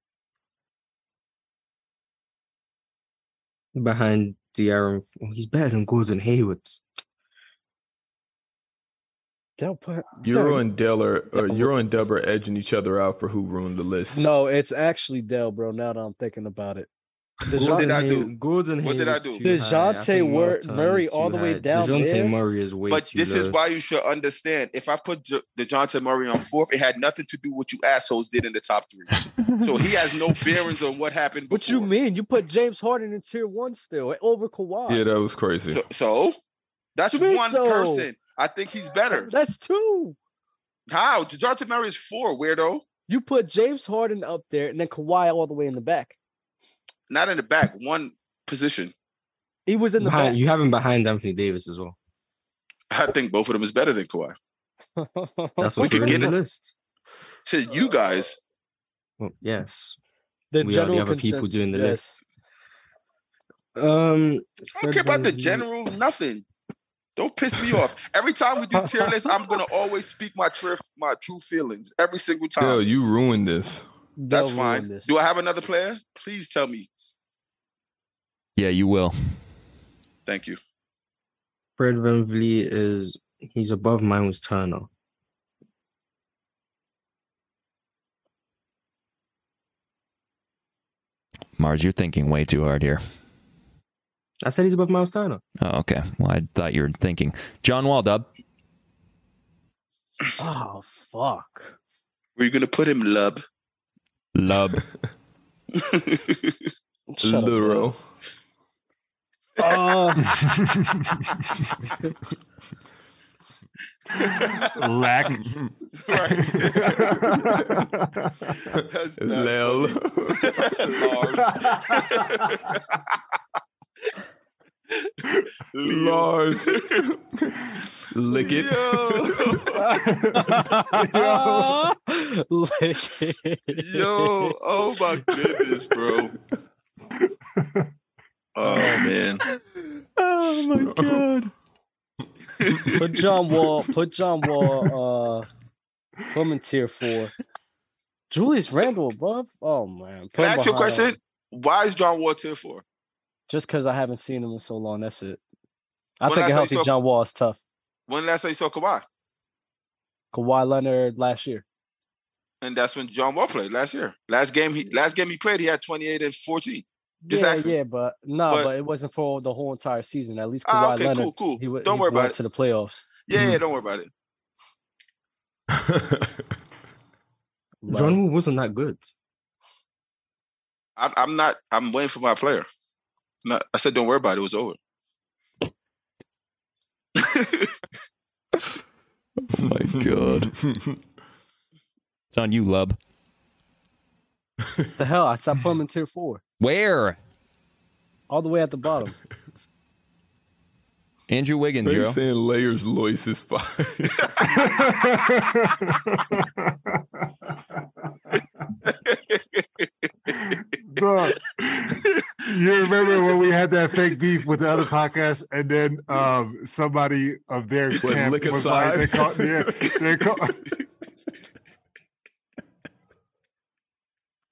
E: behind De'Aaron, oh, he's better than Gordon Hayward.
C: Don't put-
B: Euro
C: don't-
B: and Deller, uh,
C: Yeah,
B: Euro and Dub are edging each other out for who ruined the list.
C: No, it's actually Dell, bro. Now that I'm thinking about it,
F: What did
C: DeJounte,
F: I do?
E: Hay- Gordon
F: What did I
E: Hayward's
F: do?
E: too high. I
C: DeJounte
E: think Miles
C: Wor-
E: Turner's
C: Murray
E: too
C: all the way
E: high.
C: down
E: DeJounte
C: there?
E: Murray is way
F: But
E: too
F: this
E: low.
F: is why you should understand. If I put J- DeJounte Murray on fourth, it had nothing to do what you assholes did in the top three. So he
D: (laughs)
F: has no bearings on what happened.
C: what you
F: before.
C: mean? You put James Harden in tier one still eh, over Kawhi?
B: Yeah, that was crazy.
F: So, so that's
C: What do you mean,
F: one
C: so?
F: person. I think he's better.
C: That's two.
F: How? DeJounte Murray is four, weirdo.
C: You put James Harden up there and then Kawhi all the way in the back.
F: Not in the back, one position.
C: He was in the (laughs)
E: Behind-
C: back.
E: you have him behind Anthony Davis as well.
F: I think both of them is better than Kawhi.
C: Oh,
E: That's
F: We
E: what's
F: could
E: really
F: get
E: on the
F: it.
E: list.
F: To you guys,
E: Well, yes,
C: the
E: we
C: general
E: are the other people
C: consensus,
E: doing the
C: yes.
E: list. Um,
F: I don't care about the general nothing. Don't piss me off. Every time we do tier lists, I'm
C: (laughs)
F: gonna always speak my true my true feelings every single time.
B: Dell, you ruined this.
C: They'll
F: That's fine.
C: ruin this.
F: Do I have another player? Please tell me.
D: Yeah, you will.
F: Thank you.
E: Fred VanVleet is he's above Miles Turner.
D: Mars, you're thinking way too hard here.
E: I said he's above Miles Turner.
D: Oh, okay. Well, I thought you were thinking John Wall, Dub.
C: oh fuck.
F: Where you gonna put him, Lub? (laughs)
D: Love.
C: Shut up,
B: Luro.
C: man.
F: (laughs)
C: Uh,
A: lack.
F: (laughs)
A: (laughs)
F: That's not
B: Lel.
F: funny. Lars. Lars.
B: (laughs)
F: (laughs)
B: Lars. Lick it.
A: (laughs)
C: (laughs) Uh, like,
F: Yo, oh my goodness, bro. Oh man.
D: oh my god.
C: put John Wall, put John Wall, uh, put him in tier four. Julius Randle above? Oh man. Put
F: Can I
C: him
F: ask you a
C: behind- uh,
F: question? Why is John Wall tier four?
C: Just because I haven't seen him in so long, that's it. I
F: When
C: think a
F: I say
C: healthy
F: so-
C: John Wall is tough.
F: When last time you saw Kawhi?
C: Kawhi Leonard last year.
F: And that's when John Wall played last year. Last game he last game he played, he had 28 and 14. Just
C: yeah,
F: ask him.
C: yeah, but no,
F: But-
C: but, it wasn't for the whole entire season. At least Kawhi
F: Ah, okay,
C: Leonard,
F: cool, cool.
C: he wa-
F: don't
C: he Mm-hmm.
F: worry
C: went
F: about it.
C: to the playoffs.
F: Yeah, yeah, don't worry about it.
B: (laughs)
C: Like,
E: John Wall wasn't that good.
F: I'm, I'm not. I'm waiting for my player. No, I said, don't worry about it. It was over.
D: my god. It's on you, Lub.
C: the hell, I stopped putting him in tier four,
D: Where?
C: all the way at
B: (laughs)
C: the bottom.
D: Andrew Wiggins,
B: They're
D: yo.
B: saying layers Lois is
D: (laughs)
B: fine.
A: Bro, you remember when we had that fake beef with the other podcast, and then um, somebody of their
B: Went
A: camp
B: lick
A: was
B: aside.
A: like, they called, yeah, they called,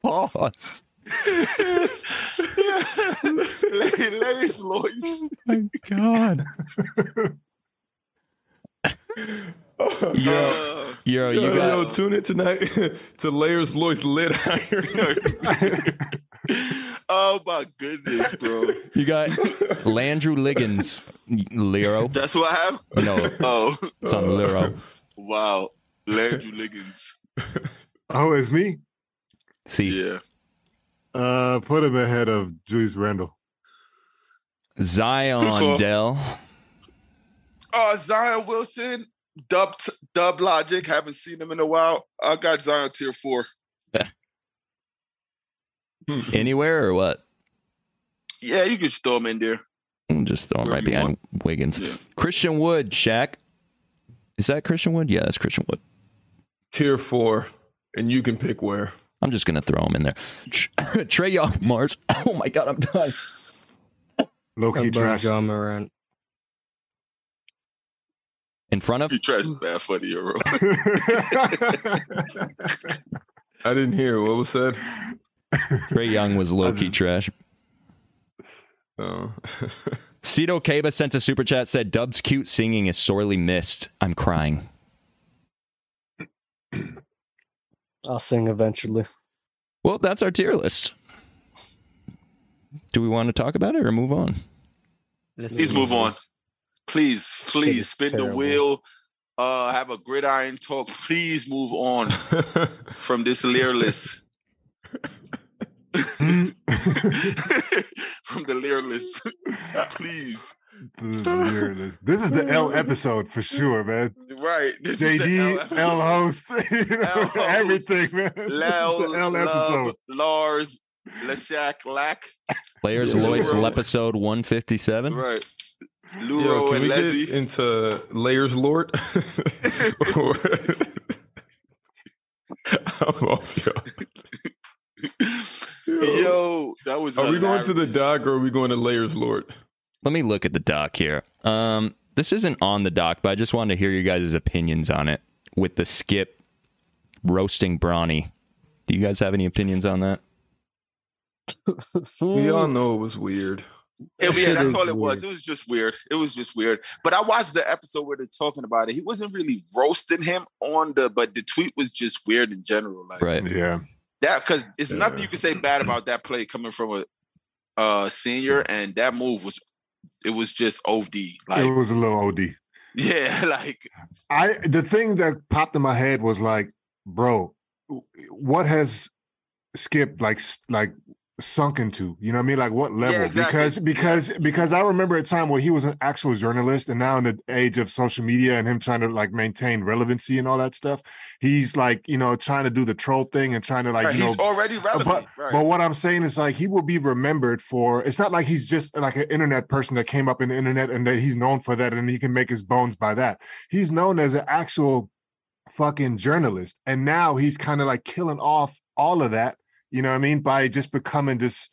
D: Pause.
F: Larry- Larry's Lois.
B: Oh
D: my God. (laughs) Yo,
F: Uh,
D: yo,
B: yo,
D: you got.
B: yo, tune in tonight (laughs) to Layers Lois Lit Iron.
F: (laughs)
D: (laughs)
F: oh my goodness, bro.
D: You
F: (laughs)
D: got Landrew Liggins, Lero.
F: That's what happened.
D: No,
F: Oh
D: it's on Lero.
F: wow, Landry Liggins.
A: Oh, it's me.
D: See,
F: Yeah,
A: Uh, put him ahead of Julius Randle.
D: Zion Dell.
F: Oh, Zion Wilson, dub dub logic. Haven't seen him in a while. I got Zion tier four.
D: Anywhere or what?
F: Yeah, you can throw him in there.
D: I'm just throwing
F: Wherever
D: right
F: you
D: behind Wiggins.
F: Yeah.
D: Christian Wood, Shaq. Is that Christian Wood? Yeah, that's Christian Wood.
B: Tier four, and you can pick where.
D: I'm just gonna throw him in there. Tr- (laughs) Trey Young, Mars. (laughs) Oh my God, I'm done.
A: Low
E: Uh,
A: key trash. (laughs)
E: John Morant.
D: In front of
F: You trash is bad funny, bro.
B: I didn't hear what was said.
D: Trey Young was low key trash.
B: Oh. (laughs)
D: Cito Kaba sent a super chat said Dub's cute singing is sorely missed. I'm crying.
C: I'll sing eventually.
D: Well, that's our tier list. Do we want to talk about it or move on?
E: Let's
F: Please move on. Please, please
C: is
F: spin the
C: terrible.
F: wheel. Uh, have a gridiron talk. Please move
B: (laughs)
F: on from this leer list.
A: Mm.
F: (laughs) from the leer list, (laughs) please.
A: this is the L episode for sure, man.
F: Right, this is
A: JD,
F: the (laughs)
A: L host, (laughs) you know,
F: host.
A: everything, man. This is
F: Lel,
A: the L episode.
F: Lars, Lashak, Lack.
D: Players
B: Yeah.
D: Lois
F: Bro.
D: episode 157.
F: Right.
B: Yo,
F: Luro
B: can
F: and
B: we get
F: Leslie.
B: into Layers Lord? (laughs) Or- (laughs) I'm off, yo.
F: (laughs) Yo, that was.
B: Are we going to the
F: hilarious.
B: doc or are we going to Layers Lord?
D: Let me look at the doc here. Um, this isn't on the doc, but I just wanted to hear you guys' opinions on it with the skip roasting Brawny. Do you guys have any opinions on that?
B: We
C: (laughs)
B: all know it was weird.
F: Yeah,
C: That
F: yeah,
C: shit
F: that's
C: is
F: all it was.
C: weird.
F: It was just weird. It was just weird. But I watched the episode where they're talking about it. He wasn't really roasting him on the, but the tweet was just weird in general. Like
D: Right.
A: Yeah,
F: that, because it's nothing
B: Yeah.
F: you can say bad about that play coming from a uh senior, and that move was it was just OD.
A: it
F: Like
A: was a little OD.
F: (laughs) yeah, like
A: I the thing that popped in my head was like, bro, what has Skip like s- like sunk into? You know what I mean? Like what level?
F: exactly.
A: Because because because I remember a time where he was an actual journalist, and now in the age of social media and him trying to like maintain relevancy and all that stuff, he's like you know trying to do the troll thing and trying to like
F: right,
A: you know
F: he's already relevant. right.
A: but what I'm saying is like he will be remembered for. It's not like he's just like an internet person that came up in the internet and that he's known for that and he can make his bones by that. He's known as an actual fucking journalist, and now he's kind of like killing off all of that. You know what I mean? By just becoming this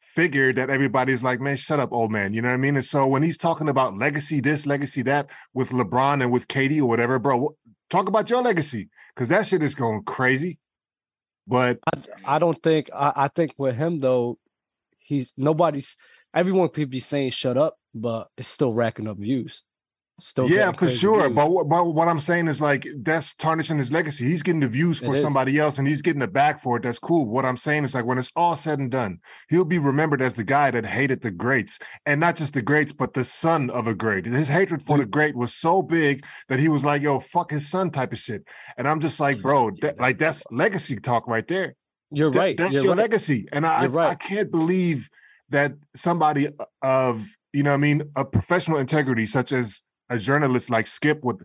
A: figure that everybody's like, man, shut up, old man. You know what I mean? And so when he's talking about legacy, this legacy, that with LeBron and with Katie or whatever, bro, wh- talk about your legacy because that shit is going crazy. But
C: I don't think I, I think with him though, he's nobody's everyone could be saying shut up, but it's still racking up views. Still
A: yeah,
C: getting
A: for
C: crazy
A: sure.
C: views.
A: But what, but what I'm saying is like that's tarnishing his legacy. He's getting the views
C: It
A: for
C: is.
A: somebody else, and he's getting the back for it. That's cool. What I'm saying is like when it's all said and done, he'll be remembered as the guy that hated the greats, and not just the greats, but the son of a great. His hatred for the great was so big that he was like, "Yo, fuck his son," type of shit. And I'm just
C: Mm-hmm.
A: like, bro, that, like that's legacy talk right there.
C: you're
A: That-
C: right.
A: That's
C: you're
A: your
C: right.
A: legacy. And I, I,
C: You're right.
A: I can't believe that somebody of, you know what I mean, a professional integrity, such as a journalist like Skip would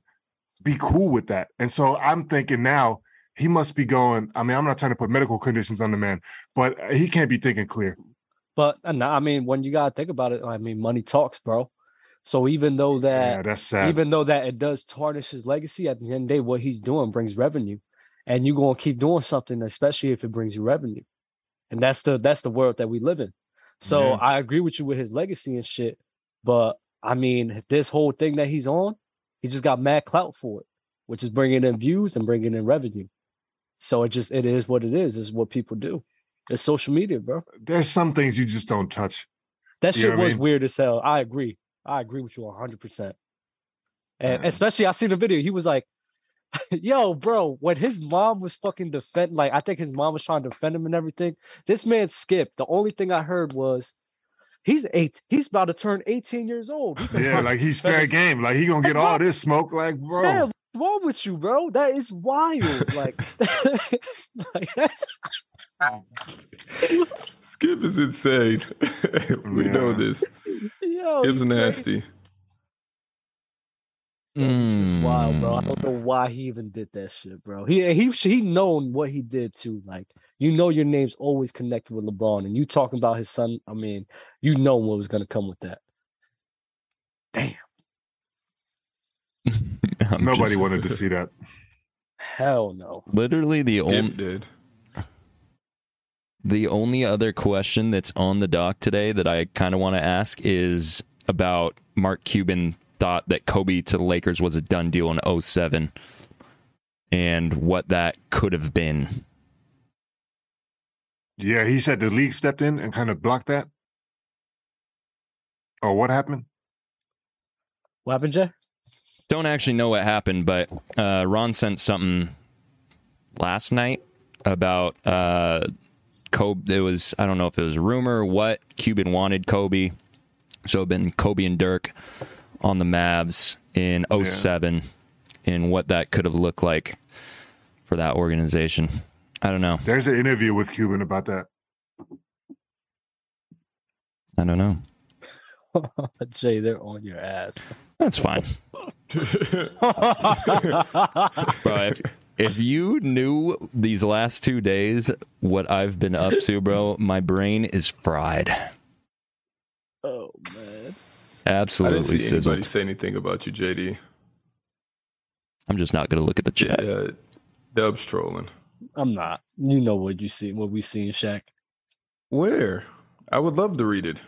A: be cool with that. And so I'm thinking now he must be going, I mean, I'm not trying to put medical conditions on the man, but he can't be thinking clear.
C: But and I mean, when you gotta think about it, I mean, money talks, bro. So even though
A: Yeah,
C: that,
A: that's sad.
C: even though that it does tarnish his legacy, at the end of the day, what he's doing brings revenue, and you're gonna keep doing something, especially if it brings you revenue, and that's the that's the world that we live in. So
A: Yeah.
C: I agree with you with his legacy and shit, but I mean, this whole thing that he's on, he just got mad clout for it, which is bringing in views and bringing in revenue. So it just it is what it is. Is what people do. It's social media, bro.
A: There's some things you just don't
C: (laughs)
A: touch.
C: That
A: You
C: shit
A: know what I
C: was
A: mean?
C: weird as hell. I agree. I agree with you 100%. And
A: Mm.
C: especially, I seen the video. He was like, (laughs) yo, bro, when his mom was fucking defend, like, I think his mom was trying to defend him and everything. This man skipped. The only thing I heard was, he's eight. He's about to turn 18 years
A: (laughs)
C: old. He can
A: Yeah,
C: fuck-
A: like he's fair
C: That's-
A: game. Like he gonna get all this smoke. Like bro,
C: Man, what's wrong with you, bro? That is wild. Like, (laughs) like (laughs) that's-
B: Skip is insane. (laughs) we know
A: Yeah.
B: this.
C: yo,
B: Skip's
C: he's crazy.
B: nasty.
C: So It's just wild, bro. I
D: Mm.
C: don't know why he even did that shit, bro. He he he known what he did too. Like you know, your name's always connected with LeBron, and you talking about his son. I mean, you know what was gonna come with that. Damn,
D: (laughs) I'm
A: nobody
D: just-
A: wanted to see that.
C: hell no.
D: Literally the only
B: Skip did. (laughs)
D: The only other question that's on the doc today that I kind of want to ask is about Mark Cuban thought that Kobe to the Lakers was a done deal in 07 and what that could have been.
A: Yeah, he said the league stepped in and kind of blocked that. Oh, what happened?
C: What happened, Jay? (laughs)
D: Don't actually know what happened, but uh, Ron sent something last night about uh, Kobe. It was, I don't know if it was rumor, what Cuban wanted Kobe. So it'd been Kobe and Dirk on the Mavs in 07 and what that could have looked like for that organization. I don't know.
A: There's an interview with Cuban about that.
D: I don't know.
C: Jay, they're on your ass. (laughs)
D: That's fine. Bro,
B: (laughs)
D: if, if you knew these last two days what I've been up to, bro, my brain is fried.
C: oh man,
B: I didn't
D: Absolutely
B: see anybody
D: sizzled.
B: say anything about you, JD.
D: I'm just not going to look at the
B: Yeah,
D: chat.
B: Dub's trolling.
C: I'm not. You know what you see? What we seen, Shaq?
B: Where? I would love to read (laughs) it.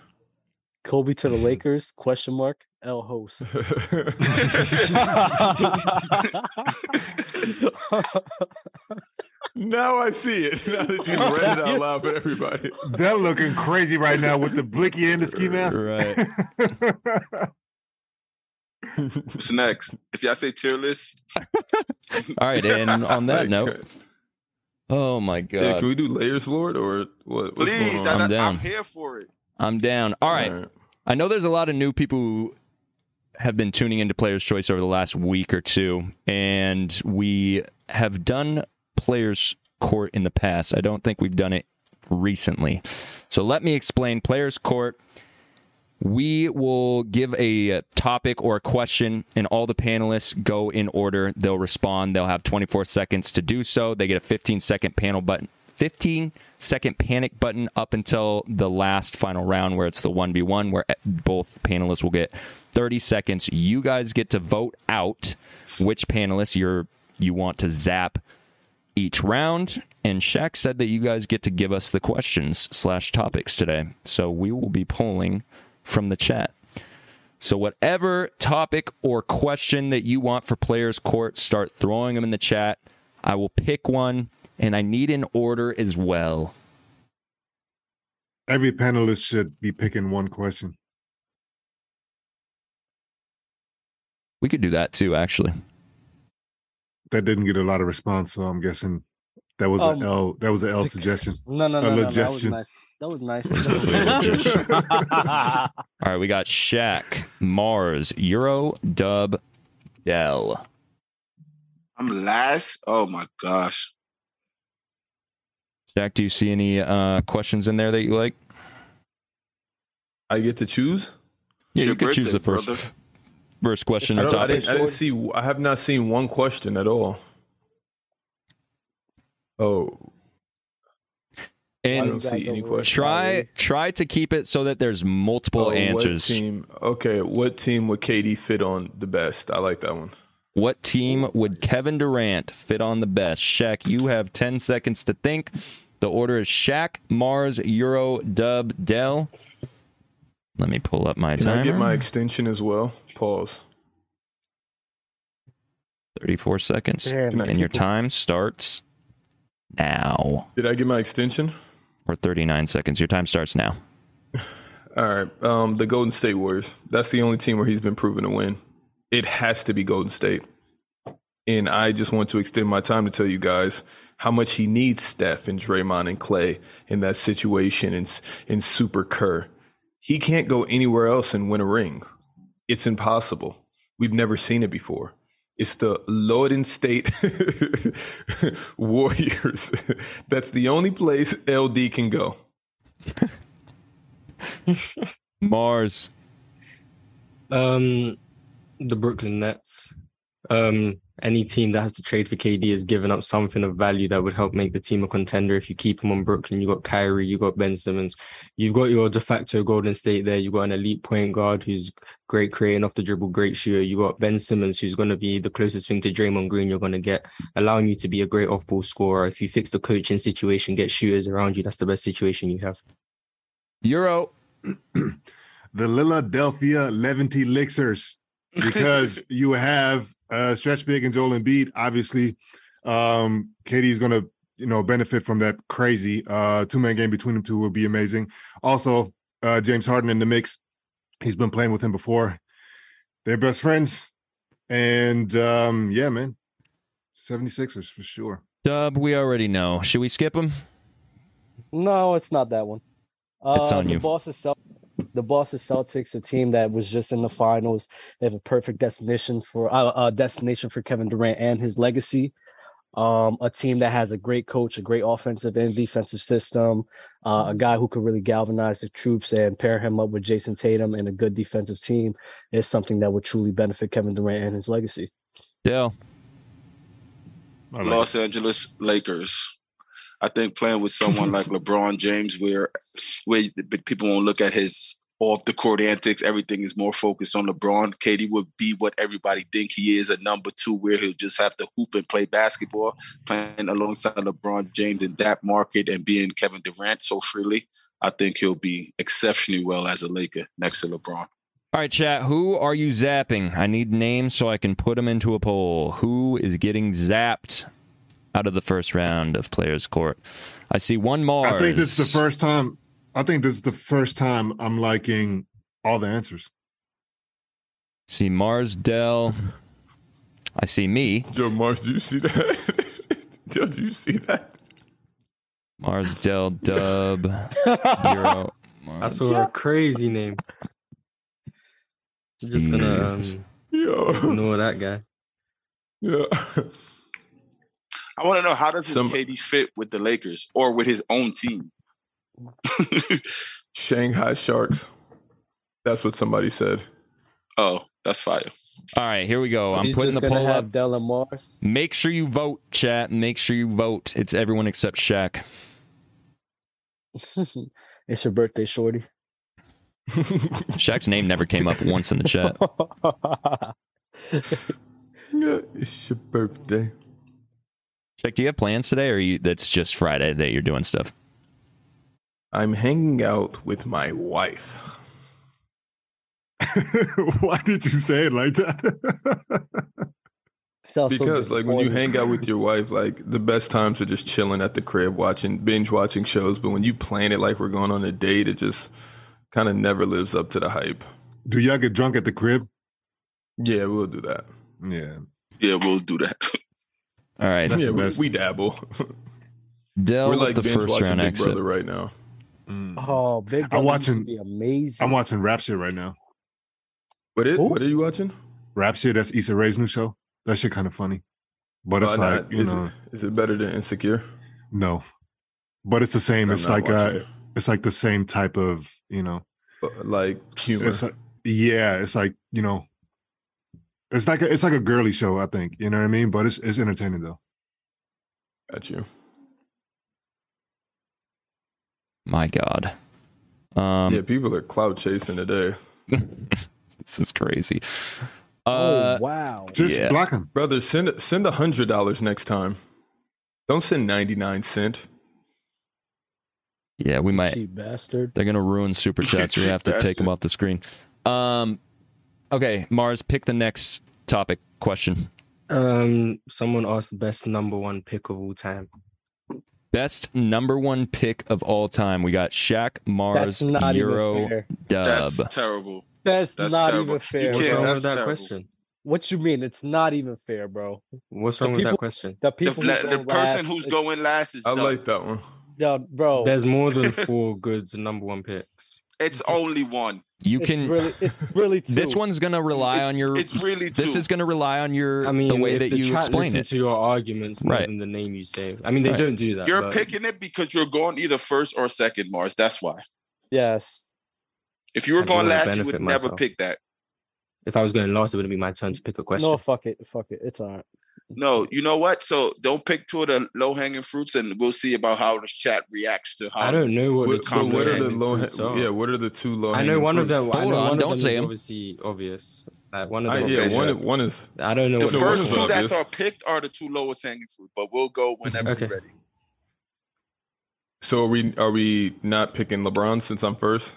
C: Kobe to the Lakers? Question mark.
B: (laughs)
C: L host. (laughs)
B: now I see it. (laughs) Now that you read it out loud for everybody.
A: They're looking crazy right now with the blicky and the ski mask.
D: Right.
F: What's next? If y'all say tier list,
D: All
B: (laughs)
D: right. And (laughs) on that
B: Like,
D: note, oh my God.
B: yeah, can we do layers, Lord, or what? What's
F: please.
B: going
F: I,
B: on?
D: I'm
F: I'm,
D: down.
F: here for it.
D: I'm down. All right.
B: All right.
D: I know there's a lot of new people who have been tuning into Players Choice over the last week or two, and we have done Players Court in the past. I don't think we've done it recently. So let me explain Players Court. We will give a uh, topic or a question, and all the panelists go in order. They'll respond. They'll have 24 seconds to do so. They get a 15 second panel button, 15 second panic button up until the last final round where it's the 1v1, where eh, both panelists will get 30 seconds. You guys get to vote out which panelist you're, you want to zap each round. And Shaq said that you guys get to give us the questions slash topics today. So we will be polling from the chat. So whatever topic or question that you want for players court, start throwing them in the chat. I will pick one and I need an order as well.
A: (laughs) Every panelist should be picking one question.
D: We could do that too, actually.
A: That didn't get a lot of response, so I'm guessing that was
C: Um,
A: an L. That was an L suggestion. (clears throat)
C: No, no, no, no, no. That was
A: Indigestion.
C: nice. (laughs) That was nice.
A: Indigestion.
D: All right, we got Shaq, Mars, Euro, Dub, Dell.
F: I'm last. Oh my gosh.
D: Shaq, do you see any uh, questions in there that you like?
B: I get to choose.
D: Yeah,
F: It's
D: you
F: your
D: could choose
F: birthday,
D: the first
F: brother.
D: first question
B: I,
D: or
B: don't, I,
D: topic.
B: didn't, I didn't see. I have not seen one question at all. Oh, I
D: And
B: don't see any questions.
D: try try to keep it so that there's multiple
B: Oh,
D: answers.
B: What team, okay, what team would KD fit on the best? I like that one.
D: What team would Kevin Durant fit on the best? Shaq, you have 10 seconds to think. The order is Shaq, Mars, Euro, Dub, Dell. Let me pull up my
B: Can I
D: timer.
B: get my extension as well? Pause.
D: 34 seconds. (laughs)
C: Damn,
B: Can I
D: And your
B: keep it?
D: time starts now.
B: Did I get my extension?
D: or 39 seconds. Your time starts now.
B: All right. Um, the Golden State Warriors. That's the only team where he's been proven to win. It has to be Golden State. And I just want to extend my time to tell you guys how much he needs Steph and Draymond and Clay in that situation and, and Super Kerr. He can't go anywhere else and win a ring. It's impossible. We've never seen it before. It's the Lorden State (laughs) Warriors. (laughs) That's the only place LD can go.
D: Mars.
E: Um, the Brooklyn Nets. Um, any team that has to trade for KD has given up something of value that would help make the team a contender. If you keep him on Brooklyn, you got Kyrie, you got Ben Simmons, you've got your de facto Golden State there. You got an elite point guard who's great creating off the dribble, great shooter. You got Ben Simmons who's going to be the closest thing to Draymond Green you're going to get, allowing you to be a great off ball scorer. If you fix the coaching situation, get shooters around you, that's the best situation you have.
D: Euro.
A: the Philadelphia Levante Lixers
F: (laughs)
A: because you have uh, Stretch Big and Joel Embiid. Obviously, um, Katie's going to you know benefit from that crazy uh, two man game between them two will be amazing. Also, uh, James Harden in the mix. He's been playing with him before. They're best friends, and um, yeah, man, 76ers for sure.
D: Dub, we already know. Should we skip him?
C: No, it's not that one.
D: It's
C: Uh,
D: on
C: the
D: you.
C: Boston Cel- the Boston Celtics, a team that was just in the finals. They have a perfect destination for uh, uh, destination for Kevin Durant and his legacy. Um, a team that has a great coach, a great offensive and defensive system, uh, a guy who could really galvanize the troops and pair him up with Jason Tatum and a good defensive team is something that would truly benefit Kevin Durant and his legacy.
D: Dale.
A: I like
F: Los Angeles Lakers. I think playing with
A: (laughs)
F: someone like LeBron James, where where the big people won't look at his off the court antics, everything is more focused on LeBron. KD would be what everybody think he is, a number two, where he'll just have to hoop and play basketball, playing alongside LeBron James in that market and being Kevin Durant so freely. I think he'll be exceptionally well as a Laker next to LeBron.
D: All right, chat. Who are you zapping? I need names so I can put them into a poll. Who is getting zapped out of the first round of Players Court? I see one Mars.
A: I think this is the first time. I think this is the first time I'm liking all the answers.
D: See Mars Dell. I see me.
B: Joe Mars, do you see that? (laughs) Joe, do you see that?
A: (laughs)
D: Mars Dell Dub.
C: (laughs)
D: Euro. Mars.
E: That's a crazy name. I'm just gonna
D: Jesus.
E: um,
B: Yo.
E: ignore that guy.
B: Yeah.
F: I want to know how does
B: Some-
F: KD fit with the Lakers or with his
A: (laughs)
F: own team?
B: Shanghai Sharks. That's what somebody said.
F: oh, that's fire.
D: All right, here we go. I'm
C: You're
D: putting
C: just
D: the
C: gonna
D: poll
C: have
D: up.
C: Dell and Morris.
D: Make sure you vote, chat. Make sure you vote. It's everyone except Shaq.
C: (laughs) it's your birthday, shorty.
D: Shaq's name never came up once in
C: (laughs)
D: the chat.
B: Yeah, it's your birthday.
D: Shaq, do you have plans today, or you, that's just Friday that you're doing stuff?
B: I'm hanging out with my wife.
A: (laughs) Why did you say it like that? (laughs)
C: Sounds so
B: Because like when you
C: disappointing.
B: hang out with your wife, like the best times are just chilling at the crib, watching binge watching shows. But when you plan it like we're going on a date, it just kind of never lives up to the hype.
A: Do y'all get drunk at the crib?
B: Yeah, we'll do that.
A: Yeah.
F: Yeah, we'll do that. (laughs)
D: All right,
A: That's
B: yeah,
A: the
B: we,
A: best.
B: we dabble.
D: Dell
B: we're
D: with
B: like
D: the
B: binge
D: first
B: watching
D: round
B: Big
D: exit.
B: Brother right now.
C: Oh, Big Brother
A: watching-
C: used to be amazing.
A: Mm.
C: Oh,
A: I'm watching Rap Shit right now.
B: What it?
C: Who?
B: What are you watching?
A: Rap Shit, that's Issa Rae's new show. That shit kind of funny. But it's
B: Why
A: like,
B: not?
A: you
B: is,
A: know,
B: it, is it better than Insecure?
A: no. But it's the same.
B: I'm
A: it's
B: not
A: like uh
B: watching
A: it's like the same type of, you know.
B: it. Uh, like humor.
A: It's like, yeah, it's like, you know, it's like a, it's like a girly show, I think. You know what I mean? But it's it's entertaining though.
B: Got you.
D: My God. Um,
B: yeah, people are cloud chasing today.
D: (laughs) this is crazy.
C: oh
D: Uh,
C: wow!
A: Just
D: Yeah.
A: block him.
B: Brother, send send a hundred dollars next time. Don't send ninety nine cent.
D: yeah, we might.
C: Cheap bastard.
D: They're gonna
B: (laughs)
D: ruin super chats. We
F: Cheap
D: have to take them
F: bastard.
D: off the screen. Um, okay, Mars, pick the next topic question.
E: Um, someone asked best number one pick of all time.
D: Best number one pick of all time. We got Shaq, Mars,
C: That's not even
D: Euro,
C: fair.
D: Dub.
F: That's terrible.
C: That's,
F: That's
C: not
F: terrible.
C: even fair.
F: You
E: What's
F: Yeah,
E: wrong
C: bro.
F: that's
E: with that
F: terrible.
E: question?
C: What you mean? It's not even fair, bro.
E: What's
C: The
E: wrong with that
C: people-
E: question?
C: The
F: The,
C: people, who
F: the,
C: go
F: person
C: last,
F: who's
C: it's-
F: going last is
B: I
F: dumb.
B: like that one.
C: Yeah, bro.
E: There's more than four good number one picks.
F: It's only one.
D: you
C: it's
D: can. (laughs)
C: really, it's really two.
D: this one's gonna rely
F: It's-
D: on your.
F: It's really two.
D: this is gonna rely on your.
E: I mean,
D: the way
E: if
D: that
E: the
D: you
E: chat
D: explain
E: listen
D: it.
E: to your arguments more
D: Right.
E: than the name you say. I mean, they
D: Right.
E: don't do that.
F: you're
E: but
F: picking it because you're going either first or second, Mars. That's why.
C: yes.
F: If you were
E: I
F: going
E: don't wanna
F: last, you would
E: benefit
F: never
E: myself.
F: pick that.
E: If I was going last, it wouldn't be my turn to pick a question.
C: No, fuck it, fuck it. It's all right.
F: No, you know what? So don't pick two of the low hanging fruits, and we'll see about how the chat reacts to how.
E: I don't know what,
B: What,
E: the
B: but
E: two
B: what are the
E: low-hanging
B: low?
E: fruits are.
B: Yeah, what are the two low?
E: I know one of them. I
D: Hold
E: know
D: on,
E: one
D: don't
E: of
D: say
E: them is
D: 'em.
E: obviously obvious. Like one of
B: I,
E: them.
B: yeah,
F: Okay,
B: one
F: so-
B: one is.
E: I don't know.
F: The
E: what
B: No,
F: first
B: one's
F: two
B: not
F: that
B: this.
F: are picked are the two lowest hanging fruit, but we'll go whenever
E: Okay.
F: you're ready.
B: So are we are we not picking LeBron since I'm first?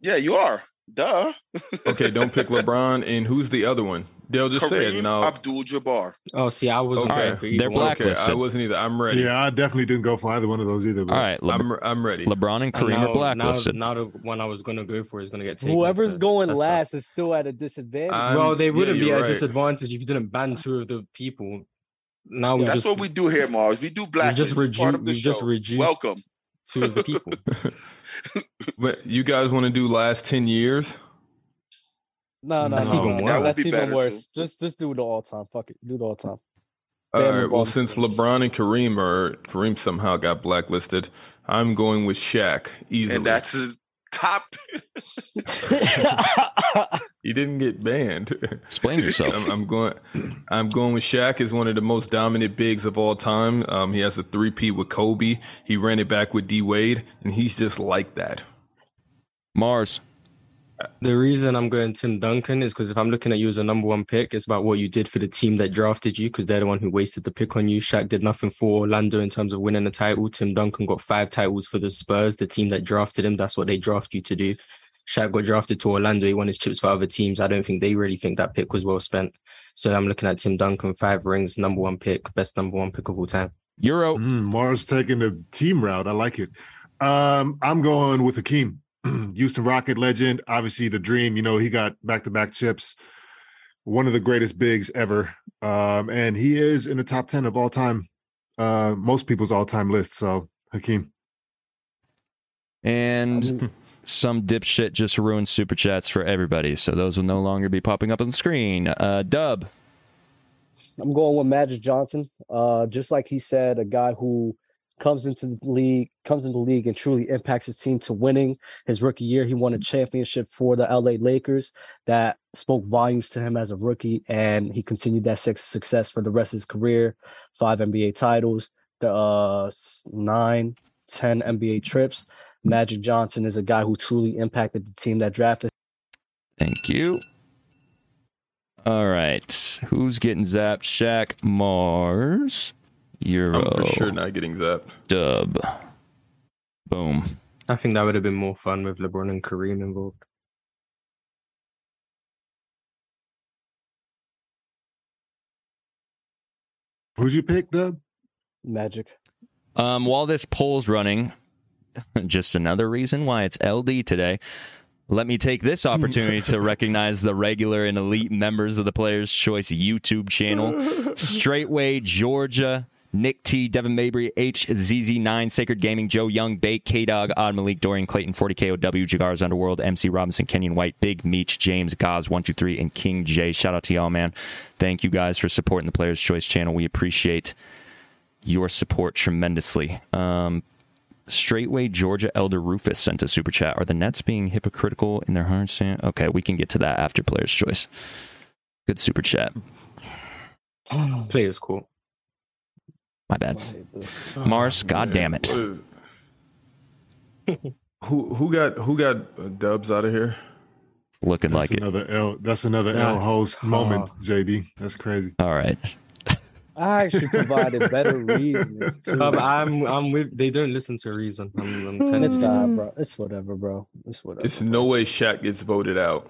F: Yeah, you are. Duh.
B: Okay, don't pick LeBron. And who's the other one? They'll just say it.
F: Kareem
B: No,
F: Abdul Jabbar.
E: Oh, see, I wasn't
B: Okay.
E: going for
D: They're
E: either one.
D: black.
B: okay, I
D: blacklisted.
B: wasn't either. I'm ready.
A: Yeah, I definitely didn't go for either one of those either. Bro.
D: All right, Le-
B: I'm I'm ready.
D: LeBron and
E: And
D: Kareem
E: now,
D: are blacklisted.
E: Now, now the one I was going to go for is going to get taken.
C: Whoever's
E: so
C: going
E: that's tough.
C: last is still at a disadvantage.
B: I'm-
E: Well, they
B: yeah,
E: wouldn't be
B: you're
E: at a
B: right.
E: disadvantage if you didn't ban two of the people. Now we
F: That's
E: just
F: what we do here, Mars. We do
E: we
F: black.
E: just
F: It's
E: reduced
F: part of the
E: we
F: show.
E: just reduced
F: Welcome.
E: two of the people.
B: But you guys want to do last ten years?
C: no, no,
E: That's
C: no,
E: even
C: no,
E: worse. That would
C: That's
F: be
C: even
F: better,
C: worse. Just, just do the all time. Fuck it, do the all time. (laughs)
B: All
C: They have
B: right. Well,
C: LeBron.
B: since LeBron and Kareem are Kareem somehow got blacklisted, I'm going with Shaq easily.
F: And that's a top.
B: he didn't get banned. (laughs)
D: Explain yourself.
B: I'm, I'm going. I'm going with Shaq as one of the most dominant bigs of all time. Um, he has a three P with Kobe. He ran it back with D Wade, and he's just like that.
D: Mars.
E: The reason I'm going Tim Duncan is because if I'm looking at you as a number one pick, it's about what you did for the team that drafted you because they're the one who wasted the pick on you. Shaq did nothing for Orlando in terms of winning the title. Tim Duncan got five titles for the Spurs, the team that drafted him. That's what they draft you to do. Shaq got drafted to Orlando. He won his chips for other teams. I don't think they really think that pick was well spent. So I'm looking at Tim Duncan, five rings, number one pick, best number one pick of all time.
D: Euro.
A: Mm, Mars taking the team route. I like it. Um, I'm going with Hakeem, (clears throat) Houston Rocket legend. Obviously, the dream. You know, he got back to back chips. One of the greatest bigs ever, um, and he is in the top ten of all time. Uh, most people's all time list. So Hakeem,
B: Mm-hmm.
D: And some dipshit just ruined super chats for everybody, so those will no longer be popping up on the screen. Uh, Dub.
C: I'm going with Magic Johnson. Uh, just like he said, a guy who comes into the league, comes into the league and truly impacts his team to winning. His rookie year, he won a championship for the LA Lakers. That spoke volumes to him as a rookie, and he continued that six success for the rest of his career. Five NBA titles, the uh, s- nine, ten NBA trips. Magic Johnson is a guy who truly impacted the team that drafted.
D: Thank you. All right. Who's getting zapped? Shaq, Mars, Euro,
B: I'm Oh, for sure not getting zapped.
D: Dub. Boom.
E: I think that would have been more fun with LeBron and Kareem involved.
A: who'd you pick, Dub?
C: Magic.
D: Um, while this poll's running, (laughs) just another reason why it's LD today. Let me take this opportunity to recognize the regular and elite members of the Players' Choice YouTube channel Straightway Georgia, Nick T, Devin Mabry, HZZ9, Sacred Gaming, Joe Young, Bake, K Dog, Odd Malik, Dorian Clayton, 40KOW, Jagars Underworld, MC Robinson, Kenyon White, Big Meech, James, Goz123, and King J. Shout out to y'all, man. Thank you guys for supporting the Players' Choice channel. We appreciate your support tremendously. Um, Straightway Georgia Elder Rufus sent a super chat. Are the Nets being hypocritical in their hard stand? Okay, we can get to that after player's choice. Good super chat.
E: Players court.
D: My bad. Mars, God damn it.
B: What is- who who got who got uh, Dubs out of here?
D: Looking
A: That's
D: like it.
A: another L. That's another L
E: That's
A: host moment,
E: tough.
A: JD. That's crazy.
D: All right.
C: I actually provided better reasons. too.
E: Um, I'm I'm with. They don't listen to reason. I'm, I'm telling
C: It's
E: you.
C: all right, bro. It's whatever, bro. It's whatever.
B: It's no way Shaq gets voted out.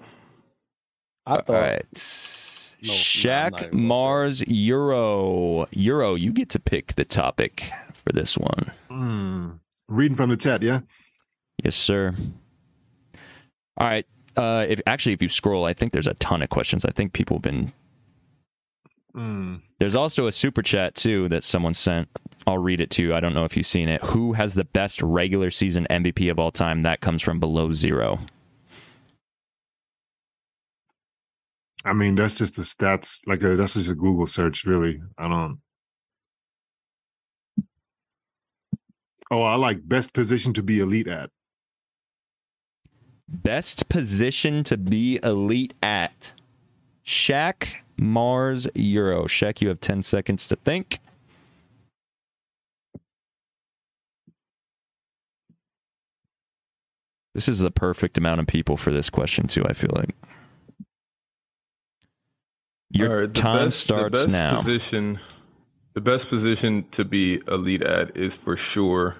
C: I thought
D: All right.
G: No, no, I'm not even
D: Shaq,
G: gonna say it.
D: Mars, Euro. Euro, you get to pick the topic for this one.
A: Mm. Reading from the chat, yeah.
D: Yes, sir. All right. Uh, if actually, if you scroll, I think there's a ton of questions. I think people have been.
A: Mm.
D: There's also a super chat too that someone sent. I'll read it to you. I don't know if you've seen it. Who has the best regular season MVP of all time? That comes from below zero.
A: I mean, that's just the stats. Like a, that's just a Google search, really. I don't. Oh, I like best position to be elite at.
D: Best position to be elite at. Shaq Mars Euro. Shaq, you have 10 seconds to think. This is the perfect amount of people for this question, too, I feel like.
B: All
D: Your
B: right, the
D: time
B: best-
D: starts
B: the best
D: now.
B: Position, the best position to be elite at is for sure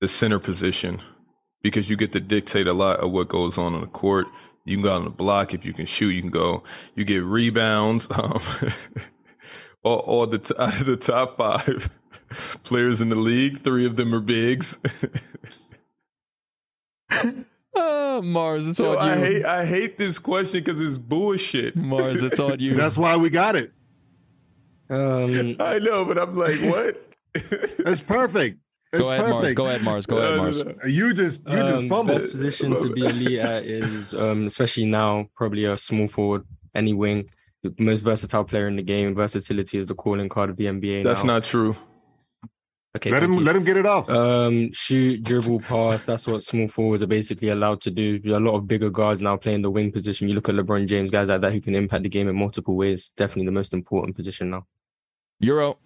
B: the center position because you get to dictate a lot of what goes on on the court. You can go out on the block if you can shoot. You can go. You get rebounds. (laughs) Um, all, all the t- (laughs) out of the top five (laughs) players in the league, three of them are bigs. (laughs)
D: Oh, Mars, it's
B: Yo,
D: on you.
B: I
D: Mm.
B: hate I hate this question because it's bullshit.
D: Mars, it's on you.
A: (laughs) That's why we got it. (laughs)
E: Um,
B: I know, but I'm like, what? (laughs)
A: That's
E: (laughs)
A: perfect. That's
D: Go ahead, Mars.
A: perfect.
D: Go ahead, Mars. Go ahead, Mars.
A: You just you just
E: um,
A: fumbled.
E: Best position to be elite at is, um, especially now, probably a small forward, any wing. The most versatile player in the game. Versatility is the calling card of the NBA.
B: That's
E: now.
B: not (laughs) true.
E: okay.
A: let
E: thank
A: him
E: you.
A: let him get it off.
E: Um, shoot, dribble, pass. That's what small forwards are basically allowed to do. There are a lot of bigger guards now playing the wing position. You look at LeBron James, guys like that who can impact the game in multiple ways. Definitely the most important position now.
D: Euro.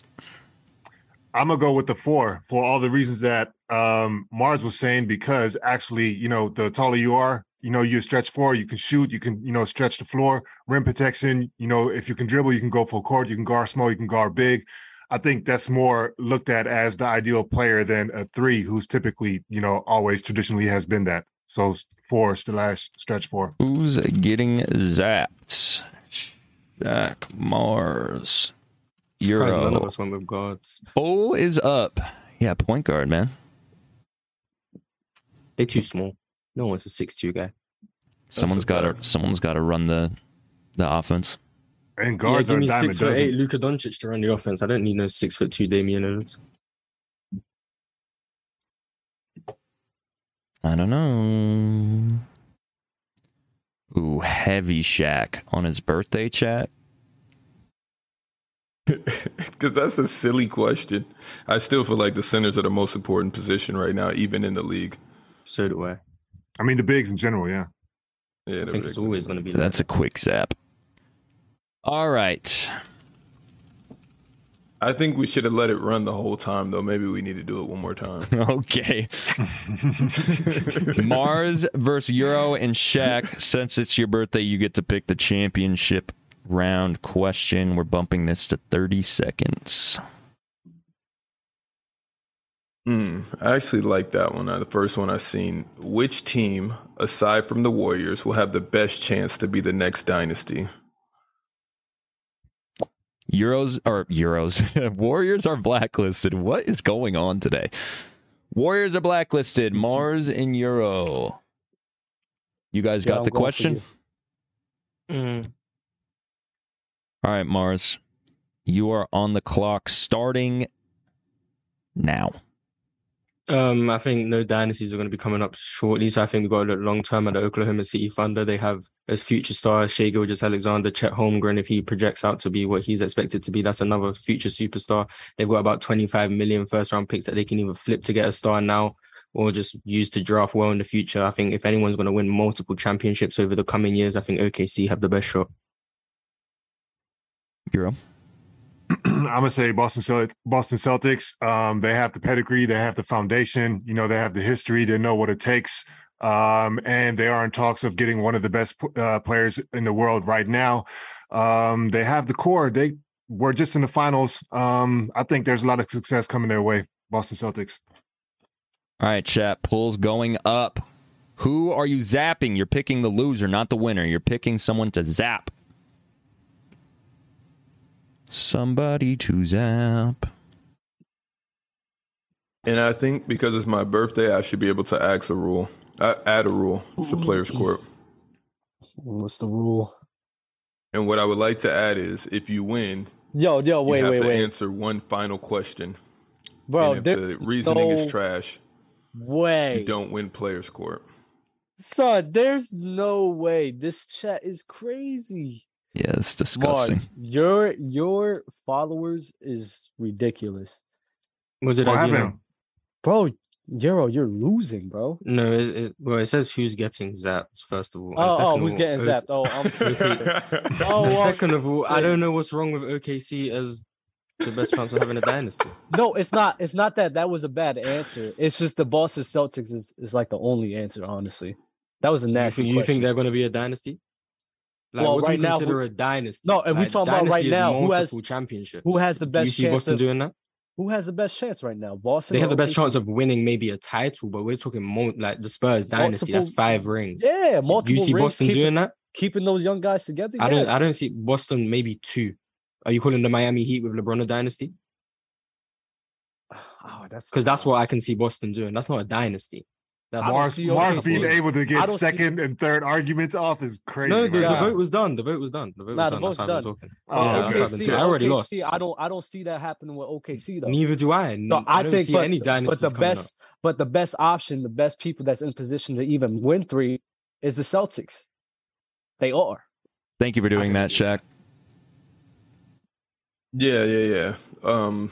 A: I'm gonna go with the four for all the reasons that um, Mars was saying because actually, you know, the taller you are, you know, you stretch four, you can shoot, you can, you know, stretch the floor, rim protection. You know, if you can dribble, you can go full court, you can guard small, you can guard big. I think that's more looked at as the ideal player than a three, who's typically, you know, always traditionally has been that. So four slash stretch four.
D: Who's getting zapped? Jack Mars.
E: Surprised None of
D: Euro.
E: us went with guards.
D: Bowl is up. Yeah, point guard, man.
E: They're too small. No one's a six-two guy.
D: Someone's
B: a
D: got to.
B: fact.
D: Someone's got to run the the offense.
A: And guards are
E: yeah, give
A: a
E: me
A: dime a
E: six foot
A: dozen.
E: eight Luka Doncic to run the offense. I don't need no six foot two Damian Lillard.
D: I don't know. Ooh, heavy Shack on his birthday chat.
B: Because that's a silly question. I still feel like the centers are the most important position right now, even in the league.
E: So do I. I
A: I mean, the bigs in general,
E: (laughs)
A: yeah. (laughs)
B: Yeah,
E: think it's always going to be. Like,
D: That's a quick zap. All right. (laughs)
B: I think we should have let it run the whole time, though. Maybe we need to do it one more
E: (laughs)
B: time.
D: Okay. Mars versus Euro
C: (laughs)
D: and Shaq. Since it's your birthday, you get to pick the championship round question. We're bumping this to 30 seconds.
B: Hmm, I actually like that one. Uh, The first one I seen. Which team, aside from the Warriors, will have the best chance to be the next dynasty?
D: Euros or Euros. (laughs) Warriors are blacklisted. What is going on today? Warriors are blacklisted. Mars and Euro. You guys
C: Yeah,
D: got
C: I'm
D: the
C: going for
D: question?
C: you.
D: All right, Mars. You are on the clock starting now.
E: Um, I think no dynasties are going to be coming up shortly, so I think we've got to look long term at the Oklahoma City Thunder. They have as future stars Shea Gilgis Alexander, Chet Holmgren. If he projects out to be what he's expected to be, that's another future superstar. They've got about 25 million first round picks that they can either flip to get a star now or just use to draft well in the future. I think if anyone's going to win multiple championships over the coming years, I think OKC have the best shot.
D: Euro.
A: (clears throat) I'm gonna say Boston Celt- Boston Celtics. Um, they have the pedigree, they have the foundation, you know, they have the history, they know what it takes, um, and they are in talks of getting one of the best uh, players in the world right now. Um, they have the core. They were just in the finals. Um, I think there's a lot of success coming their way. Boston Celtics.
D: All right, chat. Polls going up. Who are you zapping? You're picking the loser, not the winner. You're picking someone to zap. Somebody to zap.
B: And I think because it's my birthday, I should be able to ask a rule. I add a rule to Players Court.
C: What's the rule?
B: And what I would like to add is, if you win,
C: Yo, yo,
B: you
C: wait,
B: have
C: wait,
B: to
C: wait,
B: answer one final question.
C: bro.
B: and
C: There's
B: if the reasoning
C: no
B: is trash,
C: way,
B: you don't win Players Court.
C: son. There's no way. This chat is crazy.
D: Yeah, it's disgusting.
C: Mars, your your followers is ridiculous,
E: Was it
A: What
E: Adina?
A: happened?
C: bro. Euro, you're losing, bro.
E: No, it, it, well, it says who's getting zapped first of all. (laughs) and
C: Oh, oh
E: second
C: who's
E: of all,
C: getting
E: O-
C: zapped? Oh, I'm tripping.
B: oh, (laughs)
C: Oh,
E: and
C: well,
E: second of all, I
C: yeah.
E: don't know what's wrong with OKC as the best chance of having a dynasty.
C: no, it's not. It's not that that was a bad answer. It's just the Boston Celtics is, is like the only answer, honestly. That was a (laughs)
E: You
C: nasty
E: think, you
C: question.
E: think they're going to be a dynasty? Like,
C: Well,
E: what do
C: right
E: you
C: now,
E: consider
C: who-
E: a dynasty?
C: No, and we
E: Like,
C: talking about right
E: dynasty is
C: now, who has-
E: multiple championships.
C: who has the
E: do you
C: best
E: see
C: chance
E: Boston
C: of-
E: doing that?
C: Who has the best chance right now, Boston?
E: They
C: or
E: have the best
C: OKC?
E: chance of winning maybe a title, but we're talking more like the Spurs dynasty. That's
C: Multiple-
E: five rings.
C: Yeah,
E: Do
C: multiple
E: you see
C: rings,
E: Boston
C: keeping,
E: doing that?
C: keeping those young guys together.
E: I don't.
C: Yes.
E: I don't see Boston. Maybe two. Are you calling the Miami Heat with LeBron a dynasty?
C: Oh, that's
E: Because that's
C: tough.
E: what I can see Boston doing. That's not a dynasty. That's
C: I don't
A: Mars,
C: see
A: Mars
C: OKC.
A: being able to
C: I
A: get
C: don't see-
A: second and third arguments off is crazy.
E: no. The, the
A: man.
C: God.
E: vote was done. The vote was done. The vote
C: Nah,
E: was
C: the
E: done. That's
C: vote's
E: why I'm
C: done. Uh,
E: talking.
A: Oh,
E: Yeah,
A: okay.
E: that's
C: OKC,
E: happened. I already
C: OKC,
E: lost.
C: I don't. I don't see that happening with OKC though.
E: Neither do I. and
C: No, I,
E: I don't
C: think
E: see
C: but,
E: any dynasties
C: but the
E: coming
C: best but the best option, the best people that's in position to even win three is the Celtics. They are.
D: Thank you for doing that, Shaq.
B: yeah, yeah, yeah. Um,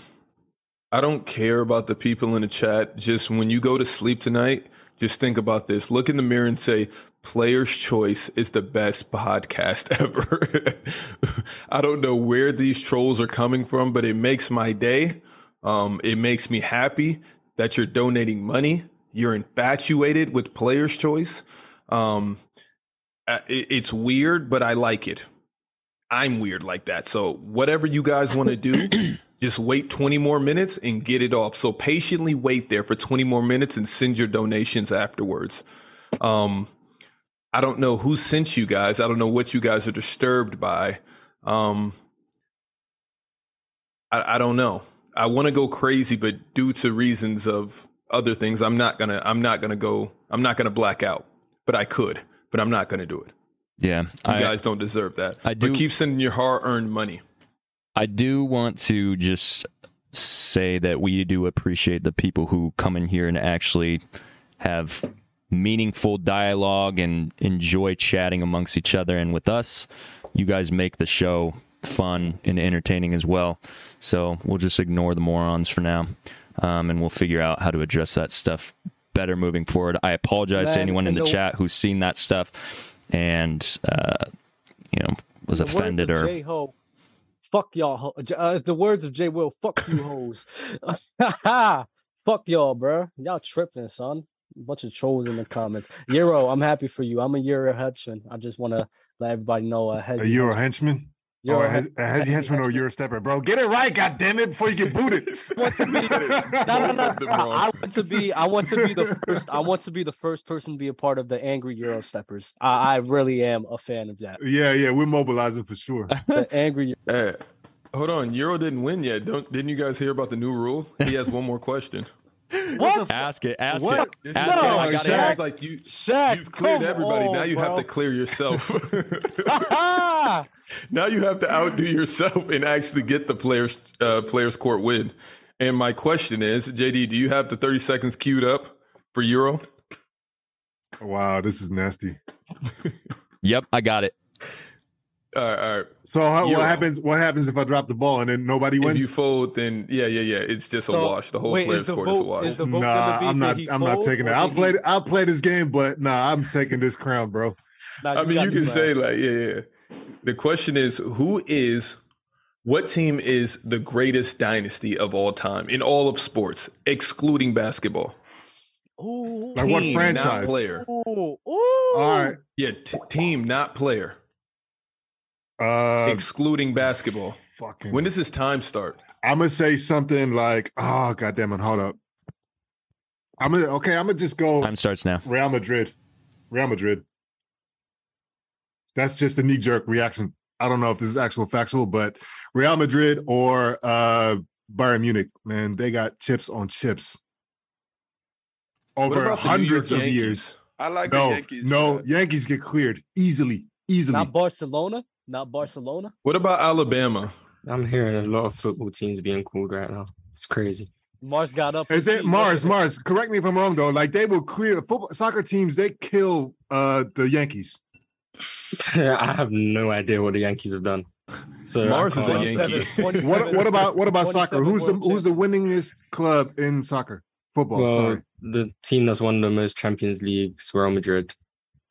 B: I don't care about the people in the chat. Just when you go to sleep tonight, just think about this. Look in the mirror and say, Player's Choice is the best podcast (laughs) ever. I don't know where these trolls are coming from, but it makes my day. Um, it makes me happy that you're donating money. You're infatuated with Player's Choice. Um, I- it- it's weird, but I like it. I'm weird like that. So, whatever you guys want to do, just wait 20 more minutes and get it off. So patiently wait there for 20 more minutes and send your donations afterwards. Um, I don't know who sent you guys. I don't know what you guys are disturbed by. Um, I, I don't know. I want to go crazy, but due to reasons of other things, I'm not gonna. I'm not gonna go. I'm not gonna black out. But I could. But I'm not gonna do it.
D: Yeah,
B: You
D: I,
B: guys don't deserve that.
D: I do-
B: But keep sending your hard-earned money.
D: I do want to just say that we do appreciate the people who come in here and actually have meaningful dialogue and enjoy chatting amongst each other and with us. You guys make the show fun and entertaining as well. So we'll just ignore the morons for now. Um, and we'll figure out how to address that stuff better moving forward. I apologize to
C: Man,
D: anyone in
C: and
D: the
C: the-
D: chat who's seen that stuff and, uh, you know, was
C: The words
D: offended
C: of
D: or
C: J-Ho, fuck y'all. ho- J- Uh, the words of J. Will, fuck you hoes. (laughs) fuck y'all, bro. Y'all tripping, son. Bunch of trolls in the comments. Euro, I'm happy for you. I'm a Euro Hudson. I just want to let everybody know. Uh,
A: a
C: Hezzy
A: Euro
C: Hudson-
A: henchman?
C: Euro
A: or a
C: Hud-
A: Hez- a Hezzy henchman or Euro stepper, bro? Get it right, God damn it, before you get booted.
C: (laughs) (laughs) No, no, no.
B: Both of them
C: I,
B: wrong.
C: I want to be. I want to be the first. I want to be the first person to be a part of the angry Euro steppers. I, I really am a fan of that.
A: yeah, yeah, we're mobilizing for
C: (laughs)
A: sure.
C: The
B: (laughs)
C: angry. Euro-
B: (laughs) Hey, hold on. Euro didn't win yet. Don't didn't you guys hear about the new rule? He has one more question.
C: What?
D: Ask it. (laughs) Ask
A: What?
D: it.
B: This
D: Ask
B: is
C: No,
D: it.
B: like-
D: I
B: this
D: got
B: is
D: it.
C: Shaq.
B: Like you,
C: Shaq,
B: you've cleared
C: come
B: everybody. now
C: on,
B: you have
C: bro.
B: to clear
C: (laughs)
B: yourself. (laughs)
C: Ah,
B: now you have to outdo yourself and actually get the players uh, players court win. And my question is, JD, do you have the thirty seconds queued up for Euro?
A: Wow, this is nasty.
D: Yep, I got it.
B: All right, all right.
A: So how,
B: Euro.
A: what happens? What happens if I drop the ball and then nobody
B: uh, If
A: wins?
B: you fold, then yeah, yeah, yeah. It's just a
C: So,
B: wash. The whole
C: wait, is
B: players
C: the
B: court is a
C: vote-
B: wash.
C: is the vote gonna
A: nah,
C: be
A: I'm
C: that
A: not.
C: he
A: I'm not
C: fold
A: taking it.
C: or
A: I'll
C: that
A: play.
C: he-
A: I'll play this game, but nah, I'm taking this crown, bro.
C: Nah,
B: I mean,
C: got
B: you
C: me,
B: can
C: man.
B: say like, yeah, yeah. The question is, who is, what team is the greatest dynasty of all time in all of sports, excluding basketball?
C: Ooh,
A: Like, what
B: Team, Not
A: franchise?
B: player.
C: ooh, ooh.
A: All right.
B: Yeah, t- team, not player,
A: Uh,
B: excluding basketball.
A: fucking.
B: When does this time start?
A: I'm gonna say something like, "Oh, goddamn it! Hold up." I'm gonna. Okay, I'm gonna just go
D: Time starts now.
A: Real Madrid. Real Madrid. That's just a knee jerk reaction. I don't know if this is actual factual, but Real Madrid or uh Bayern Munich, man, they got chips on chips. over
B: about the New York
A: hundreds of
B: Yankees?
A: years.
F: I like
A: No,
F: the Yankees.
A: no,
F: for that.
A: Yankees get cleared easily, easily.
C: Not Barcelona. Not Barcelona.
B: What about Alabama?
E: I'm hearing a lot of football teams being called right now. It's crazy. (laughs)
C: Mars got up.
A: Is
C: to
A: it
C: see
A: Mars?
C: yesterday.
A: Mars, correct me if I'm wrong though. Like they will clear football soccer teams. They kill uh the Yankees.
E: I have no idea what the Yankees have done. So I
B: Mars is a
E: can't
B: Yankee.
E: answer
C: 27,
E: that.
B: (laughs)
C: 27
A: What what about what about soccer?
C: 27
A: Who's the
C: World
A: who's the winningest club in soccer? Football.
E: Well,
A: sorry.
E: the team that's won the most Champions Leagues, Real Madrid.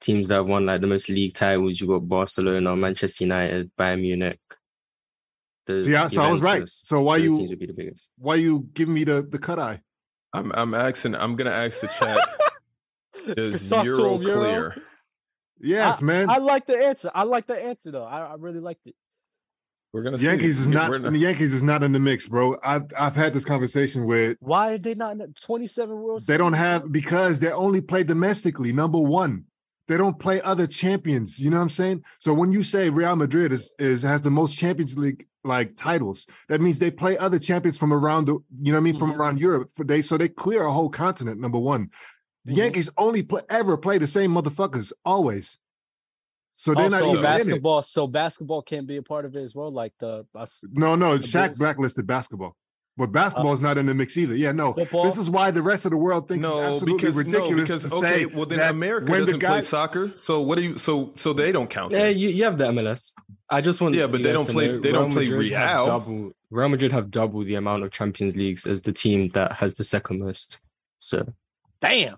E: Teams that have won like the most league titles, you got Barcelona, Manchester United, Bayern Munich. The
A: See, I, so I was right.
E: uh, Juventus.
A: So why
E: Those teams
A: you
E: would be the biggest?
A: why you giving me the the cut eye?
B: I'm I'm asking. I'm gonna ask the
C: (laughs)
B: chat. Does
C: Talk to
B: Euro
C: him, Euro.
B: clear?
A: Yes, man.
C: I like the answer. I like the answer though. I, I really liked it.
B: We're gonna see.
A: Yankees is
B: We're
A: not the Yankees is not in the mix, bro. I've I've had this conversation with
C: Why are they not in the 27 World
A: they don't
C: Series?
A: have because they only play domestically, number one. They don't play other champions. You know what I'm saying? So when you say Real Madrid is, is has the most Champions League like titles, that means they play other champions from around the you know what I mean from
B: Mm-hmm.
C: Mhm.
A: around Europe. For they so they clear a whole continent. Number one, the
B: Mm-hmm.
C: Mhm.
A: Yankees only play, ever play the same motherfuckers always. So they're
C: Oh,
A: not
C: so
A: even in it.
C: basketball. So basketball can be a part of it as well. Like the us-
A: No, no,
C: The
A: Shaq
C: Bulls.
A: blacklisted basketball,
B: Uh,
A: but basketball is not in the mix either. Yeah, no.
C: football.
A: This is why the rest of the world thinks
B: no,
A: it's absolutely
B: because,
A: ridiculous
B: No, because
A: to
B: okay,
A: say
B: well then
A: that
B: America
A: when the
B: doesn't
A: guy-
B: play soccer. So what do you? So so they don't count.
E: Yeah,
B: that.
E: you, you have the MLS. I just want
B: Yeah, but
E: you
B: they
E: guys
B: don't
E: to
B: play-
E: know
B: they don't play
E: have
B: Real.
E: Double, Real Madrid have double the amount of Champions Leagues as the team that has the second most. So
C: Damn.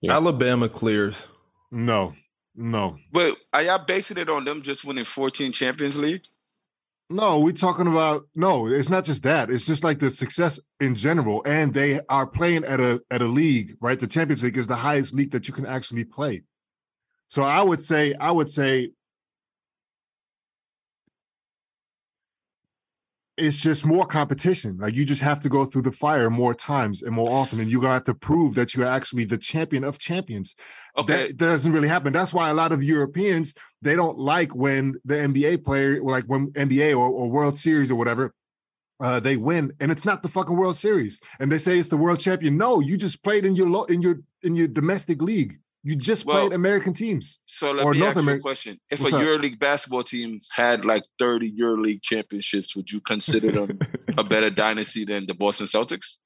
E: Yeah.
B: Alabama clears.
A: No, no,
F: But are y'all basing it on them just winning 14 Champions League?
A: no. We're talking about no. It's not just that. It's just like the success in general, and they are playing at a at a league, right? The Champions League is the highest league that you can actually play. So I would say, I would say, it's just more competition. Like you just have to go through the fire more times and more often, and you're gonna have to prove that you're actually the champion of champions.
F: Okay.
A: that, that doesn't really happen. That's why a lot of Europeans they don't like when the NBA player, like when NBA or, or World Series or whatever, uh, they win, and it's not the fucking World Series, and they say it's the World Champion. No, you just played in your lo- in your in your domestic league. You just
F: Well,
A: played American teams.
F: so let
A: or
F: me
A: North
F: ask you a
A: Ameri-
F: question. If
A: What's
F: a
A: up?
F: EuroLeague basketball team had like 30 EuroLeague championships, would you consider
A: (laughs)
F: them a better dynasty than the Boston Celtics?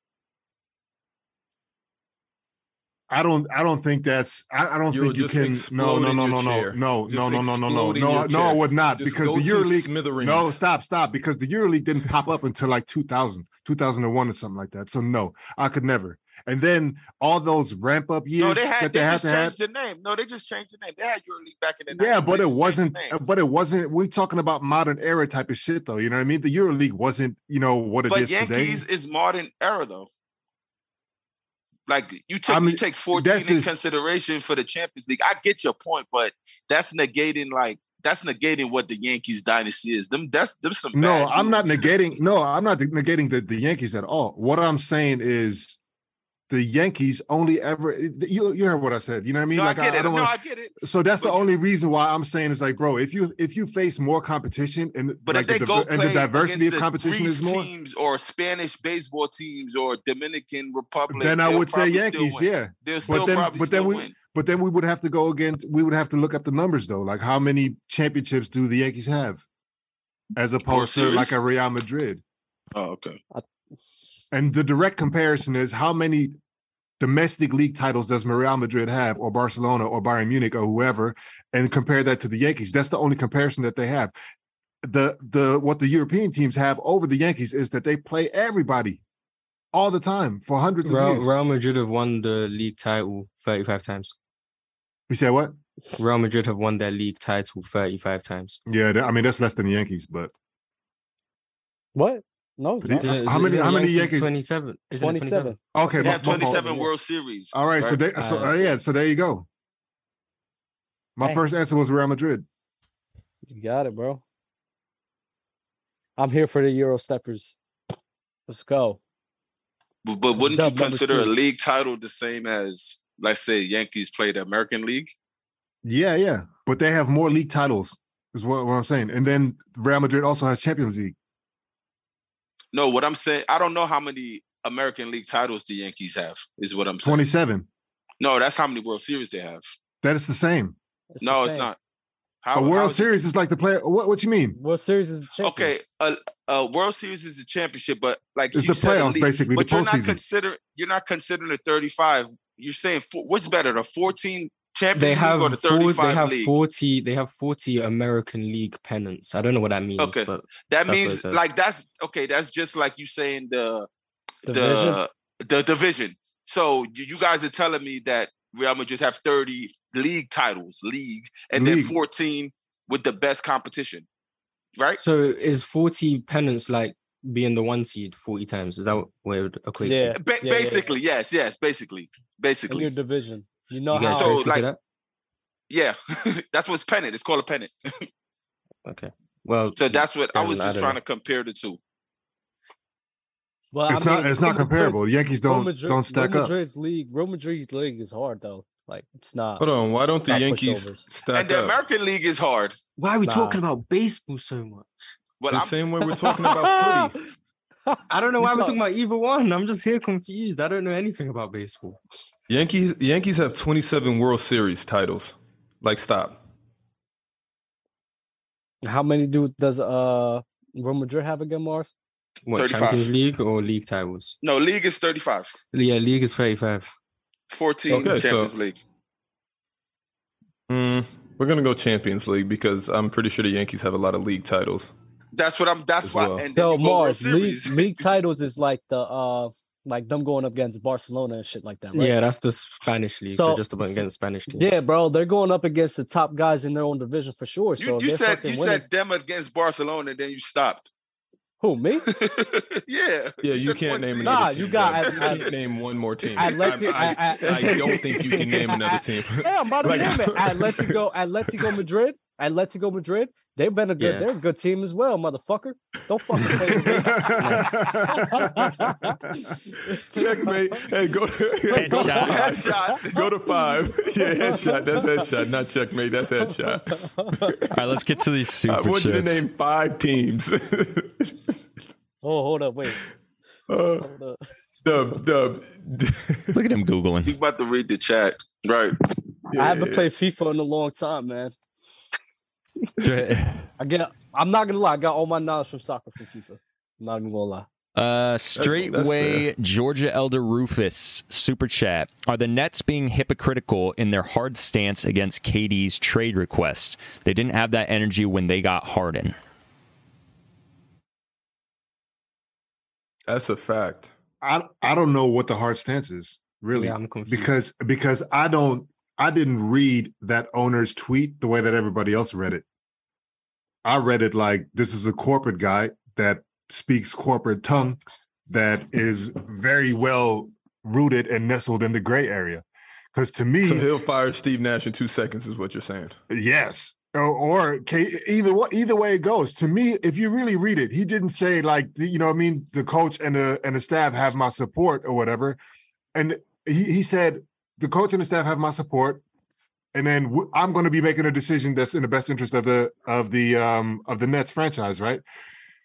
A: I don't. I don't think that's. I, I don't
B: You're
A: think you
B: just
A: can. No, no,
B: exploding
A: no,
B: your
A: no, no,
B: chair.
A: no,
B: Just
A: no, no, no, no, no,
B: exploding
A: no,
B: your
A: no. I
B: chair.
A: would not
B: Just
A: because
B: go
A: the
B: to
A: EuroLeague.
B: smithereens.
A: No, stop, stop. Because the EuroLeague didn't pop up until like 2000, 2001 or something like that. So no, I could never. And then all those ramp up years
F: no, they had
A: that
F: they,
A: they, had
F: just
A: to have.
F: changed the name. No, they just changed the name. They had EuroLeague back in the 90s.
A: Yeah, but
F: They
A: it
F: just changed the
A: wasn't.
F: names.
A: But it wasn't. We're talking about modern era type of shit, though. You know what I mean? The EuroLeague wasn't. You know what it is
F: but Yankees
A: today.
F: is modern era though. Like you take
A: I mean,
F: you take 14 in
A: that's just-
F: consideration for the Champions League. I get your point, but that's negating like that's negating what the Yankees dynasty is. Them that's there's some
A: No,
F: bad
A: I'm not
F: dudes. (laughs)
A: negating. No, I'm not negating the, the Yankees at all. What I'm saying is the Yankees only ever you you heard what I said. You know what I mean?
F: No,
A: like
F: I get it.
A: don't
F: no,
A: wanna-
F: I get it.
A: so that's the
F: but-
A: only reason why I'm saying is like, bro, if you if you face more competition and
F: But
A: like
F: if they
A: the,
F: go
A: diver- and
F: play
A: the diversity
F: against
A: of
F: the
A: competition
F: Greece
A: is more,
F: teams or Spanish baseball teams or Dominican Republic,
A: then I
F: they'll
A: would say
F: probably still
A: Yankees,
F: win.
A: yeah.
F: They'll still
A: then-
F: probably
A: but then
F: still
A: we-
F: win.
A: But then we would have to go against. We would have to look up the numbers though. Like how many championships do the Yankees have, as opposed to
F: Series?
A: like a Real Madrid?
F: Oh, okay.
A: And the direct comparison is how many domestic league titles does Real Madrid have, or Barcelona, or Bayern Munich, or whoever, and compare that to the Yankees. That's the only comparison that they have. The the what the European teams have over the Yankees is that they play everybody all the time for hundreds of
E: Real,
A: years.
E: Real Madrid have won the league title 35 times.
A: You said what?
E: Real Madrid have won their league title 35 times.
A: Yeah, that- I mean that's less than the Yankees, but
C: What? No, it's
A: But
C: not.
A: he-
E: Isn't it-
A: how
E: isn't
A: many-
E: it
A: how many Yankees-
E: 27. Isn't it
C: 27.
A: okay.
F: They
A: my-
F: have
A: my fault.
F: 27 World Series.
A: All right, so
F: right?
A: they, so
E: Uh,
A: uh, yeah, so there you go. My
C: Dang.
A: first answer was Real Madrid.
C: You got it, bro. I'm here for the Euro steppers. Let's go.
F: But, but wouldn't
C: Dub
F: you
C: number
F: consider a
C: two.
F: league title the same as, let's say, Yankees play the American League?
A: Yeah, yeah, but they have more league titles, is what, what I'm saying. And then Real Madrid also has Champions League.
F: No, what I'm saying, I don't know how many American League titles the Yankees have. Is what I'm saying.
A: 27.
F: No, that's how many World Series they have.
A: That is the same.
C: It's the
F: no, it's
C: same.
F: not. How,
A: a World
F: how is it-
A: Series is like the play. What What you mean?
C: World Series is the
F: Okay,
C: champions.
F: a, a World Series is the championship, but like
A: It's
F: you
A: the
F: said, a
A: playoffs,
F: league-
A: basically, the
F: But you're not
A: postseason.
F: considering you're not considering the 35. You're saying four, what's better, the 14 Champions
E: They
F: League
E: have
F: or the
E: four,
F: 35
E: they have
F: league?
E: forty they have forty American League pennants. I don't know what that means,
F: Okay.
E: but
F: that
E: that's what it
F: means
E: says.
F: like that's okay. That's just like you saying the
C: Division.
F: the the division. So you, you guys are telling me that Real Madrid have 30 league titles, league, and then
A: League.
F: 14 with the best competition, right?
E: so is forty pennants like being the one seed forty times? Is that what it would equate
C: Yeah.
E: to?
F: Ba-
C: yeah.
F: basically, yes, yes, basically,
C: in your
F: basically,
C: division. You know
E: You guys
C: how
F: So,
E: so,
F: like-
E: that?
F: yeah. (laughs) that's what's pennant. It's called a pennant.
E: Okay. Well
F: So that's what I was
E: Then I
F: just
E: don't
F: trying
E: know.
F: to compare the two.
C: well,
A: It's not. It's not comparable. The Yankees don't don't stack
C: Real
A: up.
C: Madrid's league. Real Madrid's league is hard though. Like it's not.
B: Hold on, why don't the
C: Not
B: Yankees
C: pushovers.
B: stack
F: and the
B: up?
F: American League is hard,
E: why are we
C: Nah.
E: talking about baseball so much?
F: but
B: the
F: I'm
B: same
F: (laughs)
B: way we're talking about footy.
E: I don't know why
C: You
E: we're
C: talk-
E: talking about either one. I'm just here confused. I don't know anything about baseball.
B: Yankees Yankees have 27 World Series titles. Like stop.
C: (laughs) How many do does uh Real Madrid have again, Mars?
E: What
F: 35.
E: Champions League or league titles?
F: no league is 35,
E: Yeah, league is 35.
F: 14
B: Okay, so-
F: Champions League.
B: Mm, we're gonna go Champions League because I'm pretty sure the Yankees have a lot of league titles.
F: That's what I'm. That's
B: As
F: why.
B: well.
F: And then
C: So
F: you go World
C: Mars league,
F: Series.
C: league
F: (laughs)
C: titles is like the uh like them going up against Barcelona and shit like that, right?
E: Yeah, that's the Spanish league. So,
C: So-
E: just about against Spanish teams.
C: Yeah, bro, they're going up against the top guys in their own division for sure. So
F: You,
C: if
F: you
C: they're
F: said
C: fucking
F: you
C: winning-
F: said them against Barcelona, then you stopped.
C: who
F: (laughs)
C: me?
F: yeah.
B: Yeah, you
F: said
B: can't
F: one
B: name
F: team.
B: another
C: Nah,
B: team.
C: you got-
B: guys.
C: I-
B: You
C: I-
B: can't name one more team.
C: Atleti-
B: I, I,
C: I- I-
B: I don't think you can name
C: (laughs)
B: another team.
C: Yeah, I'm about to
B: Like-
C: name it. Atletico, Atletico Madrid, Atletico Madrid. They've been a good,
E: Yeah.
C: they're a good team as well, motherfucker. Don't fucking play with me.
B: (laughs)
C: (laughs)
D: (laughs)
B: Checkmate. Hey, go (laughs) to
D: Headshot.
F: Headshot.
B: Go to five. (laughs) Yeah, headshot. That's headshot. Not checkmate. That's headshot.
D: All right, let's get to these
B: (laughs)
D: super
B: I want you to
D: chats.
B: name five teams. (laughs)
C: Oh, hold up, wait,
B: uh,
C: hold up.
B: dub, dub. (laughs)
D: Look at him googling.
F: You about to read the chat, right?
C: I haven't played FIFA in a long time, man. I get, I'm not gonna lie, I got all my knowledge from soccer from FIFA. I'm not even gonna lie.
D: Uh, straightway Georgia Elder Rufus super chat. Are the Nets being hypocritical in their hard stance against KD's trade request? They didn't have that energy when they got Harden.
B: That's a fact.
A: I I don't know what the hard stance is really
E: Yeah, I'm confused.
A: because because I don't I didn't read that owner's tweet the way that everybody else read it. I read it like this is a corporate guy that speaks corporate tongue that is very well rooted and nestled in the gray area. Because to me,
B: So he'll fire Steve Nash in two seconds, is what you're saying.
A: Yes. Or, or K- either wa- either way it goes. To me, if you really read it, he didn't say like the- you know what I mean the coach and the and the staff have my support or whatever. And he he said the coach and the staff have my support, and then w- I'm going to be making a decision that's in the best interest of the of the um of the Nets franchise, right?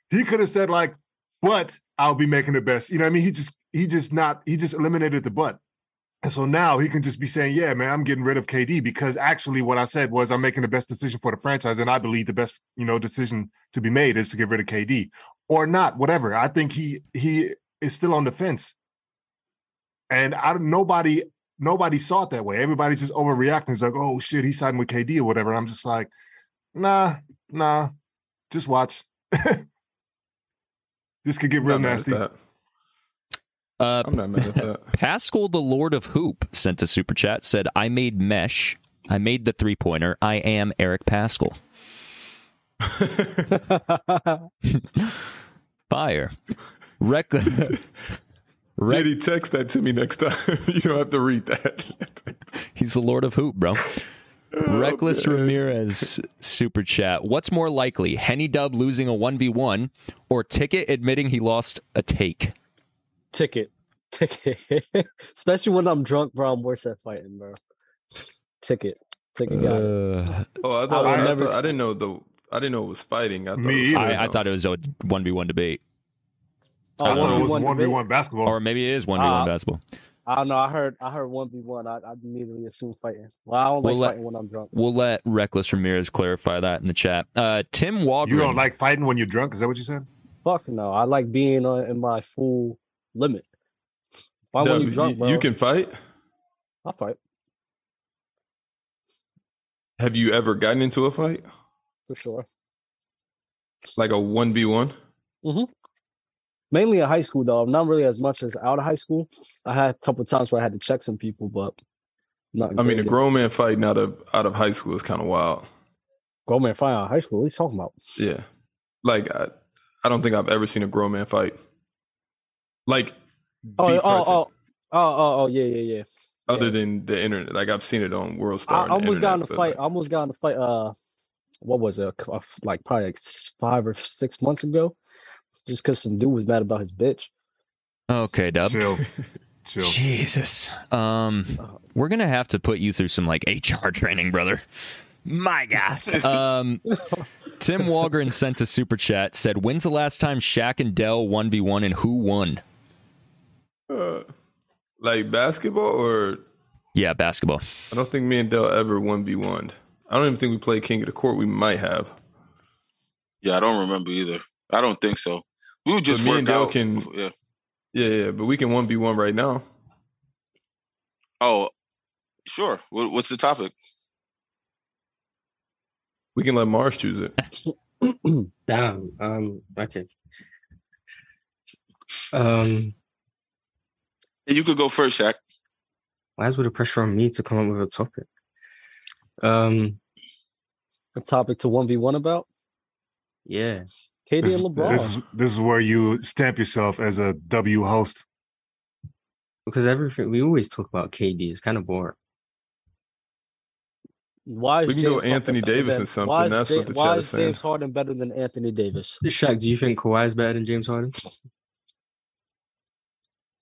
A: He could have said like, but I'll be making the best. You know what I mean? He just he just not he just eliminated the but. And so now he can just be saying, "Yeah, man, I'm getting rid of KD because actually what I said was I'm making the best decision for the franchise, and I believe the best you know decision to be made is to get rid of KD or not, whatever." I think he he is still on the fence, and I don't- nobody nobody saw it that way. Everybody's just overreacting. It's like, "Oh shit, he's siding with KD or whatever." And I'm just like, "Nah, nah, just watch. (laughs) this could get real
B: I'm not mad at
A: nasty."
B: that.
D: Uh,
B: I'm not mad at
D: (laughs)
B: that.
D: Pascal, the Lord of Hoop, sent a super chat. Said, "I made mesh. I made the three pointer. I am Eric Pascal.
C: (laughs)
D: Fire.
B: (laughs)
D: Rec- Rec-
B: JD, text that to me next time. (laughs) you don't have to read that. (laughs)
D: He's the Lord of Hoop, bro." (laughs) Reckless
B: man.
D: Ramirez super chat. What's more likely, Henny Dub losing a 1v1 or Ticket admitting he lost a take?
C: Ticket, (laughs) ticket. Especially when I'm drunk, bro. I'm worse at fighting, bro. Ticket, ticket. Got it.
D: Uh,
B: oh, I thought
C: I
B: I,
C: would
B: I
C: never
B: thought- I
C: s-
B: didn't know the I didn't know it was fighting. I thought
A: Me
B: it was
A: either.
B: something
D: I, I thought it
B: else.
D: was a 1v1 debate.
C: Oh,
A: I
D: I
A: thought it was
C: 1v1
A: one v
C: debate?
A: one basketball.
D: Or maybe it is 1v1
A: Ah.
C: Uh,
D: basketball.
C: I don't know. I heard I heard one v one. I I immediately assumed fighting. Well, I don't
D: Well,
C: like
D: let-
C: fighting when I'm drunk.
D: We'll let Reckless Ramirez clarify that in the chat. Uh, Tim Walgren.
A: You don't like fighting when you're drunk? Is that what you said?
C: Fuck no. I like being on in my full limit. Why when
B: Dub,
C: you drunk,
B: you,
C: bro?
B: you can fight.
C: I fight
B: Have you ever gotten into a fight
C: for sure.
B: like a one v one?
C: Mainly in high school though. Not really as much as out of high school. I had a couple times where I had to check some people, but not.
B: I mean, a
C: great.
B: grown man fighting out of out of high school is kind of wild.
C: grown man fighting out of high school. What are you talking about?
B: Yeah, like I, I don't think I've ever seen a grown man fight. Like,
C: Oh,
B: the
C: oh, oh,
B: person,
C: oh, oh, oh, yeah, yeah, yeah.
B: other
C: yeah.
B: than the internet, like I've seen it on World
C: I
B: Star.
C: almost got in a
B: the
C: fight. I almost got in a fight. Uh, what was it? c- uh, f- Like probably like s- five or six months ago, just because some dude was mad about his bitch. (clears throat)
D: Okay, Dub.
F: (laughs)
A: Chill. Chill.
D: Jesus. Um, we're gonna have to put you through some like HR training, brother. My God. Um, Tim Walgren sent a super chat. Said, "When's the last time Shaq and Dell one v one and who won?"
B: Uh, like basketball, or
D: Yeah, basketball.
B: I don't think me and Dell ever one v one. I don't even think we played King of the Court. We might have.
F: Yeah, I don't remember either. I don't think so. We would just
B: me
F: work
B: and Dale
F: out.
B: can-
F: Yeah.
B: Yeah, yeah, but we can one v one right now.
F: Oh, sure. What, what's the topic?
B: We can let Mars choose it.
E: Damn. Um. Okay. Um.
F: Hey, You could go first, Shaq.
E: Why is all the pressure on me to come up with a topic? Um.
C: A topic to one v one about
E: Yeah.
C: KD
A: This,
C: and LeBron.
A: this is, this is where you stamp yourself as a W host. (laughs)
E: Because everything we always talk about KD is kind of boring.
C: why is
B: We can go
C: James Harden
B: Anthony
C: better
B: Davis
C: than-
B: and something.
C: why is
B: That's
C: Ja-
B: what the
C: why
B: chat
C: is
B: is saying.
C: James Harden better than Anthony Davis?
E: Shaq, do you think Kawhi is better than James Harden?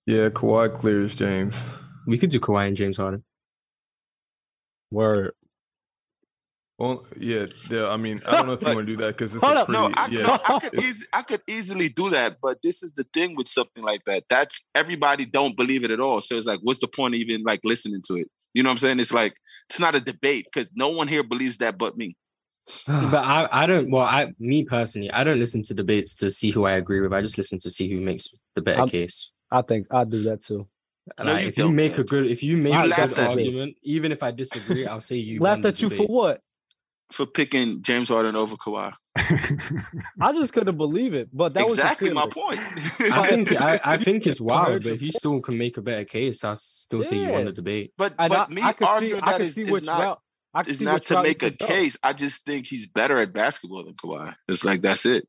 B: Yeah, Kawhi clears James.
E: We could do Kawhi and James Harden.
C: Word.
B: Well, yeah, Dale. I mean, I don't
F: (laughs)
B: know if you want to do that because it's
C: Hold
B: a
C: up,
B: pretty,
F: No, I,
B: yeah,
F: no, I could easy, I could easily do that, but this is the thing with something like that. That's everybody don't believe it at all. So it's like, what's the point of even like listening to it? You know what I'm saying? It's like it's not a debate because no one here believes that but me.
C: Ah.
E: But I, I don't. Well, I, me personally, I don't listen to debates to see who I agree with. I just listen to see who makes the better
C: I'm-
E: case.
C: I think I do that too.
F: No,
E: Like,
F: you
E: if you
F: don't,
E: make
F: man.
E: a good, if you make
F: I
E: a
F: laughed
E: good
F: at
C: me.
E: argument, even if I disagree, I'll say you
C: (laughs)
E: won
C: Laughed
E: the
C: at you for
E: debate.
C: what?
F: For picking James Harden over Kawhi,
C: I just couldn't believe it. But that
F: exactly
C: was
F: my
C: just
F: point. (laughs)
E: I think I, I think it's wild,
C: heard
E: but
C: your
E: if you still can make a better case, I still say you
C: Yeah.
E: won the debate.
F: but
C: And
F: but
C: I,
F: me
C: I could see,
F: arguing
C: I
F: that
C: could
F: is,
C: see
F: is
C: which
F: not
C: route. I could
F: is
C: see
F: not
C: which
F: to
C: route you
F: make a
C: could go.
F: case. I just think he's better at basketball than Kawhi. It's like that's it.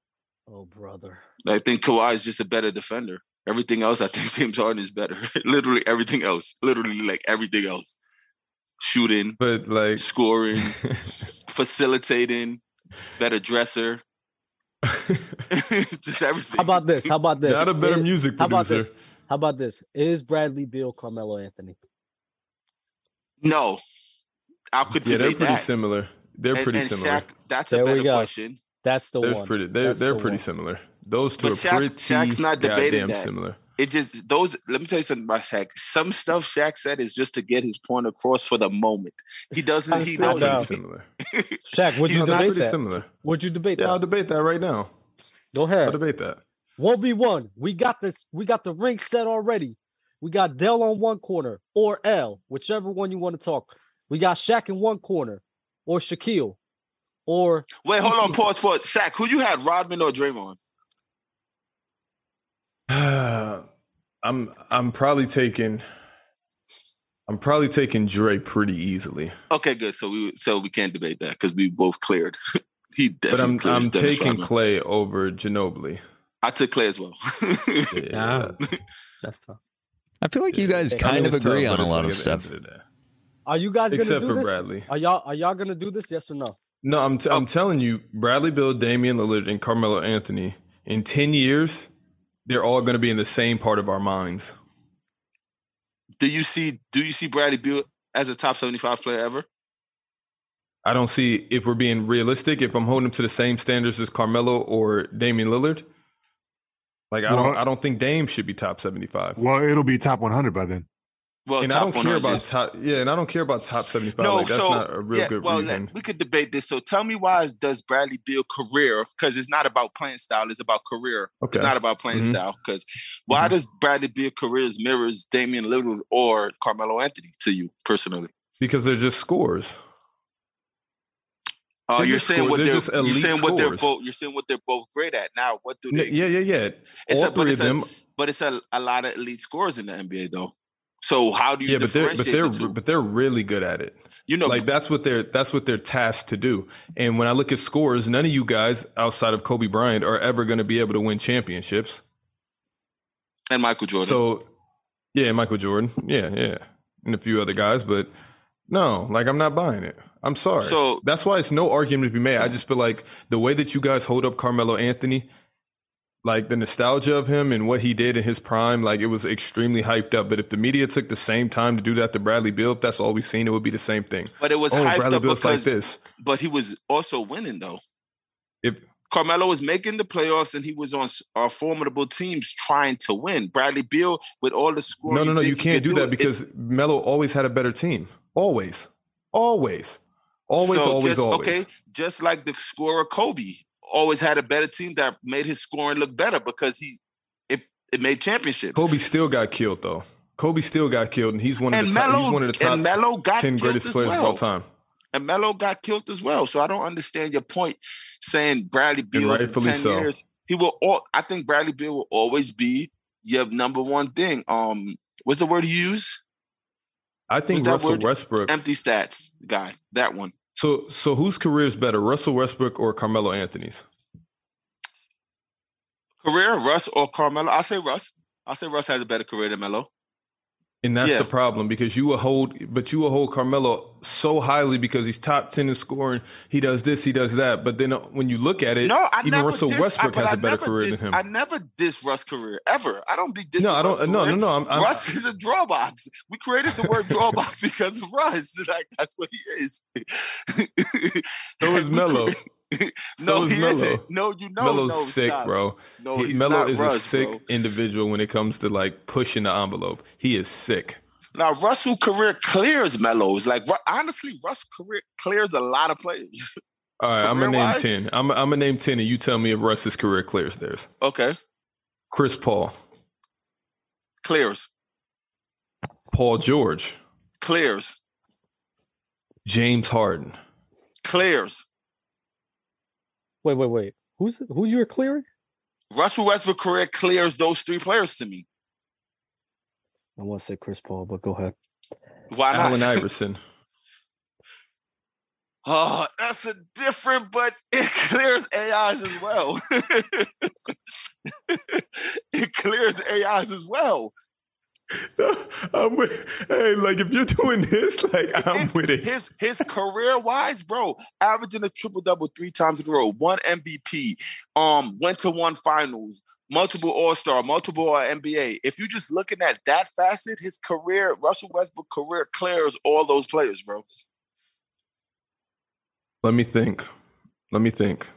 C: Oh, brother.
F: I think Kawhi is just a better defender. Everything else, I think (laughs) James Harden is better. Literally everything else. Literally like everything else. Shooting,
B: but like,
F: scoring,
B: (laughs)
F: facilitating, better dresser, (laughs) just everything.
C: How about this? How about this?
B: not a better
C: Is-
B: music
C: How about
B: producer.
C: this? How about this? Is Bradley Beal Carmelo Anthony?
F: No, I could
B: Yeah, they're
F: debate
B: pretty
F: that.
B: similar. They're
F: and,
B: pretty
F: and
B: similar.
F: Shaq, that's
C: There
F: a
C: we
F: better
C: go.
F: question.
C: That's the
B: they're
C: one.
B: pretty. They
C: That's
B: they're
C: the
B: pretty
C: one.
B: similar. Those two
F: But
B: are
F: Shaq-
B: pretty
F: Shaq's not debating
B: goddamn
F: that.
B: similar.
F: It just those. Let me tell you something about Shaq. Some stuff Shaq said is just to get his point across for the moment. He doesn't. He
B: They're
C: Not
F: knows.
B: pretty
C: down.
B: similar.
C: Shaq, would
F: He's
B: No,
C: you
B: they're
C: debate
B: pretty
C: that?
B: similar.
C: Would you debate
B: Yeah, I'll
C: that?
B: debate that right now.
C: Go
B: I'll
C: ahead.
B: debate that. (sighs)
C: One v one. We got this. We got the ring set already. We got Dell on one corner or L, whichever one you want to talk. We got Shaq in one corner, or Shaquille, or
F: Wait, hold on. Pause. Pause. Shaq, who you had, Rodman or Draymond?
B: I'm I'm probably taking. I'm probably taking Dre pretty easily,
F: Okay, good. So we so we can't debate that because we both cleared. (laughs) he
B: but
F: definitely
B: I'm
F: clears
B: I'm
F: Dennis
B: taking
F: Rodman.
B: Clay over Ginobili.
F: I took Clay as well. (laughs)
B: Yeah,
E: Damn. That's tough.
D: I feel like you guys
C: I mean,
B: I
D: kind
B: know
D: of
B: it's
D: agree
B: tough,
D: on
B: but
D: a
B: it's
D: lot
B: like
D: of
B: at the end
D: stuff.
B: of the day.
C: are you guys gonna
B: except
C: do
B: for
C: this? Oh.
B: Bradley.
C: Are y'all are y'all gonna do this? Yes or no?
B: No, I'm t- I'm telling you, Bradley Bill, Damian Lillard, and Carmelo Anthony. In ten years, they're all going to be in the same part of our minds.
F: do you see? Do you see Bradley Beal as a top seventy-five player ever?
B: I don't see if we're being realistic. If I'm holding them to the same standards as Carmelo or Damian Lillard, like I don't
A: Well-
B: I don't think Dame should be top 75.
F: (laughs)
A: Well, it'll be top 100 by then.
F: Well,
B: and I
F: top
B: don't care
F: 100.
B: about top. Yeah, and I don't care about top seventy five.
F: No,
B: like, that's
F: so
B: not a real
F: yeah,
B: good
F: well,
B: reason.
F: we could debate this. So tell me why is- does Bradley Beal career? Because it's not about playing style; it's about career.
B: Okay.
F: It's not about playing
B: Mhm.
F: style. Because why
B: Mhm.
F: does Bradley Beal careers mirrors Damian Lillard or Carmelo Anthony to you personally?
B: because they're just scores.
F: Uh,
B: They're
F: you're
B: just
F: saying
B: score-
F: what
B: they're
F: they're,
B: just
F: you're
B: elite
F: saying what they're
B: scorers.
F: both you're saying what they're both great at. Now, what do
B: No,
F: they?
B: yeah, yeah, yeah.
F: It's
B: All
F: a- but
B: three of
F: it's a-
B: them.
F: But it's a, a lot of elite scorers in the NBA though. So how do you
B: Yeah, but they're
F: differentiate
B: but they're
F: the two?
B: but they're really good at it.
F: You know,
B: Like that's what they're that's what they're tasked to do. And when I look at scores, none of you guys outside of Kobe Bryant are ever going to be able to win championships.
F: and Michael Jordan.
B: So, yeah, Michael Jordan. Yeah, yeah. And a few other guys, but no, like I'm not buying it. I'm sorry.
F: So-
B: that's why it's no argument to be made. I just feel like the way that you guys hold up Carmelo Anthony, like the nostalgia of him and what he did in his prime, like it was extremely hyped up. But if the media took the same time to do that to Bradley Bill, if that's all we've seen, it would be the same thing.
F: but it was
B: oh,
F: hyped
B: Bradley
F: up
B: Bill's like
F: because
B: this.
F: but he was also winning though.
B: If-
F: Carmelo was making the playoffs and he was on s- uh, formidable teams trying to win. Bradley Beal with all the scoring.
B: No, no, no.
F: think
B: You
F: he
B: can't
F: could
B: do that
F: it,
B: because Melo always had a better team. Always, always, always,
F: so
B: always,
F: just,
B: always.
F: Okay, just like the scorer Kobe always had a better team that made his scoring look better because he it, it made championships.
B: Kobe still got killed though. Kobe still got killed, and he's one of
F: and
B: the top,
F: Melo
B: he's one of the top
F: and Melo got
B: ten
F: killed
B: greatest
F: as
B: players
F: well.
B: of all time,
F: And Melo got killed as well. So I don't understand your point saying Bradley Beal in
B: rightfully
F: ten
B: so.
F: years. He will. All, I think Bradley Beal will always be your number one thing. Um, what's the word you use?
B: I think
F: Who's that
B: Russell
F: word?
B: Westbrook.
F: Empty stats guy. That one.
B: So, so whose career is better, Russell Westbrook or Carmelo Anthony's?
F: Career Russ or Carmelo? I say Russ. I say Russ has a better career than Melo.
B: And that's
F: Yeah.
B: the problem because you will hold, but you will hold Carmelo so highly because he's top ten in scoring. He does this, he does that. But then uh, when you look at it,
F: No, I
B: even
F: never
B: Russell
F: diss,
B: Westbrook
F: I, but
B: has
F: I
B: a better
F: never
B: career
F: diss-
B: than him.
F: I never diss Russ career ever. I don't be dissing.
B: no, I
F: Russ
B: don't. No,
F: career.
B: no, no. I'm, I'm,
F: Russ is a drawbox. We created the
B: (laughs)
F: word drawbox because of Russ. (laughs) Like that's what he is. (laughs)
B: so is
F: We
B: Melo.
F: cre-
B: So
F: no,
B: is
F: he
B: Melo.
F: isn't. No, you know,
B: Melo's
F: no,
B: sick,
F: stop.
B: bro.
F: No,
B: He-
F: he's
B: Melo
F: not
B: is
F: Russ,
B: a sick
F: bro.
B: individual when it comes to like pushing the envelope. He is sick.
F: Now Russell career clears Melo's. Like Ru- honestly, Russ career clears a lot of players. (laughs)
B: All right, I'm gonna name
F: Career-wise?
B: ten. I'm I'm gonna name ten, and you tell me if Russ's career clears theirs.
F: okay,
B: Chris Paul,
F: clears,
B: Paul George,
F: clears,
B: James Harden,
F: clears.
C: Wait, wait, wait. Who's who you're clearing?
F: Russell Westbrook career clears those three players to me.
C: I want to say Chris Paul, but go ahead.
F: Why not? (laughs)
B: Allen Iverson.
F: Oh, that's a different, but (laughs) it clears AIs as well. (laughs) it clears AIs as well.
B: (laughs) I'm with, hey, like if you're doing this, like I'm with it.
F: His his career wise, bro, averaging a triple double three times in a row, one MVP, um, went to one finals, multiple All Star, multiple uh, NBA. If you're just looking at that facet, his career, Russell Westbrook career clears all those players, bro.
B: (laughs) Let me think. Let me think.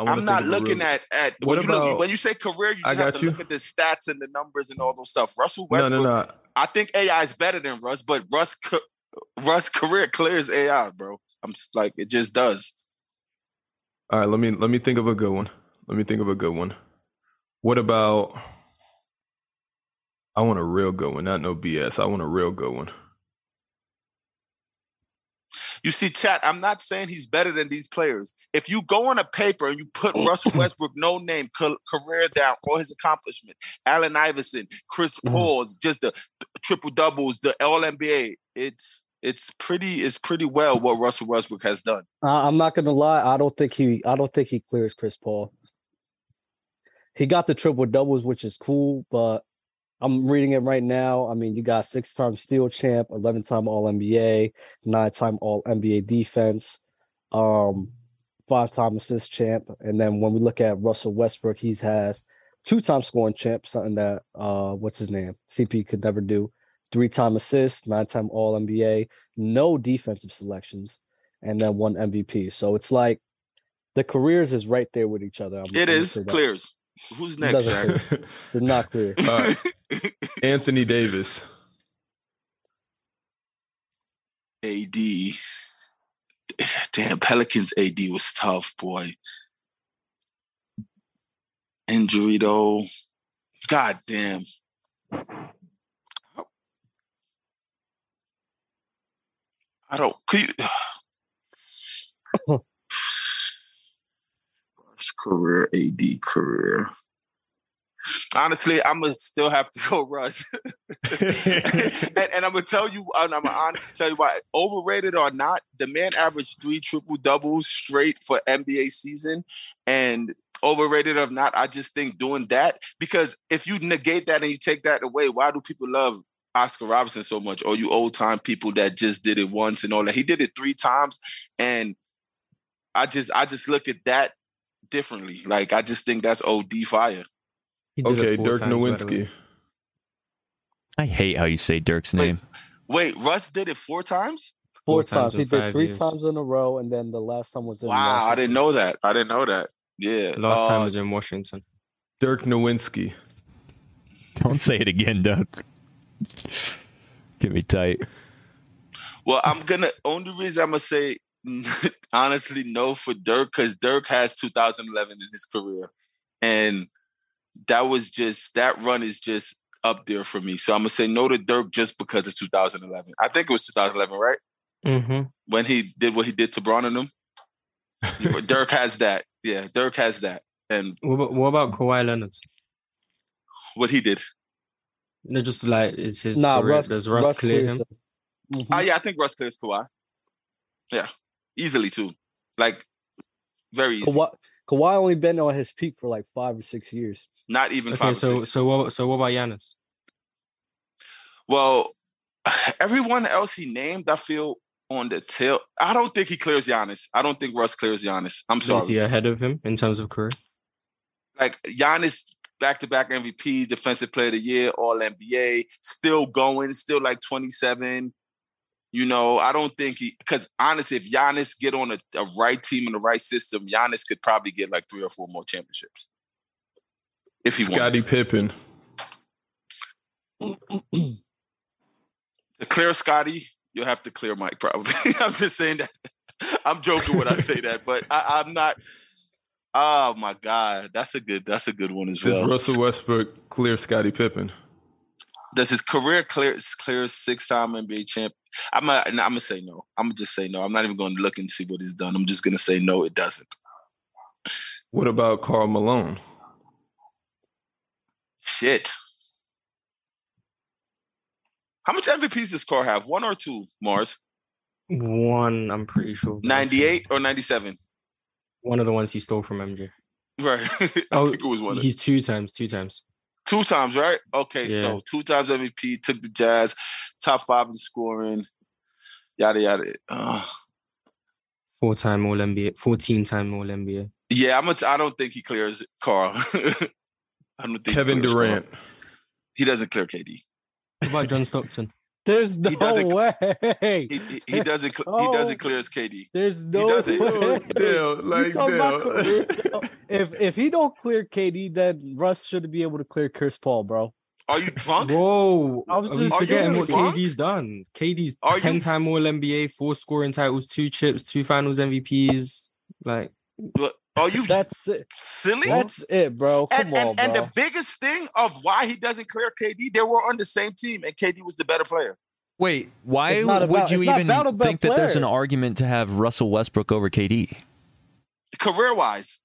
B: I wanna
F: I'm
B: think
F: not
B: of a
F: looking
B: real-
F: at at
B: What
F: when, you
B: about-
F: look, when you say career, you
B: I
F: just have
B: got
F: to
B: you.
F: look at the stats and the numbers and all those stuff. Russell
B: No, no,
F: Westbrook,
B: no.
F: I think AI is better than Russ, but Russ ca- Russ career clears AI, bro. I'm s- like it just does.
B: All right, let me let me think of a good one. Let me think of a good one. What about? I want a real good one, not no BS. I want a real good
F: (laughs)
B: one.
F: You see, chat, I'm not saying he's better than these players. If you go on a paper and you put
C: Mm. (laughs)
F: Russell Westbrook, no name, ca- career down, all his accomplishment, Allen Iverson, Chris
C: Mm.
F: Paul's, just the triple doubles, the All NBA, it's it's pretty it's pretty well what Russell Westbrook has done.
C: I, I'm not gonna lie. I don't think he. I don't think he clears Chris Paul. He got the triple doubles, which is cool, but I'm reading it right now. I mean, you got six time steel champ, eleven time All NBA, nine time All NBA defense, um, five time assist champ, and then when we look at Russell Westbrook, he's has two time scoring champ, something that uh, what's his name, CP could never do. Three time assist, nine time All NBA, no defensive selections, and then one MVP. So it's like the careers is right there with each other. I'm,
F: It
C: I'ma
F: is
C: say that.
F: clears. Who's next,
C: Doesn't-
B: (laughs)
F: Jack?
C: Did not clear.
B: Uh, Anthony Davis.
F: AD. Damn, Pelicans AD was tough, boy. Injury though. God damn. I don't. (sighs) Could you? His career, AD career. Honestly, I'm gonna still have to go Russ. (laughs) and, and I'm gonna tell you, and I'm gonna honestly tell you why. Overrated or not, the man averaged three triple doubles straight for NBA season, and overrated or not, I just think doing that because if you negate that and you take that away, why do people love Oscar Robertson so much? Or you old time people that just did it once and all that? He did it three times, and I just I just look at that differently. Like I just think that's OD fire.
E: He did it
B: Okay,
E: four
B: Dirk
E: times, by the way.
B: Nowitzki.
D: I hate how you say Dirk's
F: Wait.
D: name. (laughs)
F: Wait, Russ did it four times?
C: Four
E: (laughs) Four
C: times.
E: times
C: He
E: in
C: did
E: five
C: three
E: years.
C: times in a row, and then the last time was in
F: Wow, I
C: Washington.
F: didn't know that. I didn't know that. Yeah.
E: Last time
F: uh,
E: was in Washington.
B: Dirk Nowinski.
D: Don't say it again, Doug. Get me tight.
F: Well, I'm gonna only reason I'm gonna say (laughs) honestly no for Dirk because Dirk has 2011 in his career, and that was just that run is just up there for me. So I'm gonna say no to Dirk just because of 2011. I think it was 2011, right?
E: Mm-hmm.
F: When he did what he did to Bron and them. Dirk has that. Yeah, Dirk has that, and
E: What about, what about Kawhi Leonard?
F: what he did.
E: No, just like is his
C: Nah,
E: career.
C: Russ,
E: Does Russ, clear
C: clears
E: him?
C: it. Mhm.
F: Oh yeah, I think Russ clears Kawhi. Yeah, easily too. Like very easy.
C: Kawhi, Kawhi only been on his peak for like five or six years.
F: Not even
E: Okay,
F: five. or
E: so
F: six.
E: so what so what about Giannis?
F: Well, (sighs) everyone else he named, I feel on the tail. I don't think he clears Giannis. I don't think Russ clears Giannis. I'm
E: Is he
F: sorry.
E: ahead of him in terms of career?
F: Like Giannis, back to back MVP, Defensive Player of the Year, All NBA, still going, still like 27. You know, I don't think he because honestly, if Giannis get on a, a right team and the right system, Giannis could probably get like three or four more championships. If he wants
B: Scottie Pippen.
F: to clear Scotty, you'll have to clear Mike. Probably. (laughs) I'm just saying that. I'm joking when I say that, but I, I'm not. Oh my God, that's a good. That's a good one as
B: Does
F: well.
B: Russell Westbrook clear Scottie Pippen?
F: Does his career clear clear six time NBA champ? I'm not, I'm gonna say no. I'm gonna just say no. I'm not even going to look and see what he's done. I'm just gonna say no. It doesn't.
B: What about Carl Malone?
F: Shit. How much MVPs does Carr have? One or two? Mars
E: One, I'm pretty sure. but I'm sure.
F: ninety eight or ninety seven?
E: One of the ones he stole from MJ.
F: (laughs) Right. I
E: Oh,
F: think it was one. of
E: He's two times, two times.
F: Two times, right? Okay,
E: Yeah.
F: so two times MVP, took the Jazz, top five in scoring, yada yada. Uh,
E: Four time All NBA, fourteen time All NBA.
F: yeah, I'm. A, I don't think he clears Carl. (laughs) I don't think he
B: Kevin
F: clears Karl.
B: Durant.
F: He doesn't clear KD.
E: What about John Stockton?
C: There's no
F: doesn't-
C: way.
F: He he,
C: (laughs)
F: he doesn't. Cl-
C: Oh.
F: He doesn't clear his KD.
C: There's no
F: doesn't.
E: Oh,
C: way.
B: Dale,
C: You
B: like
C: talking about
B: Dale.
C: career, though? if if he don't clear KD, then Russ should be able to clear Chris Paul, bro.
F: Are you drunk?
E: Whoa!
C: I was
E: are we
C: just
E: forgetting
F: saying.
E: what
F: Are you
E: KD's done. KD's
F: Are you-
E: ten time All NBA, four scoring titles, two chips, two Finals MVPs. Like
F: Are you
C: That's it.
F: silly?
C: That's it, bro. Come
F: and,
C: on,
F: and, and
C: bro.
F: the biggest thing of why he doesn't clear KD, they were on the same team, and KD was the better player.
D: Wait, why
C: It's not about-
D: would you
C: it's not
D: even
C: about a better
D: think that there's an
C: player.
D: argument to have Russell Westbrook over KD?
F: Career wise,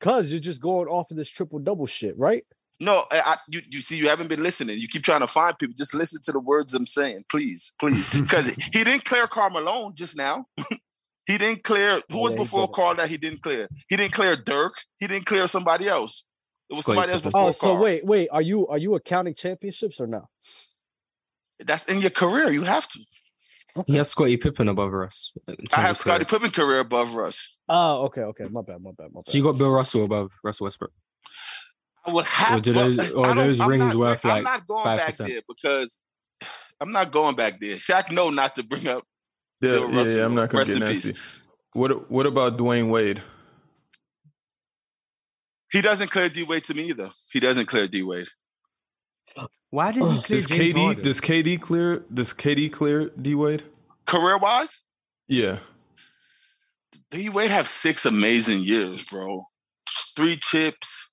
C: Cause you're just going off of this triple double shit, right?
F: No, I, I, you you see, you haven't been listening. You keep trying to find people. Just listen to the words I'm saying, please,
C: (laughs)
F: please, because he didn't clear Carmelo just now. (laughs) he didn't clear who
C: Oh,
F: was
C: yeah, he
F: before
C: did it.
F: Carl that he didn't clear. He didn't clear Dirk. He didn't clear somebody else. It was
E: Scottie
F: somebody else
E: Pippen.
F: before
C: oh, so
F: Karl.
C: wait, wait. Are you are you accounting championships or no?
F: That's in your career. You have to.
E: he has Scottie Pippen above us. in terms
F: I
E: of
F: have
E: career.
F: Scottie Pippen career above Russ.
C: Oh, okay, okay. My bad, my bad, my bad.
E: So you got Bill Russell above Russell Westbrook.
F: I would have.
E: do
F: well,
E: those-
F: I
E: or
F: don't-
E: those
F: I'm
E: rings
F: not,
E: worth,
F: I'm
E: like,
F: not going back
E: 5%?
F: there because I'm not going back there. Shaq, know not to bring up.
B: Yeah,
F: Bill
B: yeah,
F: Russell.
B: yeah, I'm not gonna
F: Rest
B: get
F: in
B: nasty.
F: peace.
B: What what about Dwayne Wade?
F: He doesn't clear D Wade to me either. He doesn't clear D Wade.
E: Why does he
C: Ugh,
E: clear
B: Does
E: James
B: KD
E: Harden?
B: does KD clear does KD clear D Wade?
F: Career wise,
B: Yeah.
F: D Wade have six amazing years, bro. Three chips.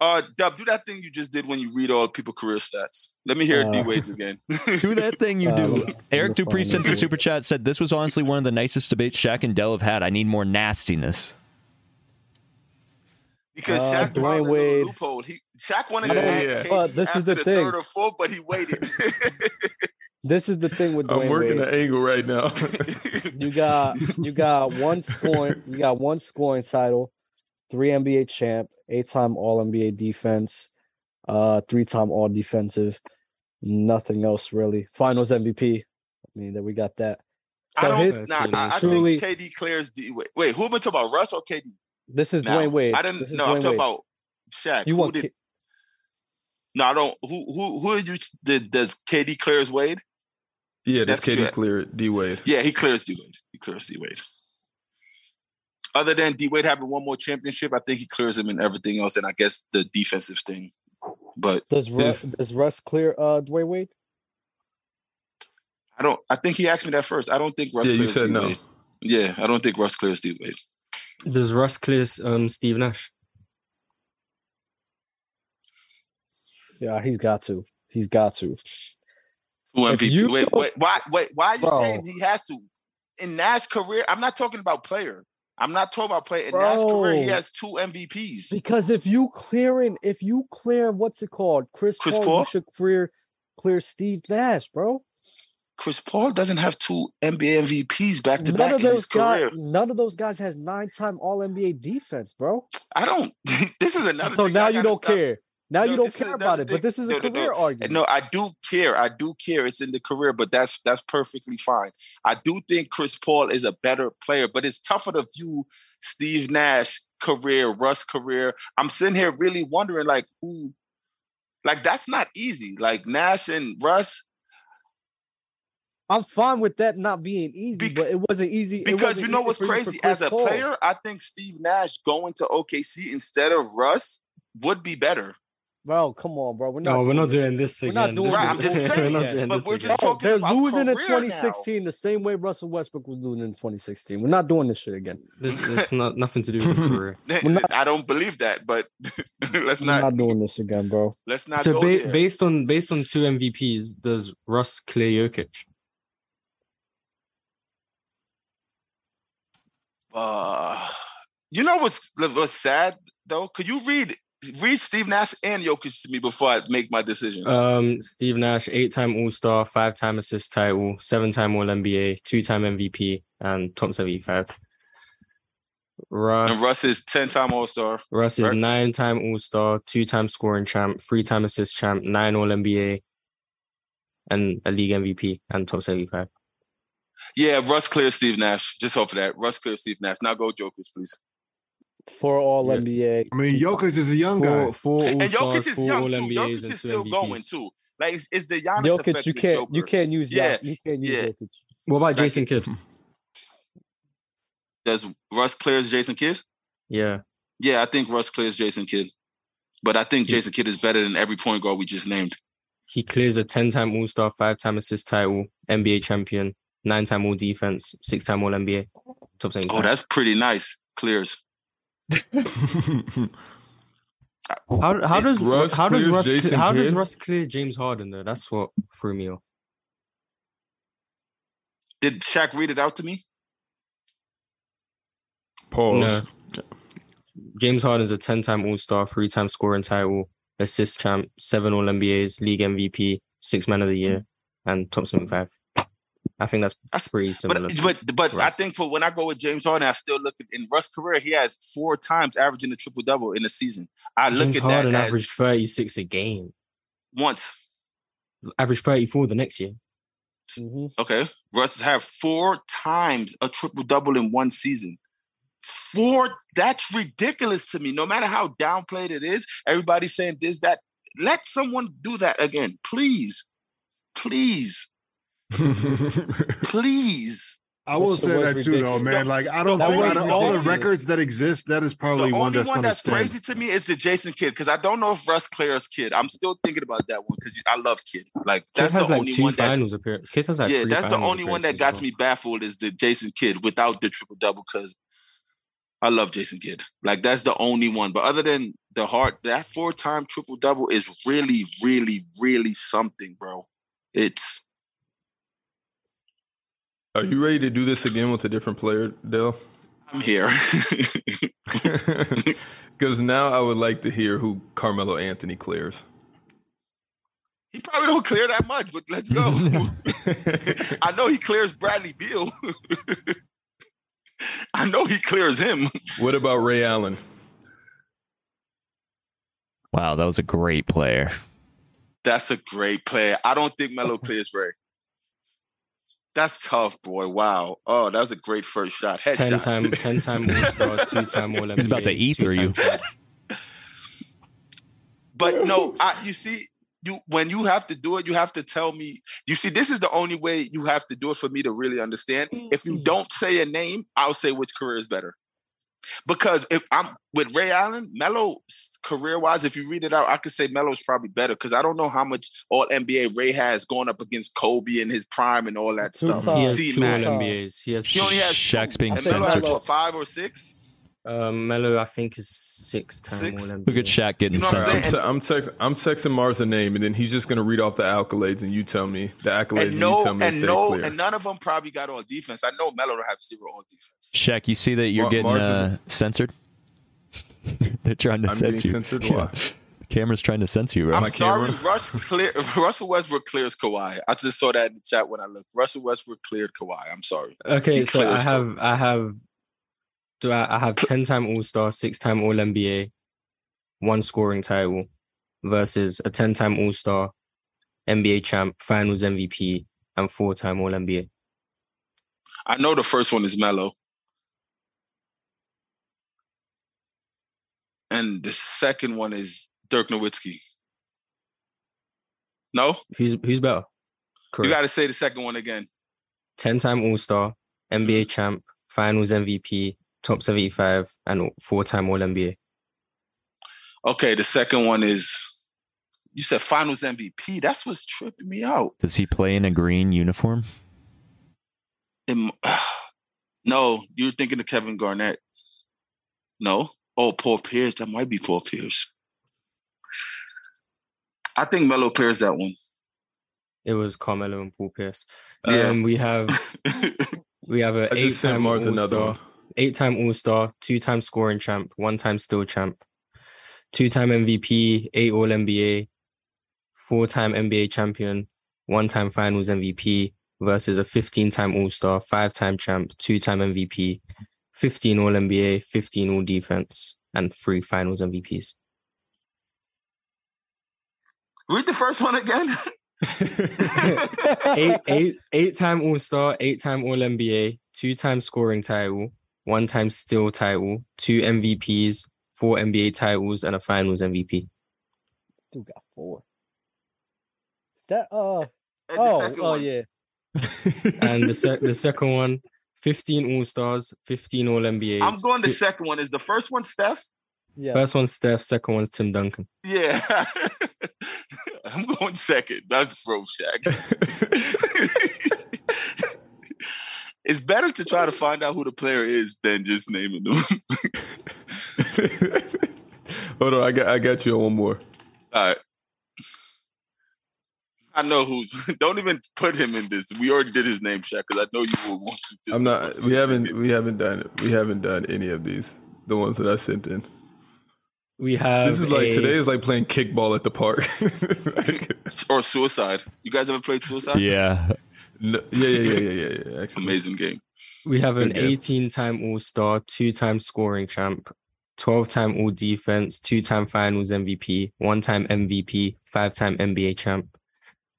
F: Uh, Dub, do that thing you just did when you read all people career stats. Let me hear
C: Uh,
F: D Wade's
E: (laughs)
F: again.
D: Do that thing you
C: Uh,
D: do.
C: I'm gonna find
D: Eric Dupree sent the
C: this.
D: super chat said this was honestly one of the nicest debates Shaq and Dell have had. I need more nastiness.
F: Because
C: Uh,
F: Shaq
C: Dwayne
F: found a little
C: Wade.
F: loophole. He Shaq wanted
B: Yeah,
F: to ask
B: yeah.
F: KD
C: But this is
F: after
C: the thing.
F: third or fourth, but
C: (laughs)
F: he waited.
C: (laughs)
F: (laughs)
C: This is the thing with
B: I'm
C: Dwayne
B: working
C: Wade.
B: an angle right now.
C: You got you got one scoring you got one scoring title, three NBA champ, eight time All NBA defense, uh, three time All Defensive. Nothing else really. Finals MVP. I mean that we got that.
F: I
C: So his-
F: don't.
E: his-
F: Nah, I, I
C: Truly-
F: think KD clears D Wade. Wait, who am I talking about? Russ or KD?
C: This is
F: now?
C: Dwayne Wade.
F: I
C: This
F: didn't.
C: is
F: No, I'm
C: Dwayne
F: talking
C: Wade.
F: about Shaq.
C: You
F: who
C: want
F: did?
C: K-
F: No, I don't. Who who who are you? Did, does KD clears Wade?
B: (laughs) yeah, does
F: That's
B: KD
F: good.
B: clear D Wade?
F: Yeah, he clears D Wade. He clears D Wade. Other than D Wade having one more championship, I think he clears him in everything else, and I guess the defensive thing. But
C: does Russ
B: This-
C: does Russ clear uh Dwayne Wade?
F: I don't. I think he asked me that first. I don't think Russ.
B: Yeah, you
F: clears
B: said
F: D
B: no.
F: Wade. Yeah, I don't think Russ clears D Wade.
E: Does Russ clear um, Steve Nash?
C: Yeah, he's got to. He's got to.
F: Who
C: If you
F: MVP? Wait,
C: don't-
F: wait, why? Wait, why are you
C: Bro.
F: saying he has to? In Nash's career, I'm not talking about player. I'm not talking about player. In Nash's career, he
C: Bro.
F: has two MVPs.
C: Because if you clearing, if you clear, what's it called, Chris,
F: Chris
C: Paul,
F: Paul?
C: you should clear clear Steve Nash, bro.
F: Chris Paul doesn't have two NBA MVPs back to
C: None
F: back
C: of
F: in his
C: those guys,
F: career.
C: none of those guys has nine time All NBA defense, bro.
F: I don't. (laughs) this is another.
C: so
F: thing
C: now
F: I
C: you
F: gotta
C: don't
F: stop-
C: care. Now
F: No,
C: you don't
F: this is
C: care about
F: another
C: it. But
F: thing.
C: this is a
F: No, no,
C: career
F: no.
C: argument.
F: No, I do care. I do care. It's in the career, but that's that's perfectly fine. I do think Chris Paul is a better player, but it's tougher to view Steve Nash career, Russ career. I'm sitting here really wondering, like, who, like that's not easy. Like Nash and Russ,
C: I'm fine with that not being easy,
F: Bec-
C: but it wasn't easy. it
F: because
C: wasn't
F: you know
C: easy
F: what's
C: for you for
F: crazy?
C: Chris
F: As a
C: Paul.
F: player, I think Steve Nash going to OKC instead of Russ would be better.
C: bro. Come on, bro. We're not.
E: No, we're not
C: this.
E: doing this
C: We're
E: again.
C: not doing
E: This
C: Right,
E: is-
C: I'm just
E: (laughs) we're
C: saying,
E: not doing
F: but
E: this
F: we're
E: again.
F: just
C: Bro,
F: talking
C: they're
F: about
C: losing in
F: career now.
C: 2016 the same way Russell Westbrook was losing in 2016. We're not doing this shit again.
E: This is not nothing to do with the career.
C: We're not-
F: (laughs) I don't believe that, but (laughs) let's
C: We're
F: not,
C: not doing this again, bro.
F: let's not
E: so
F: go
E: ba-
F: there.
E: based on based on two MVPs, does Russ clear Jokic?
F: Uh, you know what's what's sad though? Could you read read Steve Nash and Jokic to me before I make my decision?
C: Uh,
E: Um, Steve Nash, eight-time All-Star, five-time assist title, seven-time All-NBA, two-time MVP, and top seventy-five. Russ,
F: and Russ is ten time All Star.
E: Russ is
F: Right.
E: nine-time All-Star, two-time scoring champ, three-time assist champ, nine All-NBA, and a league MVP and top seventy-five.
F: Yeah, Russ clears Steve Nash. Just hope for that. Russ clears Steve Nash. Now go Jokic, please.
C: Four All
E: Yeah.
C: NBA.
A: I mean, Jokic is a young guy.
E: Four, four All-Stars,
F: and Jokic is
E: four
F: young too.
E: All-NBAs,
F: Jokic
E: and two
F: is still
E: MVPs.
F: going too. Like it's, it's the Giannis
C: Jokic,
F: effect.
C: you
F: with
C: can't you
F: Joker.
C: can't use
F: Yeah,
C: yeah, you can't use
F: yeah.
C: Jokic.
E: What about
F: Like-
E: Jason Kidd?
F: Does Russ clears Jason Kidd?
E: Yeah,
F: Yeah, I think Russ clears Jason Kidd. But I think Jason Kidd is better than every point guard we just named. Oh,
E: he clears a ten-time All-Star, five-time assist title, NBA champion, nine-time All-Defense, six-time All-NBA, top seventy-five.
F: Oh, that's pretty nice. Clears.
E: How how does
B: Russ
E: how does
B: clears
E: Russ cle-
B: Jason
E: how does
B: Kidd?
E: Russ clear James Harden though? That's what threw me off.
F: Did Shaq read it out to me?
B: (laughs) Pause.
E: No. James Harden's a ten time All Star, three time scoring title, assist champ, seven All NBAs, league MVP, six Man of the Year, and top seventy five. I think that's,
F: That's-
E: pretty similar.
F: But
E: to-
F: but but I
E: Russ.
F: think for when I go with James Harden, I still look at in Russ' career, he has four times averaging a triple double in a season. I look
E: James
F: at
E: Harden
F: that
E: averaged
F: as
E: thirty six a game,
F: once.
E: averaged thirty four the next year.
C: Mhm.
F: Okay. Russ have four times a triple double in one season. Four, that's ridiculous to me. No matter how downplayed it is, everybody's saying this, that. Let someone do that (laughs) again. Please. Please. Please.
A: I will
C: That shit
A: say
C: was
A: that too, though,
C: ridiculous.
A: man. Like, I don't
F: That
A: think
F: was
A: out of all the
F: ridiculous.
A: records that exist, that is
F: The
A: probably
F: only
A: one
F: one
A: that's
F: that's,
A: going to stand.
F: crazy to me is the Jason Kidd because I don't know if Russ Clare's Kid. I'm still thinking about that one because I love Kid. Like
E: Kid
F: that's
E: has
F: the
E: like
F: only
E: two
F: one that's
E: finals appearances. Kid has like
F: yeah,
E: three
F: that's the
E: finals
F: only one that
E: appearances
F: got
E: as
F: me baffled is the Jason Kidd without the triple double because I love Jason Kidd. Like that's the only one. But other than the heart, that four time triple double is really, really, really something, bro. It's
B: Are you ready to do this again with a different player, (laughs) Dale?
F: I'm here. (laughs)
B: Because now I would like to hear who Carmelo Anthony clears. (laughs)
F: he probably don't clear that much, but let's
E: (laughs)
F: go. (laughs) I know he clears Bradley Beal. (laughs) I know he clears him.
B: what about Ray Allen?
D: (laughs) Wow, that was a great player.
F: That's a great player. I don't think Melo clears Ray. That's tough, boy. Wow. Oh, that was a great first shot.
E: well. Ten
F: Headshot.
E: time, ten time All Star,
F: (laughs)
E: two time All NBA.
D: He's about to eat through you.
E: two-time-
F: But
C: (laughs)
F: no, I, you see, you when you have to do it, you have to tell me. You see, this is the only way you have to do it for me to really understand. If
C: Mm-hmm.
F: you don't say a name, I'll say which career is better. Because if I'm with Ray Allen, Melo career wise, if you read it out, I could say Melo's probably better because I don't know how much all NBA Ray has going up against Kobe in his prime and all that
C: Two
F: stuff.
C: times.
E: He has
F: See,
E: two All
F: man.
E: NBAs. He has.
F: He only has two.
D: Shaq's being
F: And Melo has
D: censored.
F: what, five or six.
E: Um, Melo, I think is six time
F: Six?
E: All NBA.
D: Look at Shaq getting
F: You know what I'm
B: I'm,
D: censored.
F: saying?
B: te- I'm, text- I'm texting Mars a name, and then he's just going to read off the accolades, and you tell me the accolades,
F: And
B: and,
F: no,
B: you tell me
F: and
B: if they
F: no,
B: clear.
F: and none of them probably got all defense. I know Melo have zero all defense.
D: Shaq, you see that you're
B: Mar-
D: getting
B: Mars is-
D: uh, censored? (laughs) They're trying to
B: I'm getting
D: censor
B: censored?
D: you. Yeah.
B: Why?
D: Camera's trying to censor you, bro.
F: I'm
B: My
F: sorry,
B: camera?
F: Russ clear, Russell Westbrook clears Kawhi. I just saw that in the chat when I looked. Russell Westbrook cleared Kawhi. I'm sorry.
E: Okay,
F: He
E: so I
F: clears
E: have, I have, do I, I have ten time All Star, six time All NBA, one scoring title, versus a ten time All Star, NBA champ, Finals MVP, and four time All NBA.
F: I know the first one is Melo, and the second one is Dirk Nowitzki. No,
E: Who's who's better?
F: you
E: Correct.
F: got to say the second one again.
E: ten time All Star, NBA champ, Finals MVP, top seventy five, and four time All NBA.
F: Okay, the second one is. You said Finals MVP. That's what's tripping me out.
D: Does he play in a green
F: (laughs)
D: uniform?
F: Im- (sighs) no, you're thinking of Kevin Garnett. No. Oh, Paul Pierce. That might be Paul Pierce. I think Melo clears that one. (laughs)
E: It was Carmelo and Paul Pierce.
F: Yeah.
E: Um, we have we have a
B: I
E: eight
B: just sent
E: time All
B: Mars another
E: Star.
B: one.
E: eight time All Star, two time scoring champ, one time still champ, two time MVP, eight All NBA, four time NBA champion, one time finals MVP versus a 15 time All Star, five time champ, two time MVP, 15 All NBA, 15 All Defense, and three finals MVPs.
F: Read the first one again. (laughs)
B: (laughs)
C: Mm-hmm. (laughs)
E: Eight, eight, eight time All Star, eight time All NBA, two time scoring title, one time still title, two MVPs, four NBA titles, and a finals MVP.
C: Dude got four. Is that uh
F: And the
C: oh
F: second
C: oh
F: one.
C: yeah.
E: and the, sec- the second one 15 all stars 15 all nbas
F: I'm going the second one. Is the first one Steph?
C: Yeah. (clears throat)
E: first one's steph second one's tim duncan
F: Yeah. (laughs) I'm going second. That's bro Shaq. (laughs) it's better to try to find out who the player is than just naming them.
B: (laughs) Hold on, I got I got you on one more.
F: All right. Uh, I know who's. (laughs) Don't even put him in this. We already did his name check because I know you will want to.
B: I'm not. We haven't we haven't done it. We haven't done any of these. The ones that I sent in.
E: we have
B: This is like
E: a-
B: today is like playing kickball at the park. (laughs) Like,
F: Or suicide. You guys ever played suicide?
D: Yeah.
B: no- yeah, yeah, yeah, yeah, yeah, yeah. Actually,
F: Amazing game.
E: we have an
B: Good game.
E: 18 time all star two time scoring champ 12 time all defense two time finals mvp one time mvp five time nba champ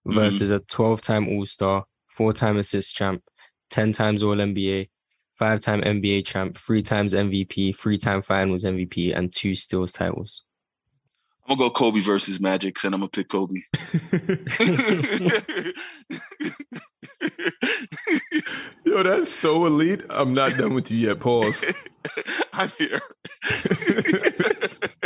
F: Mhm.
E: versus a 12 time all star four time assist champ 10 times all nba five time nba champ three times mvp three time finals mvp and two steals titles
F: I'm gonna go Kobe versus Magic, and I'm gonna
B: (laughs)
F: pick Kobe. (laughs)
B: Yo, Yo, that's so elite. I'm not done with you yet. Pause.
F: I'm here. (laughs)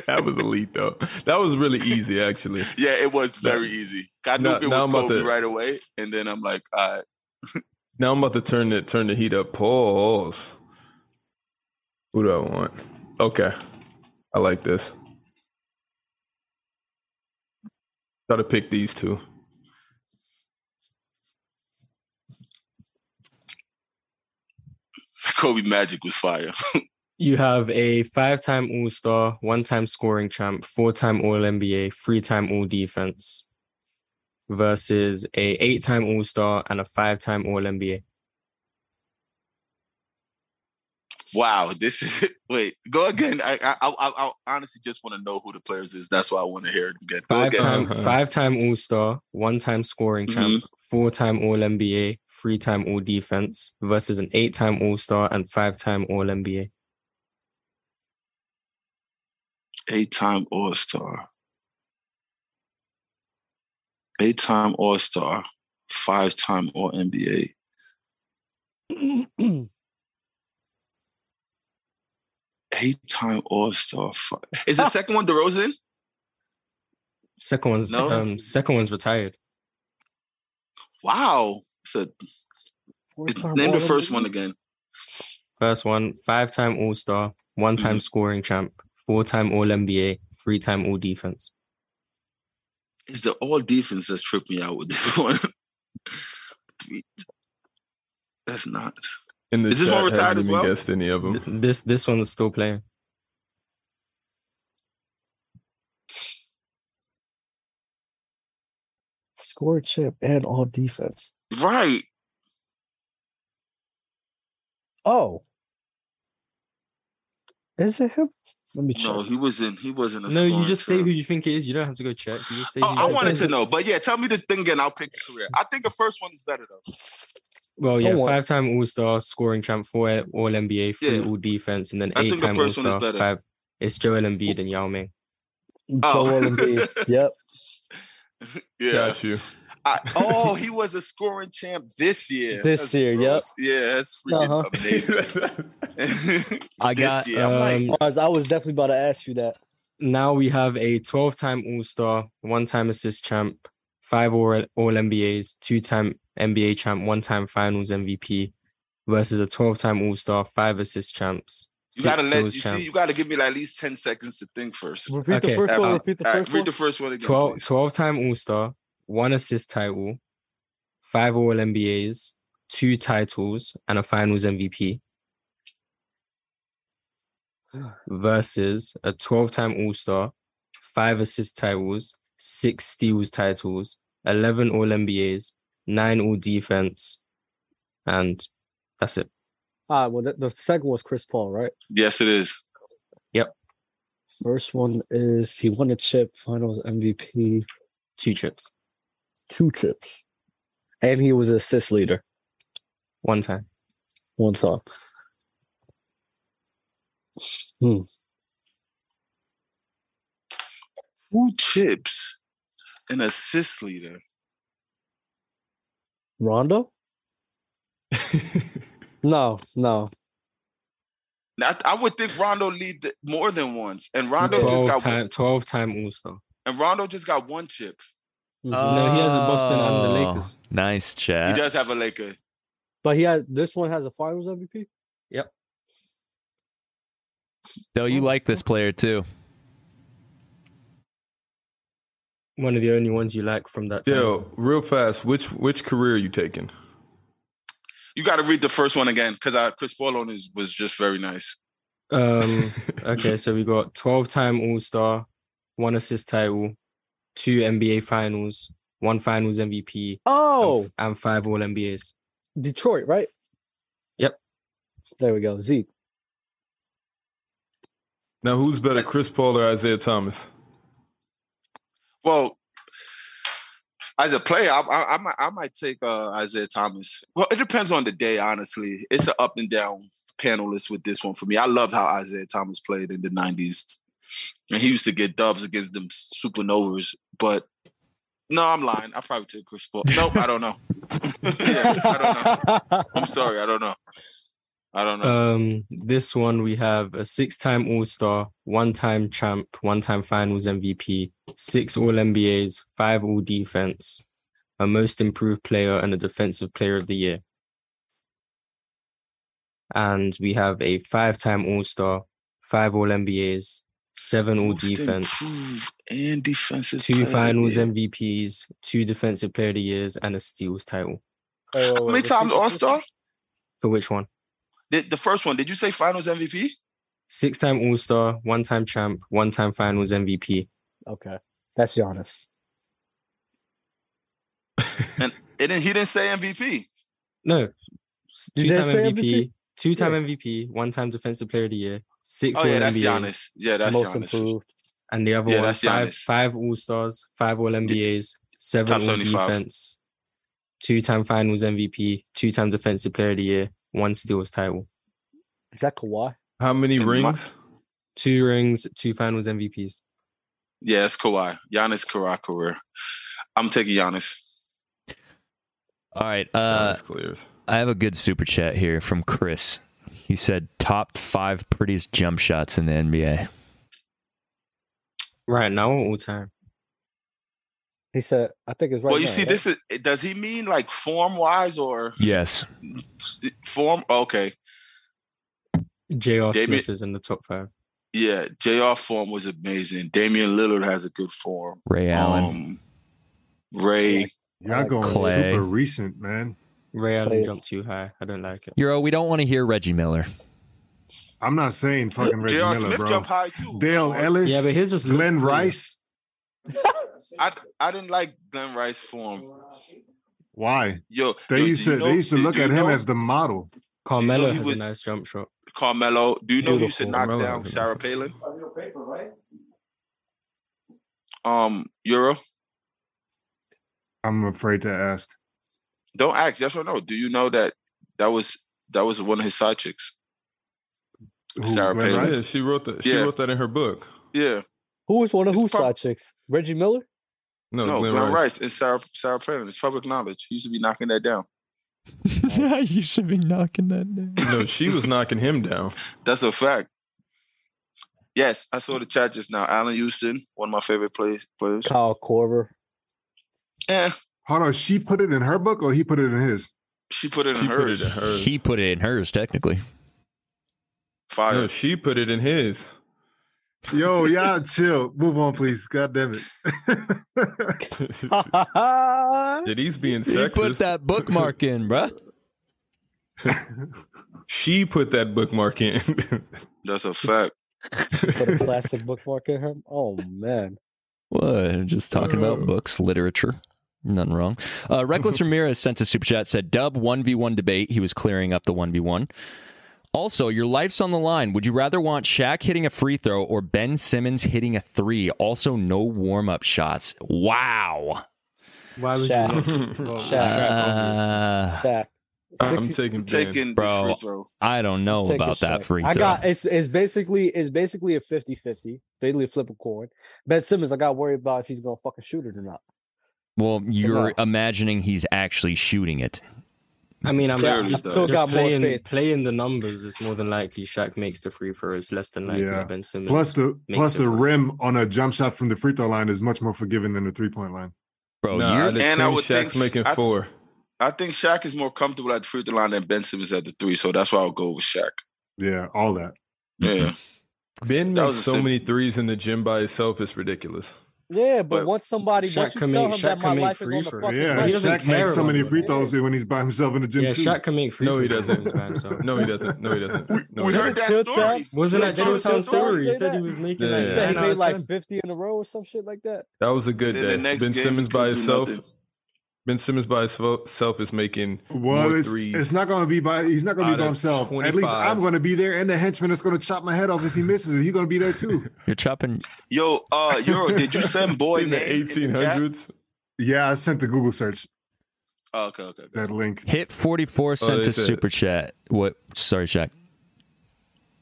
B: that was elite though. That was really easy actually.
F: yeah, it was very easy. I knew
B: Now-
F: it
B: now
F: was
B: I'm about
F: Kobe
B: to-
F: right away, and then I'm like, all right. (laughs)
B: Now I'm about to turn the turn the heat up. Pause. Who do I want? Okay. I like this. Try to pick these two.
F: Kobe Magic was fire.
E: You have a five time All Star, one time scoring champ, four time All NBA, three time All Defense versus a eight time All Star and a five time All NBA.
F: wow, this is (laughs) Wait, go again. I I I, I honestly just want to know who the players is. That's why I want to hear it again. Go
E: Five
F: again.
E: time
B: Uh-huh.
E: five time All Star, one time scoring champ, four time All NBA, three time All Defense versus an eight time All Star and five time All NBA.
F: Eight time All Star. Eight time All Star. Five time All NBA. Eight time All Star. Is the second one DeRozan?
E: Second one's
F: No.
E: um, second one's retired.
F: Wow. So name the first one again.
E: First one, five time All Star, one time scoring champ, four time All NBA, three time All Defense.
F: It's the all defense that's tripped me out with this (laughs) one. Three- That's not.
B: In the
F: Is this one
B: chat,
F: retired
B: haven't
F: as
B: even
F: well?
B: guessed any of
E: Th-
B: them.
E: This this one's still playing.
C: Score chip and all defense.
F: Right.
C: Oh. Is it him? Let me check.
F: No, he wasn't. He wasn't. A
E: No, you
F: scoring
E: just say
F: champ.
E: who you think it is. You don't have to go check. You just say.
F: Oh,
E: who
F: I
E: you-
F: wanted to know, but yeah, tell me the thing again. I'll pick the career. I think the first one is better though.
E: Well, yeah,
C: Don't worry.
E: five time All Star, scoring champ, four All NBA, three
F: Yeah.
E: All Defense, and then
F: I
E: eight
F: think the
E: time All
F: first one is
E: Star.
F: better.
E: Five. It's Joel Embiid and Yao Ming.
F: Oh. (laughs)
C: Joel Embiid. Yep.
F: Yeah.
B: Got you.
F: I, oh, he was a scoring champ this year.
C: This
F: That's
C: year, yep.
F: gross. Yeah, that's freaking
C: Uh-huh.
B: (laughs)
F: (laughs) amazing.
D: I
F: This
D: got,
F: year, I'm like,
E: um,
C: Mars, I was definitely about to ask you that.
E: Now we have a 12 time All Star, one time assist champ, five All All NBAs, two time NBA champ, one time Finals MVP, versus a 12 time All Star, five assist champs.
F: you
E: six
F: gotta let you
E: steals
F: see. You
E: champs.
F: gotta give me like at least ten seconds to think first.
C: Repeat the
E: Okay, uh,
C: first one.
F: after-
C: Repeat the
F: All right,
C: first
F: read
C: one.
F: the first one again.
E: 12,
F: please.
E: 12 time All Star, one assist title, five All NBAs, two titles, and a Finals
F: (sighs)
E: MVP. Versus a 12 time All Star, five assist titles, six steals titles, 11 All NBAs, nine All Defense, and that's it.
C: Ah, well, the, the second was Chris Paul, right?
F: Yes, it is.
C: First one is he won a chip, Finals MVP,
E: Two trips,
C: two chips, and he was assist leader
E: one time.
C: one time. Hmm.
F: Two chips, an assist leader.
C: Rondo? No, no.
F: Now, I, I would think Rondo lead the, more than once, and Rondo just
E: 12
F: got
E: time, 12 time All Star.
F: and Rondo just got one chip.
C: Mhm.
F: Uh,
E: No, he has a Boston and the
D: Oh,
E: Lakers.
D: Nice chat.
F: He does have a Laker.
C: But he has this one has a Finals MVP.
D: Though you like this player too.
E: One of the only ones you like from that time.
B: Yo, real fast, which which career are you taking?
F: You got to read the first one again because I Chris Paul on is was just very nice.
E: Um. Okay, so we got twelve-time All-Star, one assist title, two NBA Finals, one Finals MVP, and f-
C: Oh,
E: and five All NBAs.
C: Detroit, right?
E: Yep.
C: There we go.
F: (laughs)
C: Zeke.
B: Now who's better, Chris Paul or Isaiah Thomas?
F: Well, as a player, I, I, I might I might take uh, Isaiah Thomas. Well, it depends on the day. Honestly, it's an up and down panelist with this one for me. I loved how Isaiah Thomas played in the '90s, and he used to get dubs against them supernovas. But no, I'm lying. I probably took Chris Paul. Nope, I don't know. (laughs) yeah, I don't know. I'm sorry, I don't know. I don't know.
E: Um, this one we have a six-time All-Star, one-time champ, one-time Finals MVP, six All NBAs, five All Defense, a Most Improved Player, and a Defensive Player of the Year. And we have a five-time All-Star, five All NBAs, seven All
F: Most
E: Defense,
F: improved and defensive. player
E: two
F: of the
E: Finals
F: year.
E: MVPs, two Defensive Player of the Years, and a Steals title.
F: How many times All Star?
E: For which one?
F: The, the first one. Did you say Finals MVP?
E: Six-time All-Star, one-time champ, one-time Finals MVP.
C: Okay, that's Giannis.
F: And then he didn't say MVP.
E: No, s-
C: Did they
E: two-time
C: say
E: MVP,
C: MVP?
E: two-time MVP, one-time Defensive Player of the Year, six
F: Oh yeah,
E: All
F: that's
E: NBAs,
F: Giannis. Yeah, that's
C: Most
F: Giannis.
C: improved.
E: and the other
F: Yeah,
E: one
F: that's
E: five
F: Giannis.
E: five All Stars, five All NBAs,
F: Top
E: seven All
F: 75.
E: Defense, two-time Finals MVP, two-time Defensive Player of the Year, one Steals title,
C: Is that Kawhi?
B: How many
F: And my-
B: rings?
E: two rings, two Finals MVPs.
F: Yeah, it's Kawhi. Giannis Kawhi career. I'm taking Giannis.
D: All right. Uh,
B: That's clears.
D: I have a good super chat here from Chris. He said top five prettiest jump shots in the NBA.
E: Right now, all time.
C: He said, I think it's right.
F: Well, you
C: now,
F: see,
C: right?
F: this is does he mean like form wise or
D: Yes.
F: form? Okay,
E: J.R.
F: Damien-
E: Smith is in the top five.
F: yeah, Jr. form was amazing. Damian Lillard has a good form.
D: Ray Allen.
F: Um, Ray, Oh,
A: Y'all going
D: Clay.
A: super recent, man.
E: Ray Allen
C: Plays.
E: jumped too high. I don't like it.
D: Euro, oh, we don't want to hear Reggie (laughs) Miller.
A: I'm not saying fucking Reggie
F: J.R.
A: Miller,
F: Smith
A: bro.
F: jumped high too.
A: Dale Ellis,
E: Yeah, but his just looks
A: Glenn
E: cool.
A: Rice.
F: I I didn't like Glenn Rice form.
A: Why?
F: Yo,
A: They
F: yo,
A: used to
F: do you know-
A: they used to
F: do-
A: look
F: do you
A: at him
F: know
A: as the model.
E: Carmelo
F: he
E: has
F: was-
E: a nice jump shot.
F: Carmelo. Do you know who used to
B: Beautiful.
F: knock
B: Carmelo
F: down
B: is a
F: Sarah
B: nice one.
F: Palin? Um, Euro.
A: I'm afraid to ask.
F: Don't ask. Yes or no. Do you know that that was that was one of his side chicks?
A: Who,
F: Sarah
A: Glenn
F: Palin.
B: Yeah,
A: Rice?
B: she wrote that. She
F: Yeah.
B: wrote that in her book.
F: Yeah.
C: Who was one of
F: It's
C: whose
F: prob-
C: side chicks? Reggie Miller?
B: No,
F: no,
B: Oh, Glenn, Rice.
F: and Sarah Sarah Palin. It's public knowledge. He used to be knocking that down.
D: you should be knocking that down.
B: No, she was knocking him down.
F: That's a fact. Yes, I saw the chat just now. Allen Houston, one of my favorite players. players.
C: Kyle Korver.
F: Eh,
A: Hold on, she put it in her book or he put it in his?
F: she put it in
B: She put
F: hers.
B: it in hers.
D: He put it in hers, technically.
F: Fire.
B: No, she put it in his.
A: Yo,
B: (laughs)
A: y'all chill. Move on, please. God damn it.
B: (laughs) Did he's being
D: He
B: sexist?
D: put that bookmark in, bruh.
B: she put that bookmark
F: (laughs)
B: in.
F: That's a fact.
C: Put a plastic bookmark in him. Oh man.
D: What? Just talking about
B: Uh.
D: books, literature. Nothing wrong. Uh, (laughs) Reckless Ramirez sent a super chat said, Dub 1v1 debate. He was clearing up the 1v1. Also, your life's on the line. Would you rather want Shaq hitting a free throw or Ben Simmons hitting a three? Also, no warm up shots. Wow.
E: Why would
C: Shaq. (laughs)
E: you? want-
D: Oh,
E: Well,
C: Shaq.
E: Shaq, obviously.
D: Uh,
C: Shaq.
B: I'm
C: 60
B: taking Ben.
F: Taking
D: Bro.
F: the free throw.
D: I don't know
C: Take a
D: about that
C: shot.
D: free throw.
C: I got it's it's basically it's basically a 50-50. Basically a flip a coin. Ben Simmons, I got worried about if he's gonna fucking shoot it or not.
D: well, you're
C: Come
D: imagining he's actually shooting it.
E: I mean, I'm
F: Clearly
E: just,
F: does.
C: Still
E: just
C: got more
E: playing
C: faith.
E: playing the numbers. It's more than likely Shaq makes the free throw. It's less than likely
A: Yeah.
E: Ben Simmons.
A: plus the
E: Makes
A: plus
E: it
A: the
E: work.
A: rim on a jump shot from the free throw line is much more forgiving than the three point line.
D: Bro,
B: nah,
D: you're
B: out of
F: And I
B: 10,
F: would
B: Shaq's
F: think-
B: making
F: I-
B: four.
F: I think Shaq is more comfortable at the free throw line than Ben Simmons at the three, so that's why I'll go with Shaq.
A: Yeah, all that.
B: Mm-hmm.
F: Yeah.
B: Ben
F: That
B: makes
F: was a
B: so
F: sim-
B: many threes in the gym by itself. It's ridiculous.
C: Yeah, but,
F: But
C: once somebody
E: Shaq
C: once you
E: can
C: tell
E: make-
C: him that my
E: Shaq can make
C: life is on
E: free
C: the
E: throws.
C: fucking
A: yeah,
E: He
C: line,
E: doesn't
A: Shaq
E: care
A: makes so
E: about
A: many
E: that.
A: free throws when he's by himself in the gym
E: yeah,
A: too.
E: Shaq can make free
B: No, he
E: throws.
B: doesn't.
E: by
B: (laughs)
E: himself.
B: No, he doesn't. No, he doesn't. No,
F: We
B: he
F: heard
B: doesn't.
C: Shaq-
F: that story.
E: Wasn't
F: Shaq
E: that
F: told us
E: Joe
F: his
E: story? He
C: Say
E: said
C: that.
E: he was making
B: Yeah,
E: like
B: yeah.
C: Say he
E: nine out
C: made
E: of
C: like
E: 10.
C: 50 in a row or some shit like that.
B: That was a good
F: Then the
B: day.
F: next
B: ben
F: game,
B: Simmons
F: he
B: by
F: couldn't do
B: himself.
F: nothing.
B: Ben Simmons by himself is making
A: Well,
B: more
A: it's,
B: threes.
A: it's not going to be by he's not going to
B: out
A: be by
B: of
A: himself. At least
B: 25.
A: I'm going to be there, and the henchman that's going to chop my head off if he misses it. He's going to be there
B: (laughs)
A: too.
D: you're chopping
F: Yo, uh, Euro, did you send boy
B: in the
F: name in the 1800s?
B: 1800s.
A: yeah, I sent the Google search
F: Oh, okay, okay. okay.
A: that link.
D: hit
F: Oh,
D: 44 sent
B: they
D: a
B: said-
D: super chat. What? Sorry, Shaq.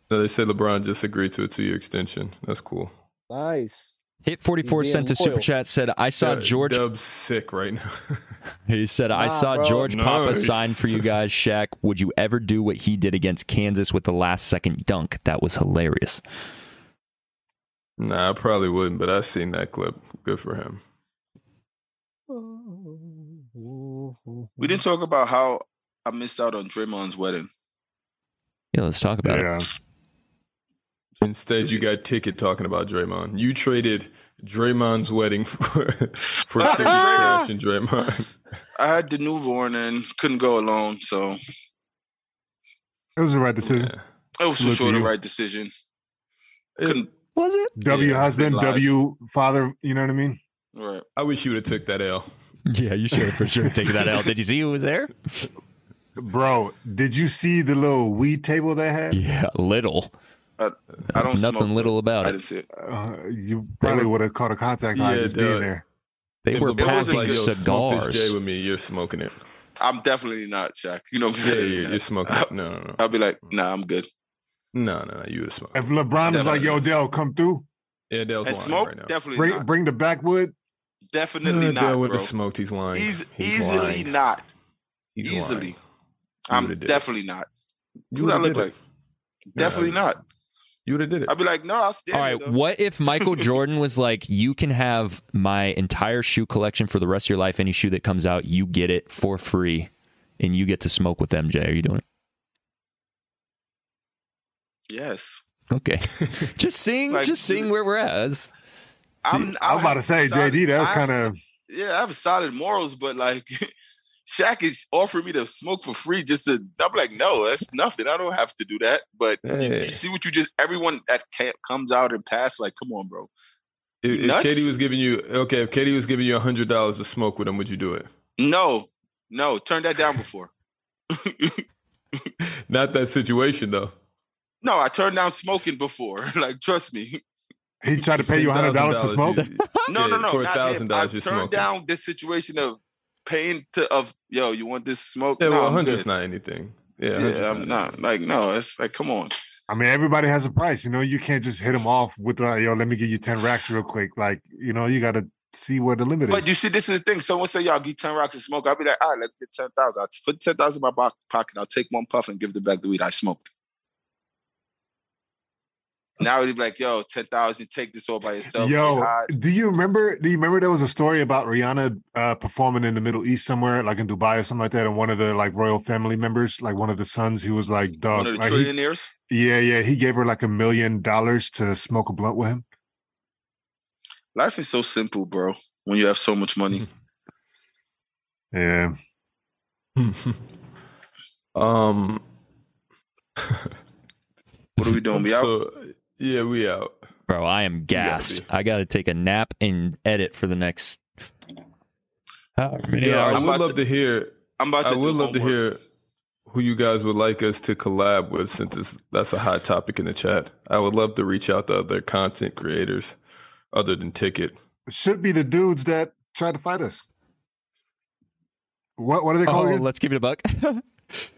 B: No, they said LeBron just agreed to a two-year extension. That's cool.
C: Nice.
D: Hit 44
C: Being
D: sent a super
C: loyal.
D: chat said, I saw
B: Dub-
D: George.
B: Dub's sick right now.
D: He said, I
C: Nah,
D: saw
C: bro.
D: George Papa
B: Nice.
D: sign for
F: (laughs)
D: you guys, Shaq. Would you ever do what he did against Kansas with the last second dunk? That was hilarious.
B: nah, I probably wouldn't, but I seen that clip. Good for him.
F: We didn't talk about how I missed out on Draymond's wedding.
D: Yeah, let's talk about it.
A: Yeah.
B: Instead, you got ticket talking about Draymond. You traded Draymond's wedding (laughs) for for
F: Ah!
B: ticket trash and
F: (laughs)
B: Draymond.
F: I had the newborn and couldn't go alone, so
A: It was the right decision.
B: Yeah.
F: it was for
A: Look at
F: sure the
A: you.
F: right decision.
B: It-
F: Couldn't
D: Was it?
A: W
B: Yeah,
A: husband,
B: big lies.
A: W father. You know what I mean?
F: right.
B: I wish you would have took that L.
D: Yeah, you should have for sure taken that out. Did you see who was
F: (laughs)
D: there?
A: Bro, did you see the little weed table they had?
D: Yeah, little.
F: I don't
D: Nothing
F: smoke,
D: little
F: but
D: about
F: I
D: it.
F: didn't see it.
A: Uh, you probably would have caught a contact high
B: Yeah,
A: just being
B: dude.
A: there.
D: They
B: If
D: were
B: the boss
D: passing
F: was like,
B: "Yo, smoke this J
D: cigars.
B: with me, you're smoking it.
F: I'm definitely not Shaq. You know,
B: Yeah, yeah, Mm. you're smoking it. No, no, no.
F: I'll be like, nah, I'm good.
B: No, no, no. You would smoke.
A: If LeBron is like, "Yo, Dell, come through,
B: Yeah, Dell's lying
F: And smoke,
B: right now.
F: definitely
A: bring
F: not.
A: bring the backwood."
F: definitely
B: Uh,
F: not,
B: Dell
F: bro.
B: would have smoked. He's lying.
F: Eas-
B: He's
F: easily
B: lying.
F: not.
B: He's
F: easily.
B: lying. You
F: I'm
B: would've did it.
F: definitely not.
B: You
F: Who
B: would've
F: I look
B: did it.
F: like? Definitely not.
B: You would have did it.
F: I'd be like, no, I'll stand.
D: All right,
F: though.
D: what
B: (laughs)
D: if Michael Jordan was like, you can have my entire shoe collection for the rest of your life. Any shoe that comes out, you get it for free, and you get to smoke with MJ. Are you doing it?
F: Yes.
B: (laughs)
D: Okay. just seeing,
F: Like,
D: just seeing
F: dude.
D: where we're at. That's-
F: I'm,
A: I was about to say, JD, that was kind
F: of.
A: of
F: yeah, I have solid morals, but like (laughs) Shaq is offering me to smoke for free just to I'm like, no, that's nothing. I don't have to do that. But
B: Hey.
F: you see what you just everyone that ca- comes out and pass, like, come on, bro.
B: If, if
F: Nuts?
B: Katie was giving you okay, if Katie was giving you hundred dollars to smoke with him, would you do it?
F: No, no, turn that down before.
B: Not that situation though.
F: No, I turned down smoking before. (laughs) like, trust me.
A: he tried to pay you hundred dollars to smoke.
B: $10,000 you-
F: No,
B: Yeah,
F: no, no.
B: for
F: not him.
B: $1,000
F: I
B: you're
F: turned
B: smoking.
F: down this situation of paying to of yo, you want this smoke?
B: yeah,
F: no,
B: well,
F: I'm
B: hundred's
F: good.
B: not anything. Yeah,
F: Yeah,
B: 100's
F: I'm not like no. It's like, come on.
A: I mean, everybody has a price, you know. You can't just hit them off with like, "Yo, let me give you ten racks real quick." Like, you know, you got to see where the limit
F: But
A: is.
F: you see, this is the thing. Someone say, "Y'all get ten rocks and smoke." I'll be like, "All right, let's get ten thousand. I'll put ten thousand in my bo- pocket. I'll take one puff and give them back the weed I smoked." Now it'd be like, "Yo, ten thousand. Take this all by yourself."
A: Yo,
F: Get high.
A: do you remember? Do you remember there was a story about Rihanna uh, performing in the Middle East somewhere, like in Dubai or something like that, and one of the like royal family members, like one of the sons, he was like,
B: uh,
A: "Dog,
F: one of the
A: like, he-
F: trillionaires.
A: yeah, yeah," he gave her like a million dollars to smoke a blunt with him.
F: Life is so simple, bro. When you have so much money,
A: Yeah,
B: (laughs) um,
F: what are
B: (laughs)
F: we doing? We out.
B: so yeah, we out.
D: Bro, I
B: gotta
D: am gassed.
B: be.
D: I got to take a nap and edit for the next. However many
B: Yeah, I
D: hours.
B: would
F: I'm about
B: love to, hear.
F: I'm about to.
B: I would
F: do
B: love to
F: homework.
B: hear who you guys would like us to collab with, since it's, that's a hot topic in the chat. I would love to reach out to other content creators, other than Ticket.
A: it should be the dudes that tried to fight us. What what are they
D: Oh,
A: called? again?
D: let's give it a buck. (laughs)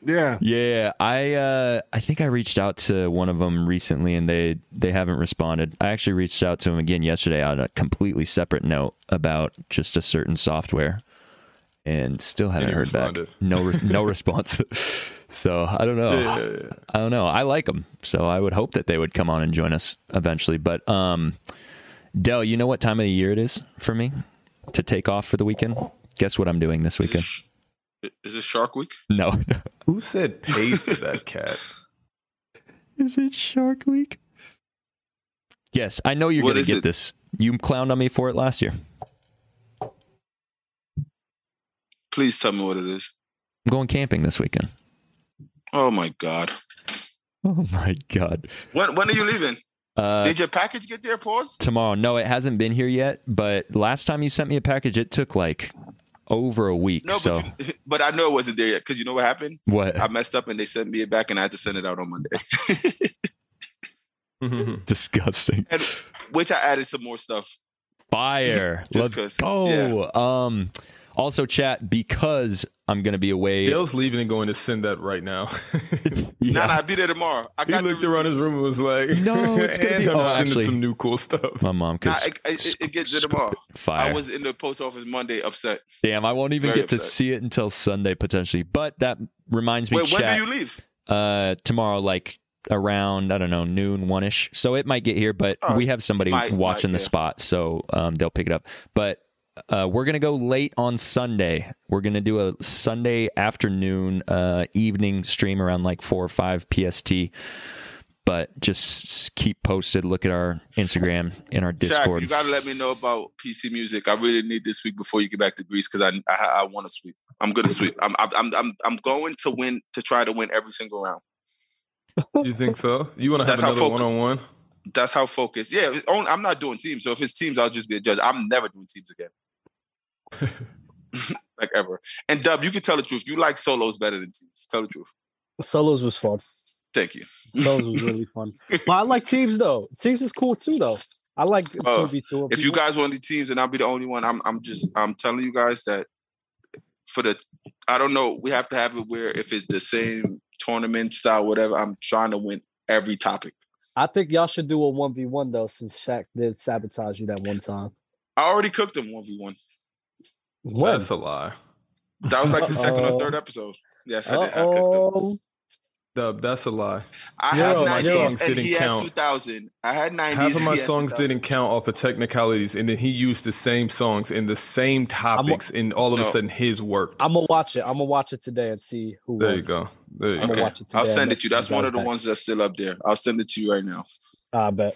A: yeah,
D: yeah, I uh, I think I reached out to one of them recently, and they they haven't responded. I actually reached out to them again yesterday on a completely separate note about just a certain software, and still haven't
B: he
D: heard
B: responded.
D: back. No, re- no response. so I don't
A: Oh.
D: know.
B: Yeah, yeah, yeah.
D: I don't know. I like them, so I would hope that they would come on and join us eventually. But um, Dell, you know what time of the year it is for me to take off for the weekend? Guess what I'm doing this
F: Is it
D: weekend?
F: sh- Is it Shark Week?
D: No,
B: Who said pay for that cat?
D: is it Shark Week? Yes, I know you're
F: What
D: gonna
F: is
D: get
F: it?
D: this. You clowned on me for it last year. I'm
F: Please tell me what it is.
D: going camping this weekend.
F: Oh my God.
D: (laughs) Oh my god!
F: When when are you leaving?
D: Uh,
F: Did your package get there? Pause.
D: tomorrow. No, it hasn't been here yet. But last time you sent me a package, it took like over a week.
F: No,
D: so
F: but you, (laughs) but I know it wasn't there yet because you know what happened.
D: what? (laughs)
F: I messed up and they sent me it back and I had to send it out on Monday, (laughs)
D: Mm-hmm. (laughs) Disgusting.
F: which I added some more stuff.
D: Fire.
F: Just (laughs)
D: Let's
F: 'cause,
D: go. Um also chat because I'm gonna be away.
B: (laughs) Dale's leaving and going to send that right now.
D: (laughs)
B: (laughs)
D: Yeah.
F: Nah, nah, I'll be there tomorrow. I
B: he
F: got the
B: looked around his room and was like,
D: No, it's gonna
B: (laughs) and
D: be-
B: I'm
D: oh,
B: sending
D: actually-
B: some new cool stuff."
D: My mom could
F: Nah,
D: sc-
F: it, it, it gets to
D: sc-
F: tomorrow.
D: fire.
F: I was in the post office Monday upset.
D: Damn, I won't even
F: very
D: get to
F: upset.
D: see it until Sunday potentially. But that reminds me,
F: Wait, when
D: chat,
F: do you leave?
D: uh, tomorrow, like around I don't know noon, one ish. So it might get here, but
F: Oh,
D: we have somebody
F: might, might,
D: watching the
F: yeah.
D: spot, so um, they'll pick it up. But uh, we're gonna go late on Sunday. We're gonna do a Sunday afternoon, uh, evening stream around like four or five PST. But just s- keep posted. Look at our Instagram and our
F: Shaq,
D: Discord.
F: you gotta let me know about PC music. I really need this week before you get back to Greece because I I, I want to sweep. I'm gonna sweep. I'm I'm I'm- I'm I'm going to win to try to win every single round.
B: You think so? You want to have
F: That's how
B: another
F: folk-
B: one-on-one?
F: That's how focused. Yeah, it's on- I'm not doing teams. So if it's teams, I'll just be a judge. I'm never doing teams again. (laughs) like ever. And Dub, you can tell the truth. You like solos better than teams. Tell the truth.
C: (laughs) Solos was fun.
F: Thank you.
C: Solos was really fun. But I like teams though. Teams is cool too though. I like two
F: Oh,
C: v two.
F: If you guys want the teams, and I'll be the only one. I'm I'm just I'm telling you guys that for the I don't know. We have to have it where if it's the same tournament style, whatever. I'm trying to win every topic.
C: I think y'all should do a one v one though, since Shaq did sabotage you that one time.
F: I already cooked them one v one.
C: When?
B: That's a lie.
F: That was like the second
C: Uh-oh.
F: or third episode. Yes, I did. I cooked them.
C: Oh,
B: Dub, that's a lie.
F: I
C: Half
F: had
C: of my
F: 90s
B: songs
F: and
B: didn't
F: he
B: count.
F: had 2000. I had 90s.
B: Half of
F: and
B: my
F: he had
B: songs
F: 2000.
B: didn't count off of technicalities, and then he used the same songs and the same topics, and all of a
F: No.
B: sudden his worked.
C: I'm gonna watch it. I'm gonna watch it today and see who.
B: There
C: won.
B: you go. There you go.
C: I'm gonna
F: Okay.
C: watch it today.
F: I'll send
C: and
F: it to you.
C: let
F: That's one
C: guys
F: of the
C: back.
F: ones that's still up there. I'll send it to you right now.
C: I bet.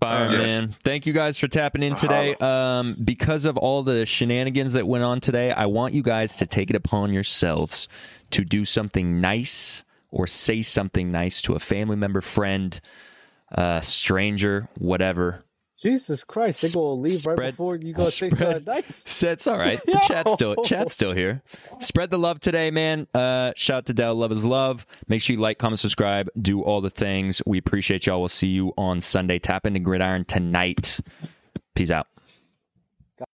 D: Fire,
F: Yes.
D: man. Thank you guys for tapping in
F: No
D: today. Um, because of all the shenanigans that went on today, I want you guys to take it upon yourselves to do something nice or say something nice to a family member, friend, uh, stranger, whatever.
C: Jesus Christ, they gonna leave right
D: Spread-
C: before you gonna say
D: spread-
C: something nice.
D: So It's all right. The chat's still chat's still here. Spread the love today, man. Uh, shout to Dell. Love is love. Make sure you like, comment, subscribe, do all the things. We appreciate y'all. We'll see you on Sunday. Tap into Gridiron tonight. Peace out.